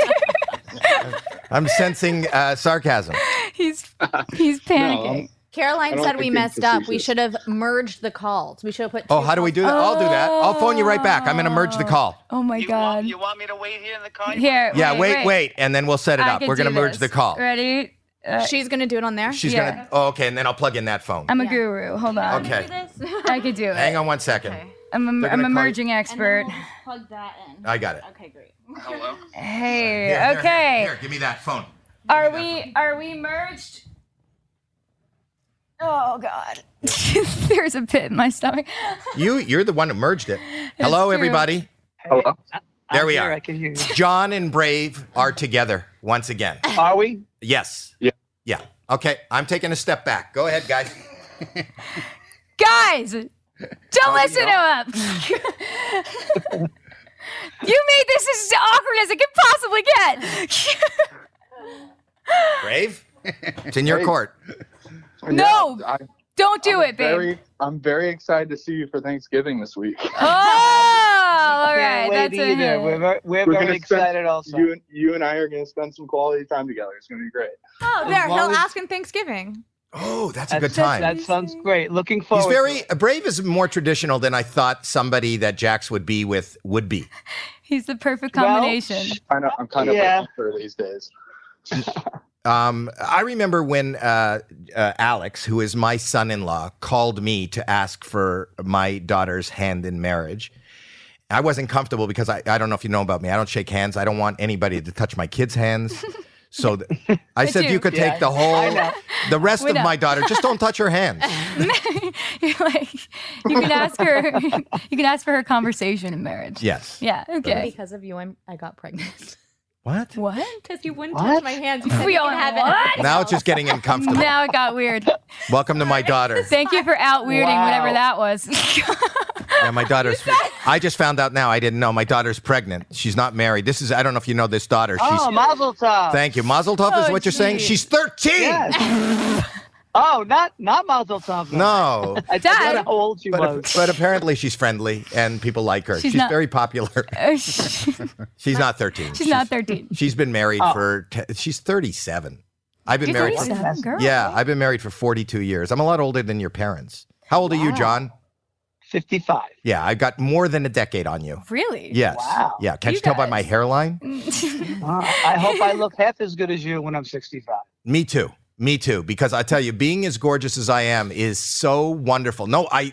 I'm sensing uh, sarcasm. he's he's panicking. I Caroline don't said we think messed it's up. We facetious. should have merged the calls. We should have put. Oh, two how do we calls- do that? I'll do that. I'll phone you right back. I'm going to merge the call. oh my You god. want, you want me to wait here in the car? Here. Yeah, wait, wait. wait, and then we'll set it I up. could We're going to do merge this. the call. Ready? Uh, She's gonna do it on there. She's Yeah. going to. Oh, okay, and then I'll plug in that phone. I'm a guru. Hold on. Okay. I could do it. Hang on one second. I'm a, They're gonna I'm a call you- merging expert. Plug that in. I got it. Okay, great. Hello? Hey. Here, here, here, okay. Here, give me that phone. Are we are we merged? Oh god. There's a pit in my stomach. You, you're the one who merged it. Hello, true. everybody. Hello? There we Here, are. I can hear you. John and Brave are together once again. Are we? Yes. Yeah. Yeah. Okay. I'm taking a step back. Go ahead, guys. Guys, don't listen to him. you made this as awkward as it could possibly get. Brave. It's in your Hey. court. No, I, don't do it, babe. very, I'm very excited to see you for Thanksgiving this week. oh, all right. Can't wait That's a either. hint. We're, ver- we're, We're very gonna spend- excited also. You and you and I are going to spend some quality time together. It's going to be great. Oh, there. He'll long as- ask in Thanksgiving. Oh, that's a That's- good time. That sounds great. Looking forward. He's to very it. Brave is more traditional than I thought somebody that Jax would be with would be. He's the perfect Well, combination. I know, I'm kind of Yeah. yeah. for these days. Um, I remember when uh, uh, Alex, who is my son in law, called me to ask for my daughter's hand in marriage. I wasn't comfortable because I, I don't know if you know about me. I don't shake hands. I don't want anybody to touch my kids' hands. So th- I Me said too. you could Yeah, take the I whole, know. the rest We of know. my daughter. Just don't touch her hands. You're like, you can ask her. You can ask for her conversation in marriage. Yes. Yeah. Okay. Because of you, I'm, I got pregnant. What? What? Because you wouldn't What? touch my hands. You said We you all can have what? it. Now it's just getting uncomfortable. Now it got weird. Welcome to my daughter. Thank you for out weirding Wow. whatever that was. Yeah, my daughter's. I just found out now. I didn't know. My daughter's pregnant. She's not married. This is. I don't know if you know this daughter. She's. oh, Mazel Tov. Thank you. Mazel tov is Oh, what you're saying. gee. She's 13. Yes. oh, not not Mazel Tov. though. No. I forgot how old she But, was. but apparently she's friendly and people like her. She's She's, not- very popular. she's She's not 13. not 13. She's been married Oh. for t- she's 37. I've been You're married. 37, girl. Yeah, I've been married for 42 years. I'm a lot older than your parents. How old are you, Wow. John? 55. Yeah, I've got more than a decade on you. Really? Yes. Yeah. Can't you, tell by my hairline? Wow. I hope I look half as good as you when I'm 65. Me too. Me too. Because I tell you, being as gorgeous as I am is so wonderful. No, I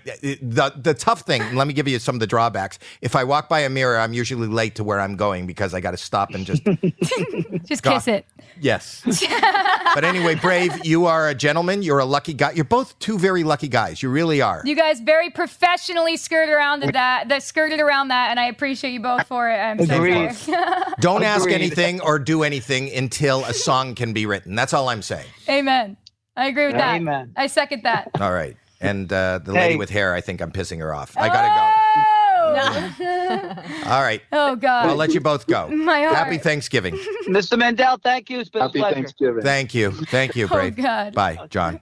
the the tough thing. Let me give you some of the drawbacks. If I walk by a mirror, I'm usually late to where I'm going because I got to stop and just Just God. kiss it. yes. But anyway, brave, you are a gentleman. You're a lucky guy. You're both two very lucky guys. You really are. You guys very professionally skirted around to that, that skirted around that, and I appreciate you both for it. I'm so Agreed. sorry. Don't ask Agreed. anything or do anything until a song can be written. That's all I'm saying. Amen. I agree with that. Amen. I second that. All right. And uh, the lady Hey. with hair, I think I'm pissing her off. I gotta Oh, go. All right. oh God. I'll let you both go. My heart. Happy Thanksgiving. Mr. Mandel, thank you. It's been Happy a pleasure. Thanksgiving. Thank you. Thank you, Oh, Brave. God. Bye, John.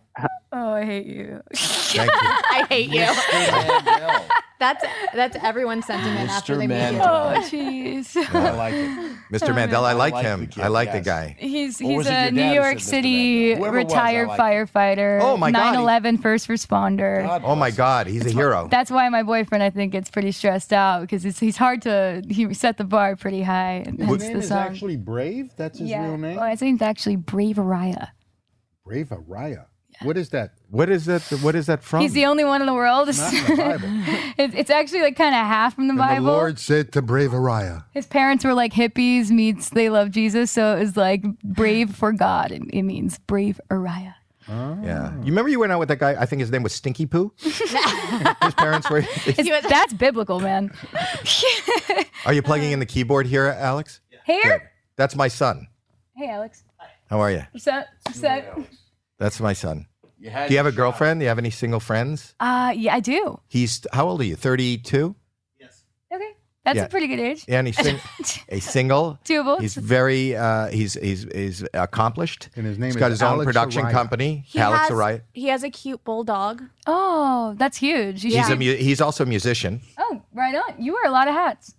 Oh, I hate you. Thank you. I hate you. that's that's everyone's sentiment after they meet you. Oh, jeez. I like it. Mr. Mandel, I like him. I like the guy. He's Or was it he's a your New dad who York said Mr. City Whoever was, I retired like firefighter, Oh, my God, he- 9/11 first responder. Oh my God, he's a hero. That's why my boyfriend, I think, gets pretty stressed out because it's he's hard to he set the bar pretty high. and His Hence name the is song. actually Brave. That's his yeah. real name. Well, his name's actually Brave Araya. Brave Araya. What is that? What is that? What is that from? He's the only one in the world. Not in the Bible. it's, it's actually like kind of half from the Bible. said to Brave Araya. His parents were like hippies meets they love Jesus, so it was like brave for God. It, it means brave Araya. Yeah. You remember you went out with that guy? I think his name was Stinky Poo. His parents were. It's- that's biblical, man. Are you plugging in the keyboard here, Alex? Here, That's my son. hey Alex, How are you? what's up? What's up? That's my son. You Do had you have a girlfriend? Do you have any single friends? Uh, yeah, I do. He's how old are you? Thirty-two. Okay, that's Yeah. a pretty good age. And he's sing- a single. Two of us. He's very uh, he's he's he's accomplished. And his name He's is got his own Alex production Araya. company, He Alex has, Araya. He has a cute bulldog. Oh, that's huge. You He's a should- mu- he's also a musician. oh, right on. You wear a lot of hats.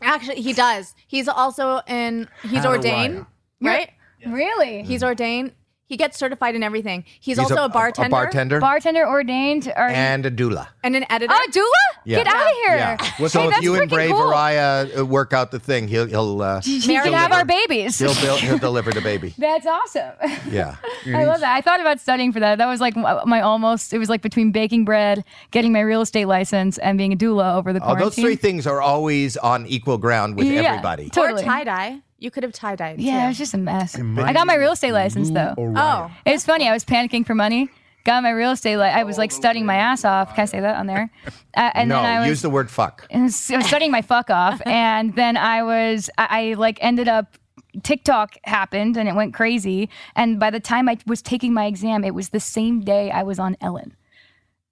Actually, he does. He's also in. He's How do ordained, right? Really? He's ordained. He gets certified in everything. He's, Mm-hmm. He's also a- a, a- a bartender. bartender. Bartender ordained. Or and a doula. And an editor. Oh, doula? Yeah. Get out of here. Yeah. Hey, so if that's you and freaking Brave cool. Araya uh, work out the thing, he'll he'll uh, He can have our babies. he'll, build, he'll deliver the baby. That's awesome. Yeah. I love that. I thought about studying for that. That was like my my almost. It was like between baking bread, getting my real estate license, and being a doula over the Oh, quarantine. those three things are always on equal ground with Yeah, everybody. Totally. Or tie dye. You could have tie dyed. Yeah, it was just a mess. I got my real estate license though. Orion. it was funny. I was panicking for money. Got my real estate. Li- I was like studying my ass off. Can I say that on there? Uh, and no, then I was use the word fuck. and s- I was studying my fuck off, and then I was I, I like ended up TikTok happened and it went crazy, and by the time I was taking my exam, it was the same day I was on Ellen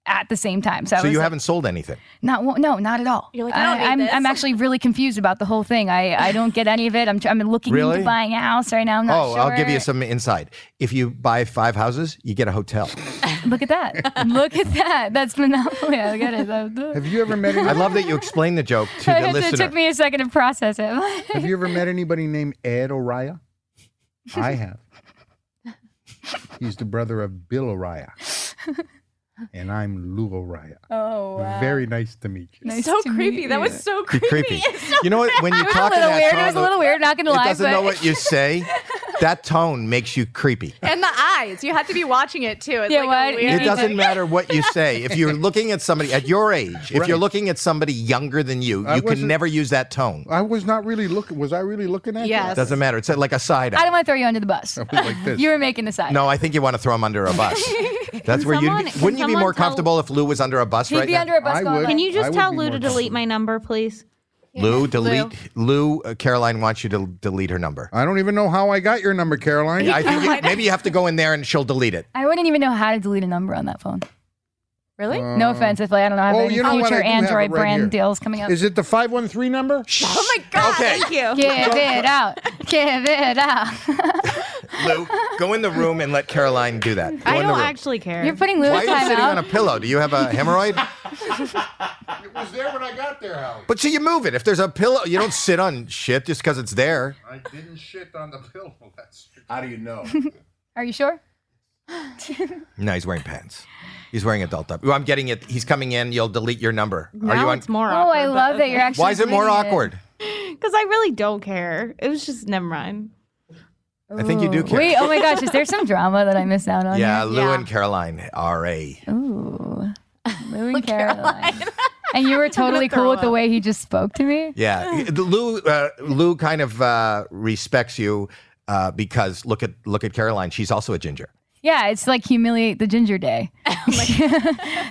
at the same time. So, I So was you like, haven't sold anything. not one- no, not at all. You're like, I am I'm actually really confused about the whole thing. I, I don't get any of it. I'm tr- I'm looking Really? into buying a house right now. I'm not oh, I'll give you sure. some insight. If you buy five houses, you get a hotel. Look at that! Look at that! That's monopoly. I get it. Have you ever met? I love that you explained the joke to the it listener. took me a second to process it. Have you ever met anybody named Ed Araya? I have. He's the brother of Bill Araya, and I'm Lou Araya. oh wow! Very nice to meet you. Nice so to creepy. meet That you. was so Be creepy. creepy. You know what? When you It was a talk in little that weird. tone, It was a little weird. Not gonna it lie, doesn't but know what you say. that tone makes you creepy. and the eyes. You have to be watching it too. It's Yeah, like what? a weird It doesn't matter what you say. If you're looking at somebody at your age, if you're looking at somebody younger than you, I you can wasn't- never use that tone. I was not really looking. Was I really looking at? Yes. Doesn't matter. It's like a side I eye. don't want to throw you under the bus. like this. You were making this up. No, I think you want to throw him under a bus. That's where you someone- can wouldn't you be someone more tell- comfortable if Lou was under a bus He'd right be now? under a bus. going Can you I just would tell be Lou more to delete my number, please? Lou, delete Lou. uh, Caroline wants you to delete her number. I don't even know how I got your number, Caroline. I think you, maybe you have to go in there and she'll delete it. I wouldn't even know how to delete a number on that phone. Really? Uh, Uh, no offense if like, I don't know, I have oh, any you know what? I future do have it Android right brand here. deals coming up. Is it the 513 number? Oh my god, thank you. Give it out. Give it out. Lou, go in the room and let Caroline do that. Go I in the don't room. actually care. You're putting Lou Why are in you sitting on a timeout. pillow? Do you have a hemorrhoid? It was there when I got there, Howard. But so you move it. If there's a pillow, you don't sit on shit just because it's there. I didn't shit on the pillow. That's How do you know? Are you sure? No, he's wearing pants. He's wearing adult diapers. Well, I'm getting it. He's coming in. You'll delete your number. Are you Now on? it's more Oh, awkward. I love that you're actually. Why is it more doing awkward? Because I really don't care. It was just, never mind. I think you do care. Wait, oh my gosh, is there some drama that I missed out on? yeah, here? Lou and Caroline, R.A. Ooh, Lou and Caroline. and you were totally cool with the way he just spoke to me. Yeah, The Lou. Uh, Lou kind of uh, respects you uh, because look at look at Caroline. She's also a ginger. Yeah, it's like humiliate the ginger day.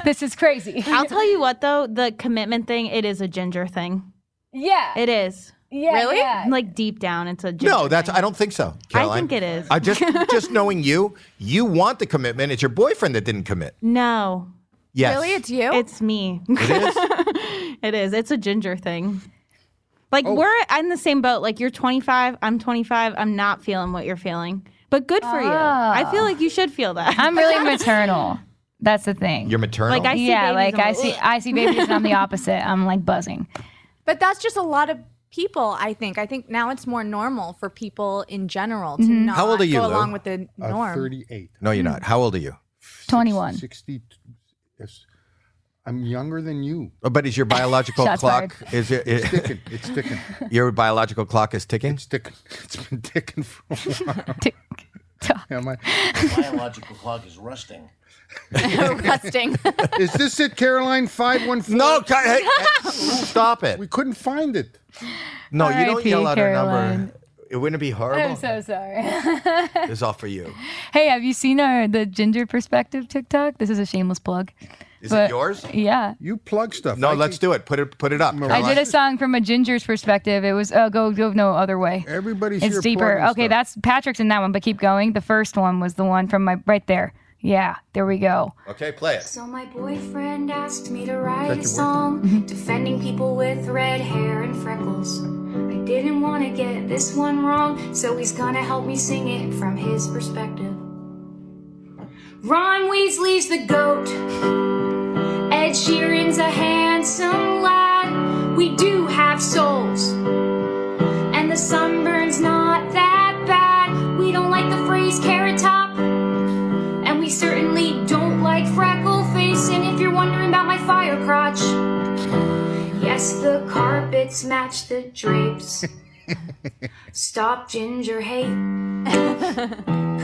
this is crazy. I'll tell you what, though, the commitment thing, it is a ginger thing. Yeah. It is. yeah Really? yeah. Like deep down, it's a ginger No, that's. I don't think so. I Caroline. think it is. I just just knowing you, you want the commitment. It's your boyfriend that didn't commit. No, Yes. Really? It's you? it's me. It is. Oh. It is. It's a ginger thing. Like we're in the same boat. Like you're 25, I'm 25. I'm not feeling what you're feeling. But good for you. I feel like you should feel that. Ah. I'm really maternal. That's the thing. You're maternal. Like, I see yeah, babies, like I'm I like, see, "Ugh." I see babies, and I'm the opposite. I'm like buzzing. But that's just a lot of people, I think. I think now it's more normal for people in general to not Mm-hmm. How old are you, go Lou? along with the Uh, norm. 38. no, you're not. How old are you? 21. 60. Yes. I'm younger than you. Oh, But is your biological Shots clock is it, It's ticking. It's ticking. your biological clock is ticking? It's ticking. It's been ticking for a while. Tick tock. Am I? Biological clock is rusting. Rusting. Is this it, Caroline? 514? No, Ca- hey, hey, stop it. We couldn't find it. No, you don't R.I.P. yell out our Caroline. number. It wouldn't it be horrible. I'm so sorry. it's all for you. hey, have you seen our the ginger perspective TikTok? This is a shameless plug. Is But- it yours? Yeah. You plug stuff. No, I let's think do it. Put it put it up. I I Caroline. did a song from a ginger's perspective. It was oh go go no other way. Everybody's It's here deeper. plugging Okay, stuff. that's Patrick's in that one, but keep going. The first one was the one from my right there. Yeah, there we go. Okay, play it. So my boyfriend asked me to write That's a your Mm-hmm. song defending people with red hair and freckles. I didn't want to get this one wrong, so he's gonna help me sing it from his perspective. Ron Weasley's the goat. Ed Sheeran's a handsome lad. We do have souls. And the sunburn's not that bad. We don't like the phrase carrot top. And we certainly don't like freckle face. And if you're wondering about my fire crotch, yes, the carpets match the drapes. Stop ginger hate.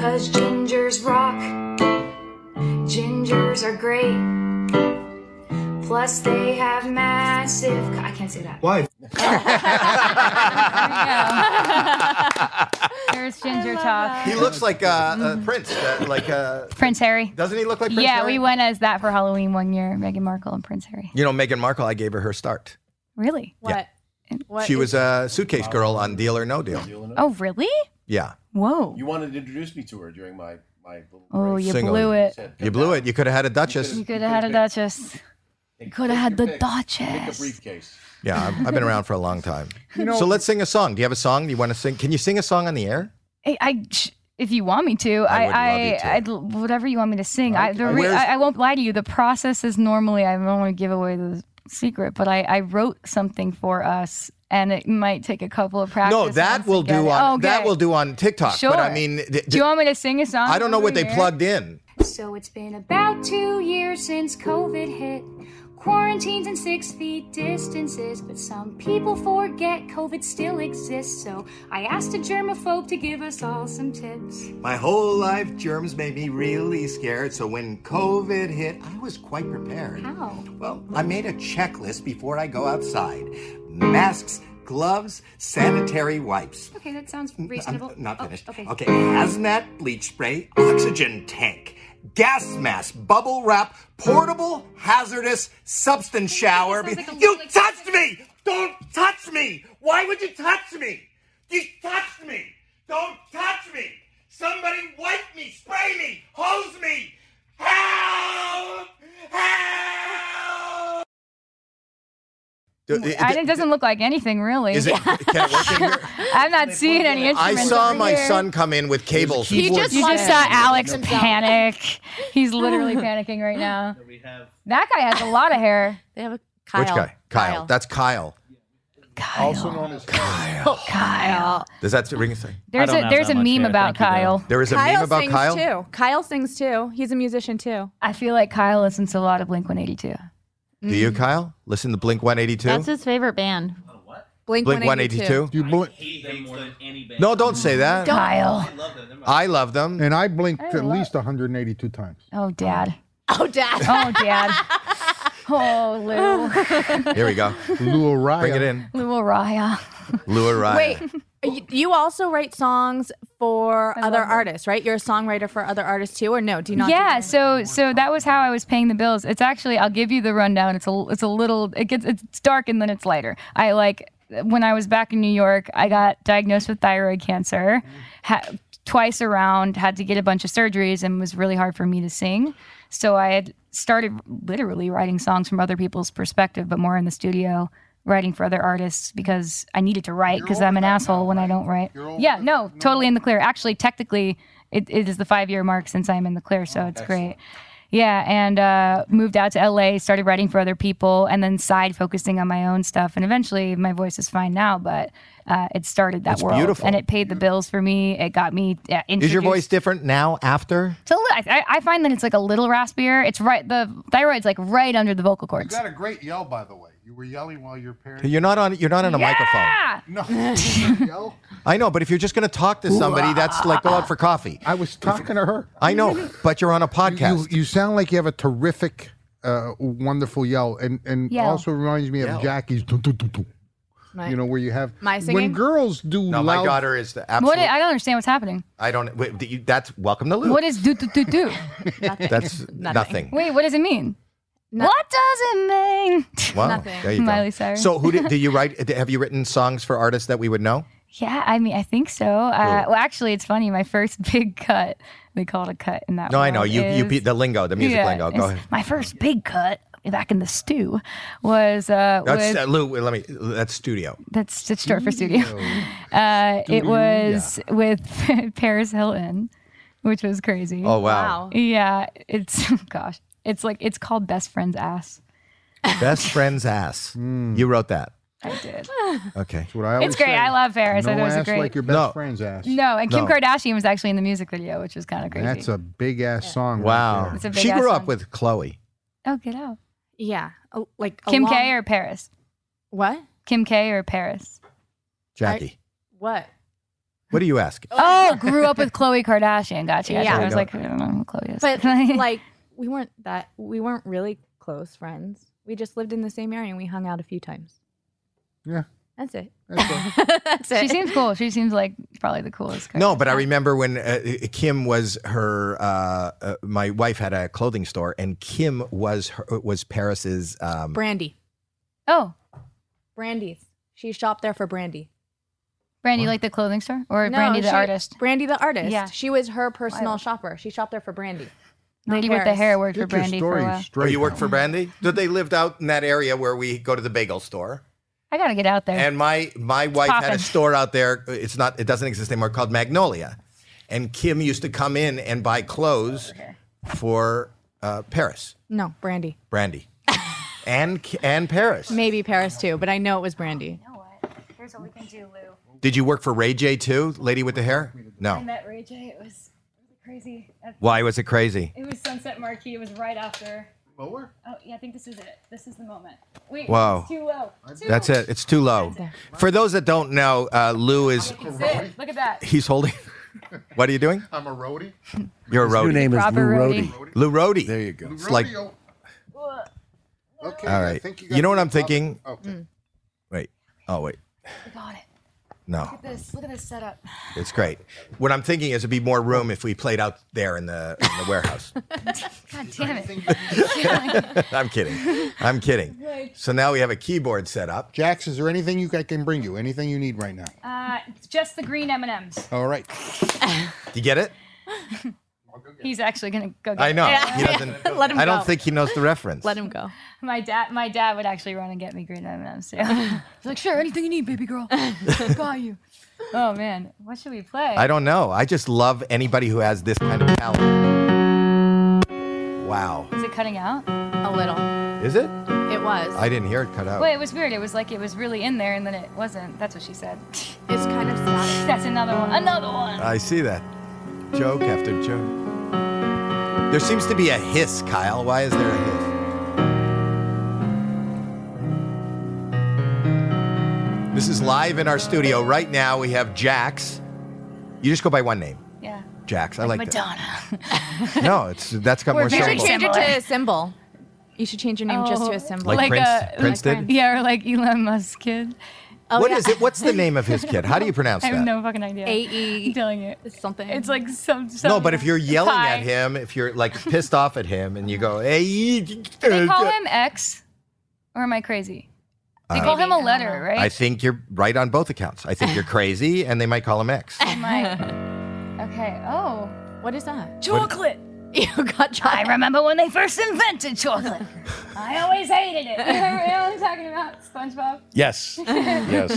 Cause gingers rock. Gingers are great. Plus, they have massive. co- I can't say that. Why? There's ginger talk. He looks like uh, uh, Prince. Uh, like uh, Prince Harry. doesn't he look like Prince? yeah, Harry? we went as that for Halloween one year. Meghan Markle and Prince Harry. You know, Meghan Markle. I gave her her start. Really? what? What she is- was a suitcase girl on Deal or No Deal. Oh, really? Yeah, Whoa. You wanted to introduce me to her during my my little. Oh, you Single. blew it. you blew it. You could have had a Duchess. You could have had a Duchess. You could have had the Duchess. briefcase. Yeah, I've, I've been around for a long time. know- so let's sing a song. Do you have a song? Do you want to sing? Can you sing a song on the air? I, I sh- if you want me to, I I, would love you I, to. I'd, l- whatever you want me to sing. I, the re- Where's- I, I won't lie to you. The process is normally I don't want to give away the secret, but I, I wrote something for us, and it might take a couple of practice. No, that runs will to do get it. on that Okay. will do on TikTok. But I Sure. mean, th- Do you want me to sing a song? I don't know over what they here? plugged in. So So it's been about two years since COVID hit. Quarantines and six feet distances, but some people forget COVID still exists. So I asked a germaphobe to give us all some tips. My whole life, germs made me really scared, so when COVID hit, I was quite prepared. How? Well, I made a checklist before I go outside masks, gloves, sanitary wipes. Okay, that sounds Mm, I'm reasonable. not Oh, finished. okay. okay, hazmat, bleach spray, oxygen tank, gas mask, bubble wrap, portable hazardous substance shower. sounds like a you touched me! Don't touch me! Why would you touch me? You touched me! Don't touch me! Somebody wipe me, spray me, hose me! Help! Help! Do- it- I- it doesn't look like anything really. uh, Is it- can it work in here? I'm not seeing any I instruments. saw over my here. son come in with cables. You just, you just uh, saw Alex panic. He's literally panicking right now. That guy has a lot of hair. They have a Which guy? Kyle. That's Kyle. Also known as Kyle. Oh, Kyle. Does that ring a thing? There's a there's a meme about Kyle. There is a meme about sings Kyle. too. Kyle sings too. He's a musician too. I feel like Kyle listens to a lot of Blink 182. Do you, Kyle? Listen to Blink 182. That's his favorite band. Blink, Blink 182. You blink. No, don't say that. Kyle. I love them. And I blinked I at love- least 182 times. Oh, Dad. Oh, dad. Oh, Dad. oh, Lou. Here we go. Lou O'Reilly. Bring it in. Lou Araya. Lou Ryan. Wait, you- you also write songs for other artists, right? You're a songwriter for other artists too, or no? Do you not? do yeah that? so so that was how i was paying the bills it's actually i'll give you the rundown it's a it's a little it gets it's dark and then it's lighter i like when i was back in new york i got diagnosed with thyroid cancer ha- twice around had to get a bunch of surgeries and it was really hard for me to sing so i had started literally writing songs from other people's perspective but more in the studio writing for other artists because i needed to write because i'm an asshole when i don't write yeah no totally in the clear actually technically it, it is the five year mark since i'm in the clear so it's great yeah, and uh, moved out to LA, started writing for other people, and then side focusing on my own stuff. And eventually, my voice is fine now, but uh, it started that It's world, beautiful. and it paid the bills for me. It got me. Is Uh, your introduced- voice different now after? It's a li- I, I find that it's like a little raspier. It's right. The thyroid's like right under the vocal You cords. got a great yell, by the way. You were yelling while your parents. You're not on. You're not on a microphone. Ah! No. Yell? I know, but if you're just going to talk to somebody, that's like go out for coffee. I was talking to her. I know, but you're on a podcast. You, you sound like you have a terrific, uh, wonderful yell, and and Yell. also reminds me Yell. of Jackie's. dun, dun, dun, dun. My- You know where you have My when singing? girls do no, loud. my daughter is the absolute. What I I don't understand what's happening. I don't. Wait, do you, that's welcome to Luke. What is do do do do? That's nothing. Wait, what does it mean? What does it mean? Wow. Nothing. There you go. Miley Cyrus. So who did, do you write? Have you written songs for artists that we would know? Yeah, I mean, I think so. Uh, Cool. well, actually, it's funny. My first big cut, they call it a cut in that. No, I know world, you. You is- beat the lingo, the music Yeah, lingo. Go it's- ahead. My first big cut back in the stew was uh, That's with- uh, Lou. Let me. That's studio. that's it's short for studio. Uh, it was with Paris Hilton, which was crazy. Oh wow. Yeah, it's oh, gosh, it's like it's called Best Friend's Ass. Best friend's ass. You wrote that. I did. Okay. That's Mm. what I always great. say. I love Paris. I No thought it was a ass great- like your best No. friend's ass. No, and Kim No. Kardashian was actually in the music video, which was kind of crazy. That's a big ass song. Wow. Right It's a big She grew ass up one. with Chloe. oh, get out. Yeah, a- like a Kim long- K or Paris? what? Kim K or Paris? Jackie. What? what do you ask? Oh, grew up with Khloe Kardashian. Gotcha. gotcha. Yeah. I was like, I don't know who Khloe is. But like, we weren't that. We weren't really close friends. We just lived in the same area and we hung out a few times. Yeah. That's it. That's That's it. she seems cool. She seems like probably the coolest. Girl. No, but I remember when uh, Kim was her. Uh, uh, my wife had a clothing store, and Kim was her, uh, was Paris's. Um, Brandy. Oh, Brandy's. She shopped there for Brandy. Brandy, like the clothing store, or No, Brandy the she- artist? Brandy the artist. Yeah. She was her personal Wild. shopper. She shopped there for Brandy. not Lady with the Paris. hair worked for Get your Brandy for a story while. oh, straight. Mm-hmm. you worked now. for Brandy? Did they lived out in that area where we go to the bagel store? I gotta get out there. And my my wife had a poppin'. store out there. It's not. It doesn't exist anymore. Called Magnolia, and Kim used to come in and buy clothes for uh, Paris, No, Brandy. Brandy, and Ki- and Paris. Maybe Paris too, but I know it was Brandy. Here's what we can do, Lou. Did you work for Ray J too? Lady with the hair? No. met Ray J. It was crazy. That's- Why was it crazy? It was Sunset Marquee. It was right after. Lower? Oh yeah, I think this is it. This is the moment. Wait, Wow. it's oh. too low. Too That's low. it. It's too low. For those that don't know, uh, Lou is That's it. Look at that. he's holding. What are you doing? I'm a roadie. You're a His new roadie. name is Robert Lou Roadie. Roadie. Lou Roadie. There you go. It's like Okay. all I right. think you, You, got know what the I'm top- thinking? Okay. Mm. Wait. Oh wait. We got it. Look No, at this. Look at this setup. it's great. What I'm thinking is it'd be more room if we played out there in the in the warehouse. God damn it. I'm kidding. I'm kidding. So now we have a keyboard set up. Jax, is there anything you I can bring you? Anything you need right now? Uh, it's just the green M and M's. All right. You get it? He's actually gonna go. Get I know. It. He doesn't. Let him I don't go. think he knows the reference. him go. My dad, my dad would actually run and get me green M and M's. He's like, sure, anything you need, baby girl. Got you. Oh man, what should we play? I don't know. I just love anybody who has this kind of talent. Wow. Is it cutting out? A little. Is it? It was. I didn't hear it cut out. Well, it was weird. It was like it was really in there, and then it wasn't. That's what she said. It's kind of sad. That's another one. Another one. I see that. Joke after joke. There seems to be a hiss, Kyle. Why is there a hiss? This is live in our studio right now. We have Jax. You just go by one name, Yeah. Jax. I like that. Madonna. No, it's that's got more You should syllables. change it to a symbol. You should change your name just to a symbol. Like Prince- Prince did? Yeah, or Oh. like Elon Musk kid. Oh, What is it? What's the name of his kid? How do you pronounce Oh, I have that? no fucking idea. AE. I'm telling you. It's E something. It's like some. some No, but if you're yelling Pi. at him, if you're like pissed off at him, and you go, "Hey," They call him X, or am I crazy? They Uh, call him a letter, right? I think you're right on both accounts. I think you're crazy, and they might call him X. okay. Oh. What is that? Chocolate. You got chocolate. I remember when they first invented chocolate. I always hated it. you know what I'm talking about? SpongeBob. Yes. Yes.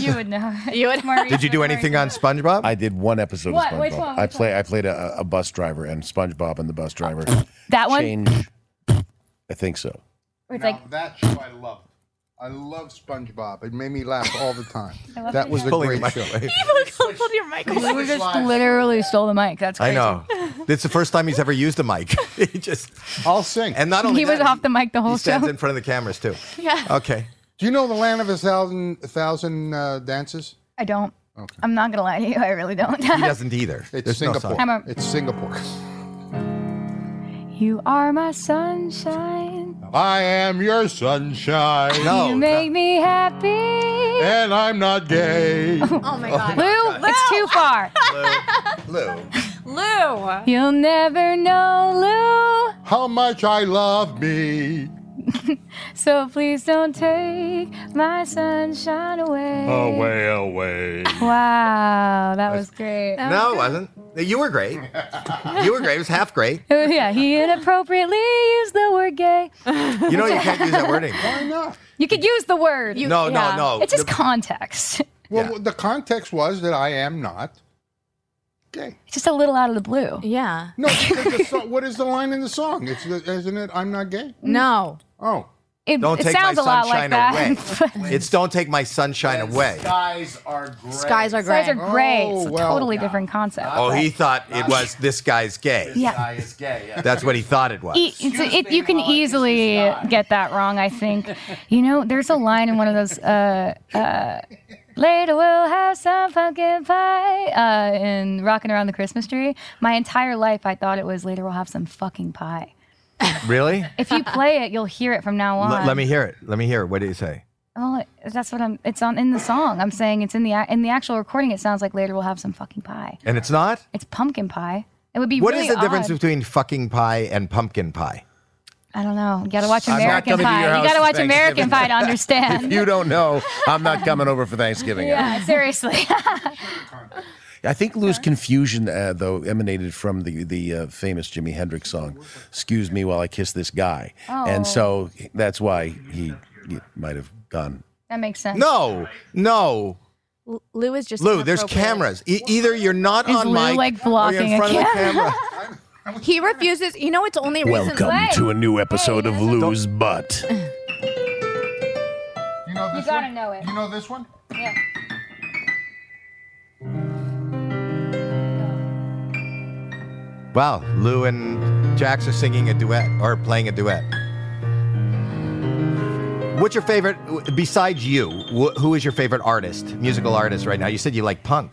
You would know. You would. Did you do anything on SpongeBob? I did one episode What? of SpongeBob. Which one? I Which play I played a, a bus driver and SpongeBob and the bus driver. That one? Change. I think so. It's now, like- that show I loved. I love SpongeBob. It made me laugh all the time. I love that was a Pulling great my- show. your You just literally stole the mic. That's I crazy. know. It's the first time he's ever used a mic. he just I'll sing. and not only He was that, off the mic the he whole stands show. in front of the cameras too. Yeah. Okay. Do you know the land of a thousand a thousand uh, dances? I don't. I'm not gonna lie to you. I really don't. He doesn't either. It's There's no sign. Singapore. I'm a- it's Singapore. you are my sunshine. I am your sunshine. you make me happy. And I'm not gay. Oh my god. Lou, it's too far. Lou. Lou. You'll never know, Lou. How much I love me. So please don't take my sunshine away. Away, oh, away. Wow, that was great. No, it wasn't. You were great. You were great. It was half great. Oh, yeah, he inappropriately used the word gay. You know you can't use that word anymore. Why not? You could use the word. No, no, yeah. no. It's just The- context. Well, the context was that I am not gay. It's just a little out of the blue. Yeah. No, because the song, what is the line in the song? It's the, isn't it? I'm not gay. No. Oh, It, Don't it take my sounds a lot sunshine like that. but- away. it's don't take my sunshine away. Skies are gray. Skies are gray. Skies are gray. Oh, it's a well. totally different concept. Oh, he thought it was this guy's gay. Yeah. Guy is gay. Yeah. That's what he thought it was. E- it's- it, you can easily get that wrong, I think. you know, there's a line in one of those. Uh, uh, Later we'll have some pumpkin pie uh, in "Rocking Around the Christmas Tree." My entire life, I thought it was "Later we'll have some fucking pie." Really? If you play it, you'll hear it from now L- on. let me hear it. Let me hear it. What did he say? Well, that's what I'm. It's on in the song. I'm saying it's in the a- in the actual recording. It sounds like "Later we'll have some fucking pie." And it's not? It's pumpkin pie. It would be What is really the difference odd. between fucking pie and pumpkin pie? I don't know. You gotta watch I'm not American coming to Pie. your You house gotta for watch American Thanksgiving. Pie to understand. If you don't know, I'm not coming over for Thanksgiving. yeah, seriously. I think Lou's confusion, uh, though, emanated from the the uh, famous Jimi Hendrix song, "Excuse Me While I Kiss This Guy," Oh. and so that's why he, he might have gone. that makes sense. No, no. L- Lou is just. Lou, there's inappropriate. cameras. E- either you're not Is on Lou, mic like, or you're blocking in a front of the camera. He refuses. You know, it's only recently. Welcome to a new episode of Lou's Butt. you know You this gotta one. know it. You know this one? Yeah. Wow, Lou and Jax are singing a duet or playing a duet. What's your favorite, besides you, wh- who is your favorite artist, musical artist right now? You said you like punk.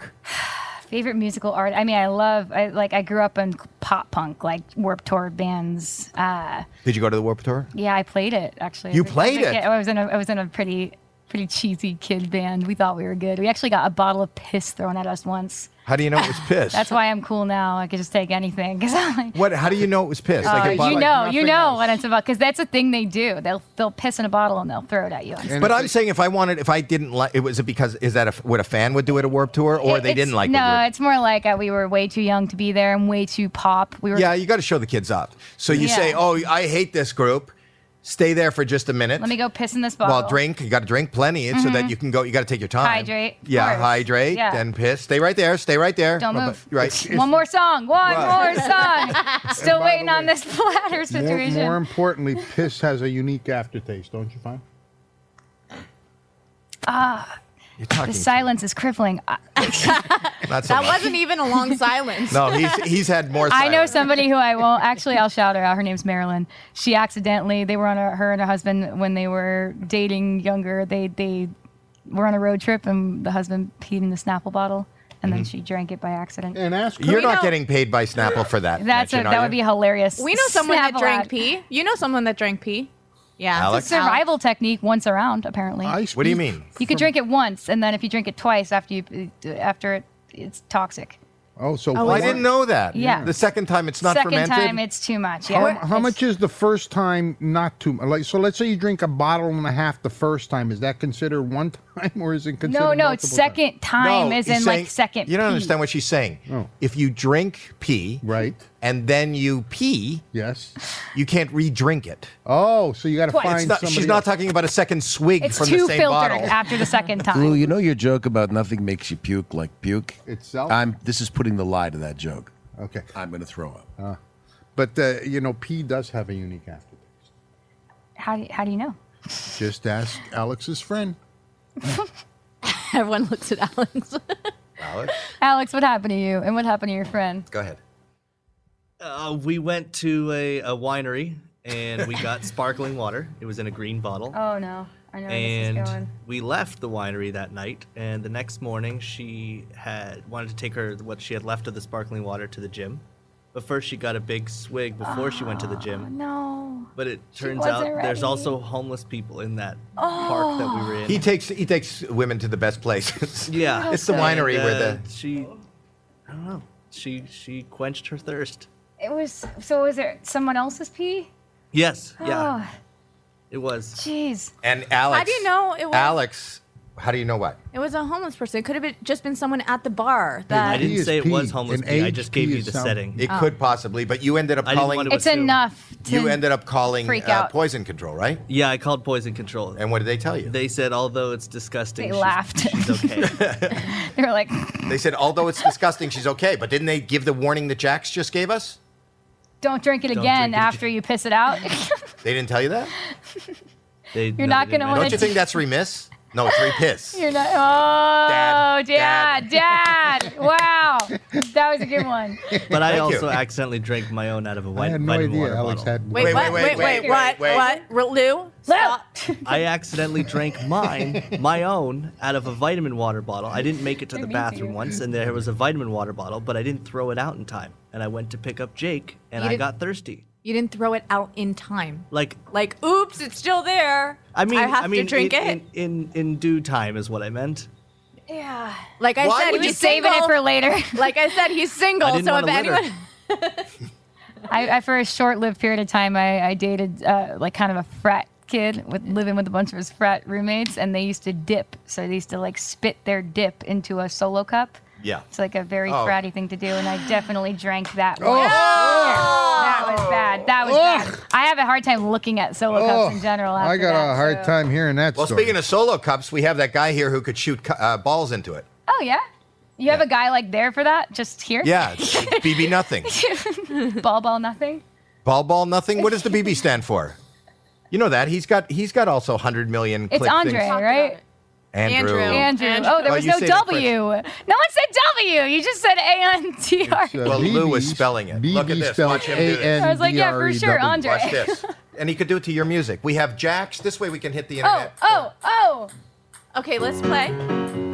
Favorite musical art? I mean, I love. I like. I grew up in pop punk, like Warped Tour bands. Uh, Did you go to the Warped Tour? yeah, I played it actually. You as a- as a played it? kid. I was in a. I was in a pretty, pretty cheesy kid band. We thought we were good. We actually got a bottle of piss thrown at us once. How do you know it was piss? That's why I'm cool now. I could just take anything. Cause I'm like, What? How do you know it was piss? uh, a bottle- you know, you know what it's about. Cause that's a thing they do. They'll they'll piss in a bottle and they'll throw it at you. But I'm saying if I wanted, if I didn't like, it was it because is that a, what a fan would do at a Warped Tour, or It- they it's- didn't like? what you were No, it's more like uh, we were way too young to be there and way too pop. We were. yeah, you got to show the kids up. So you say, Yeah. "Oh, I hate this group." Stay there for just a minute. Let me go piss in this bottle. Well, drink. You got to drink plenty so that Mhm. you can go. You got to take your time. Hydrate, of Yeah, course. hydrate. Yeah. Then piss. Stay right there. Stay right there. Don't But- move. but- Right. One more song. One Right. more song. Still And by the waiting on this bladder More, situation. more importantly, piss has a unique aftertaste, don't you find? Ah, You're the talking. silence is crippling. I, Not so That much. wasn't even a long silence. No, he's he's had more. I know silence. somebody who I won't actually. I'll shout her out. Her name's Marilyn. She accidentally they were on a, her and her husband when they were dating younger. They they were on a road trip and the husband peed in the Snapple bottle and then Mhm. she drank it by accident. And ask You're not getting paid by Snapple for that. That's Gretchen, a, are that you? would be hilarious. We know someone that Snapple drank ad. pee. You know someone that drank pee. Yeah. Alex? It's a survival technique once around, apparently. What do you mean? You could drink it once, and then if you drink it twice after you after it, it's toxic. Oh, so Oh, I didn't know that. Yeah. The second time it's not Second fermented. time, it's too much. How, Yeah. how much is the first time not too much? Like, so let's say you drink a bottle and a half the first time. Is that considered one time or is it considered? No, no, it's multiple second time No, is he's in saying- like second. You don't pee. understand what she's saying. If you drink pee, Oh. right, and then you pee, yes, you can't re-drink it. Oh, so you got to Twice. find It's not, somebody. she's not else. talking about a second swig It's from too the same filtered bottle. after the second Lou, time. you know your joke about nothing makes you puke like puke. Itself? I'm. This is putting the lie to that joke. Okay. I'm going to throw up. Uh, but uh, you know, pee does have a unique aftertaste. How do you, how do you know? Just ask Alex's friend. Everyone looks at Alex. Alex? Alex, what happened to you, and what happened to your friend? Go ahead. Uh, we went to a, a winery and we got sparkling water. It was in a green bottle. Oh no, I know where this is and going. we left the winery that night. And the next morning, she had wanted to take her what she had left of the sparkling water to the gym. But first, she got a big swig before she went to the gym. No. But it Ah. She turns out wasn't there's ready. Oh. also homeless people in that park that we were in. He takes he takes women to the best places. yeah, it's the winery And, where Ah. uh, the she. I don't know. She she quenched her thirst. It was so. Was there someone else's pee? Yes. Yeah. Oh, It was. jeez. and Alex. How do you know it was- Alex? How do you know what? It was a homeless person. It could have been, just been someone at the bar. That I didn't is say it was pee. homeless An pee. I aged just gave pee you is the sound- setting. It Oh. could possibly, but you ended up I didn't calling. want to It's enough. To you ended up calling freak uh, out. poison control, right? Yeah, I called poison control. And what did they tell you? They said although it's disgusting, They she's- laughed. She's okay. They were like, They said although it's disgusting, she's okay. But didn't they give the warning that Jax just gave us? "Don't drink it Don't again drink it after you piss it out." They didn't tell you that. You're not gonna want Don't you think that's remiss? No, it's repiss. You're not. Oh, Dad, dad, dad. Wow, that was a good one. But I Thank also you. accidentally drank my own out of a I white had no vitamin idea water Alex bottle. had. Wait, what? Wait, wait, what? What? Re- Lou, stop. I accidentally drank mine, my own, out of a vitamin water bottle. I didn't make it to the bathroom once, and there was a vitamin water bottle, but I didn't throw it out in time. And I went to pick up Jake, and You I didn't- got thirsty. You didn't throw it out in time. Like Like, oops, it's still there. I mean, I have mean, to drink in, it. in, in in due time is what I meant. Yeah. Like I Why said, would he's you save it single. for later? like I said, he's single. I didn't so if wanna litter. anyone, I, I for a short-lived period of time, I, I dated uh, like kind of a frat kid with living with a bunch of his frat roommates, and they used to dip. So they used to like spit their dip into a solo cup. Yeah. It's like a very Oh. fratty thing to do, and I definitely drank that one. Oh. That was bad. That was bad. I have a hard time looking at solo Oh. cups in general. After I got that, a hard so- time hearing that Well, story. speaking of solo cups, we have that guy here who could shoot cu- uh, balls into it. Oh yeah, you have a guy like there for that? Just here? Yeah, it's BB nothing. ball ball nothing. Ball ball nothing. What does the BB stand for? You know that he's got he's got also hundred million. It's click Andre, things. right? Andrew. Andrew. Oh, there Well, was you no say the W. No one said W. You just said A N T R. Well, Lou was spelling it. Look at this. Watch him do this. I was like, yeah, E for sure, Andre. Watch this. And he could do it to your music. We have jacks. This way we can hit the Oh, internet. oh, oh. Okay, let's play.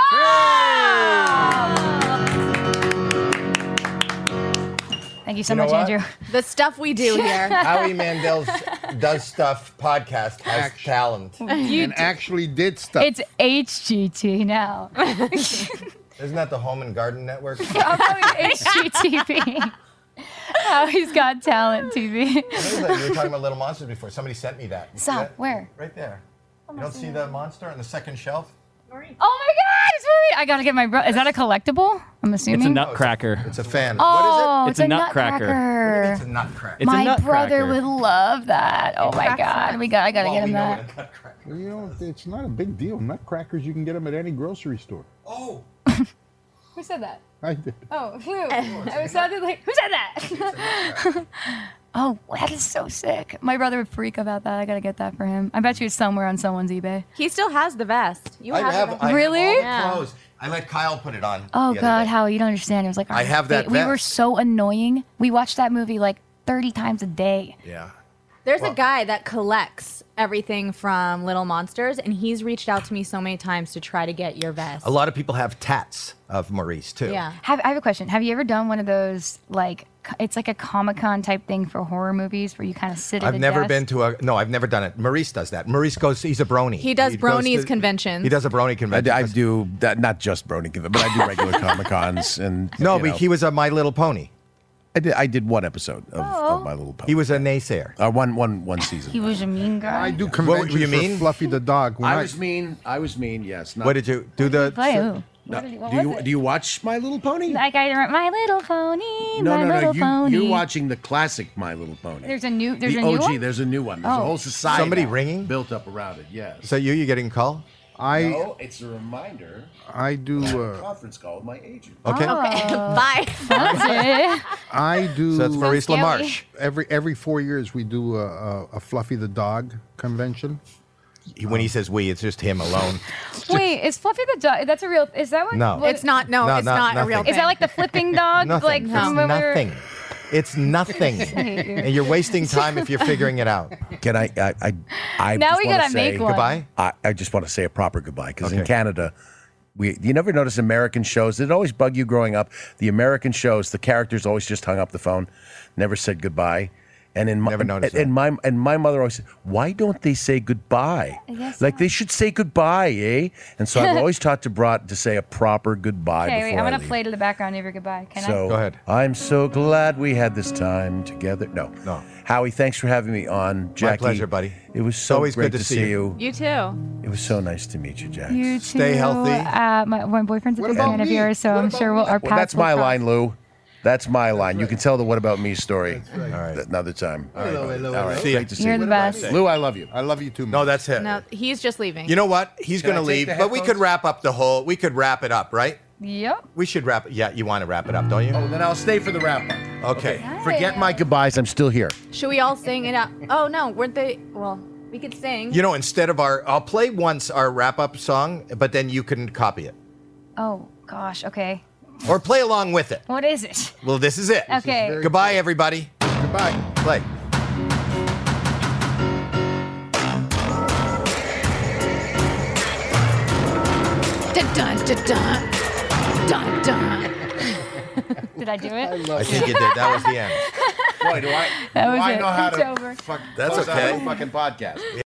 Ah! Ah! Thank you so You know much, what? Andrew. The stuff we do here. Howie Mandel's Does Stuff podcast has talent. You d- and actually did stuff. It's HGT now. Isn't that the Home and Garden Network? HGTV. Oh, he's got talent TV. you were talking about Little Monsters before. Somebody sent me that. You see Stop. that? Where? Right there. You don't see the monster on the second shelf? Oh my God! It's Marie. I gotta get my bro. Is that a collectible? I'm assuming. It's a nutcracker. It's a fan. Oh, It's, a nutcracker. It's a nutcracker. It's a my brother nutcracker. would love that. Oh my Nutcracker. God! We got. I gotta Well, get we him know that. You know, it's not a big deal. Nutcrackers, you can get them at any grocery store. Oh. Who said that? I did. Oh, Lou. I was sounded like, who said that? oh, that is so sick. My brother would freak about that. I gotta get that for him. I bet you it's somewhere on someone's eBay. He still has the vest. You I have, have, the vest. I have all the Yeah. clothes. I let Kyle put it on. Oh the other God, day. how you don't understand. It was like I have that We were vest. so annoying. We watched that movie like 30 times a day. Yeah. There's Well- a guy that collects everything from Little Monsters, and he's reached out to me so many times to try to get your vest. A lot of people have tats of Maurice, too. Have, I have a question. Have you ever done one of those like c- it's like a Comic Con type thing for horror movies where you kind of sit? At I've a never desk? been to a no. I've never done it. Maurice does that. Maurice goes. He's a brony. He does goes bronies to- conventions. He does a brony convention. I, I do that, not just Brony, but I do regular Comic Cons and No, you but know. he was a My Little Pony. I did. I did one episode of, Oh. of My Little Pony. He was a naysayer. Uh, one, one, one season. He was a mean guy. I do What conventions do you for mean? Fluffy the dog. When I was mean. I was mean. Yes. What did you do? The Play who? No, What did he- what do was you it? do you watch My Little Pony? Like I don't- my little pony, no, my no, no. little You, pony. You're watching the classic My Little Pony. There's a new. There's the a new OG. one. There's a new one. There's a Oh. whole society. Somebody now ringing? built up around it. Yes. So you you getting a call? I no, it's a reminder. I do. I had a Uh, conference call with my agent. Okay. Bye. I do. So that's Maurice So scary. LaMarche. Every every four years, we do a, a, a Fluffy the dog convention. He- When he says we, it's just him alone. Wait, is Fluffy the dog? That's a real. Is that what? No. what- It's not. No, No, it's no, not a nothing. real. Is Is that like the flipping dog? nothing. Like it's from when we were- nothing. It's nothing. hate you. and you're wasting time if you're figuring it out. Can I? I. I, I Now just we wanna gotta say, make one. Goodbye? I, I just want to say a proper goodbye because in Canada, we you never notice American shows. It always bug you growing up. The American shows, the characters always just hung up the phone, never said goodbye. And in my Never noticed and, and my and my mother always said, "Why don't they say goodbye? I guess Like they should say goodbye, eh?" And so I've always taught to brought to say a proper goodbye. Okay, wait. before I'm I gonna leave. play to the background of your goodbye. Can So I? I'm so glad we had this time together. No, no. Howie, thanks for having me on. Jackie, pleasure, buddy. It was so always great good to see you. You too. It was so nice to meet you, Jack. You Stay too. healthy. Uh, my, my boyfriend's a What big about fan of me? yours, so I'm sure we'll, our paths Well, that's will my cross. line, Lou. That's my line. You can tell the "What About Me" story th- another time. All right, Hello, hello, All right. hello. great to see You're you. the best. Lou, I love you. I love you too. No, that's him. No, he's just leaving. You know what? He's Can I going to take leave, the but we could headphones? wrap up the whole. We could wrap it up, right? Yep. We should wrap it. Yeah, you want to wrap it up, don't you? Oh, then I'll stay for the wrap up. Okay. Forget my goodbyes. I'm still here. Should we all sing it out? Oh no, weren't they? Well, we could sing. You know, instead of our, I'll play once our wrap up song, but then you can copy it Oh gosh. Okay. or play along with it. What is it? Well, this is it. This is Okay. very Goodbye, everybody. Goodbye. Play. Dun dun dun dun dun dun. Did I do it? I think you did. That was the end. Boy, do I, That do was I it. know how It's to over. fuck, That's close out okay. a fucking podcast.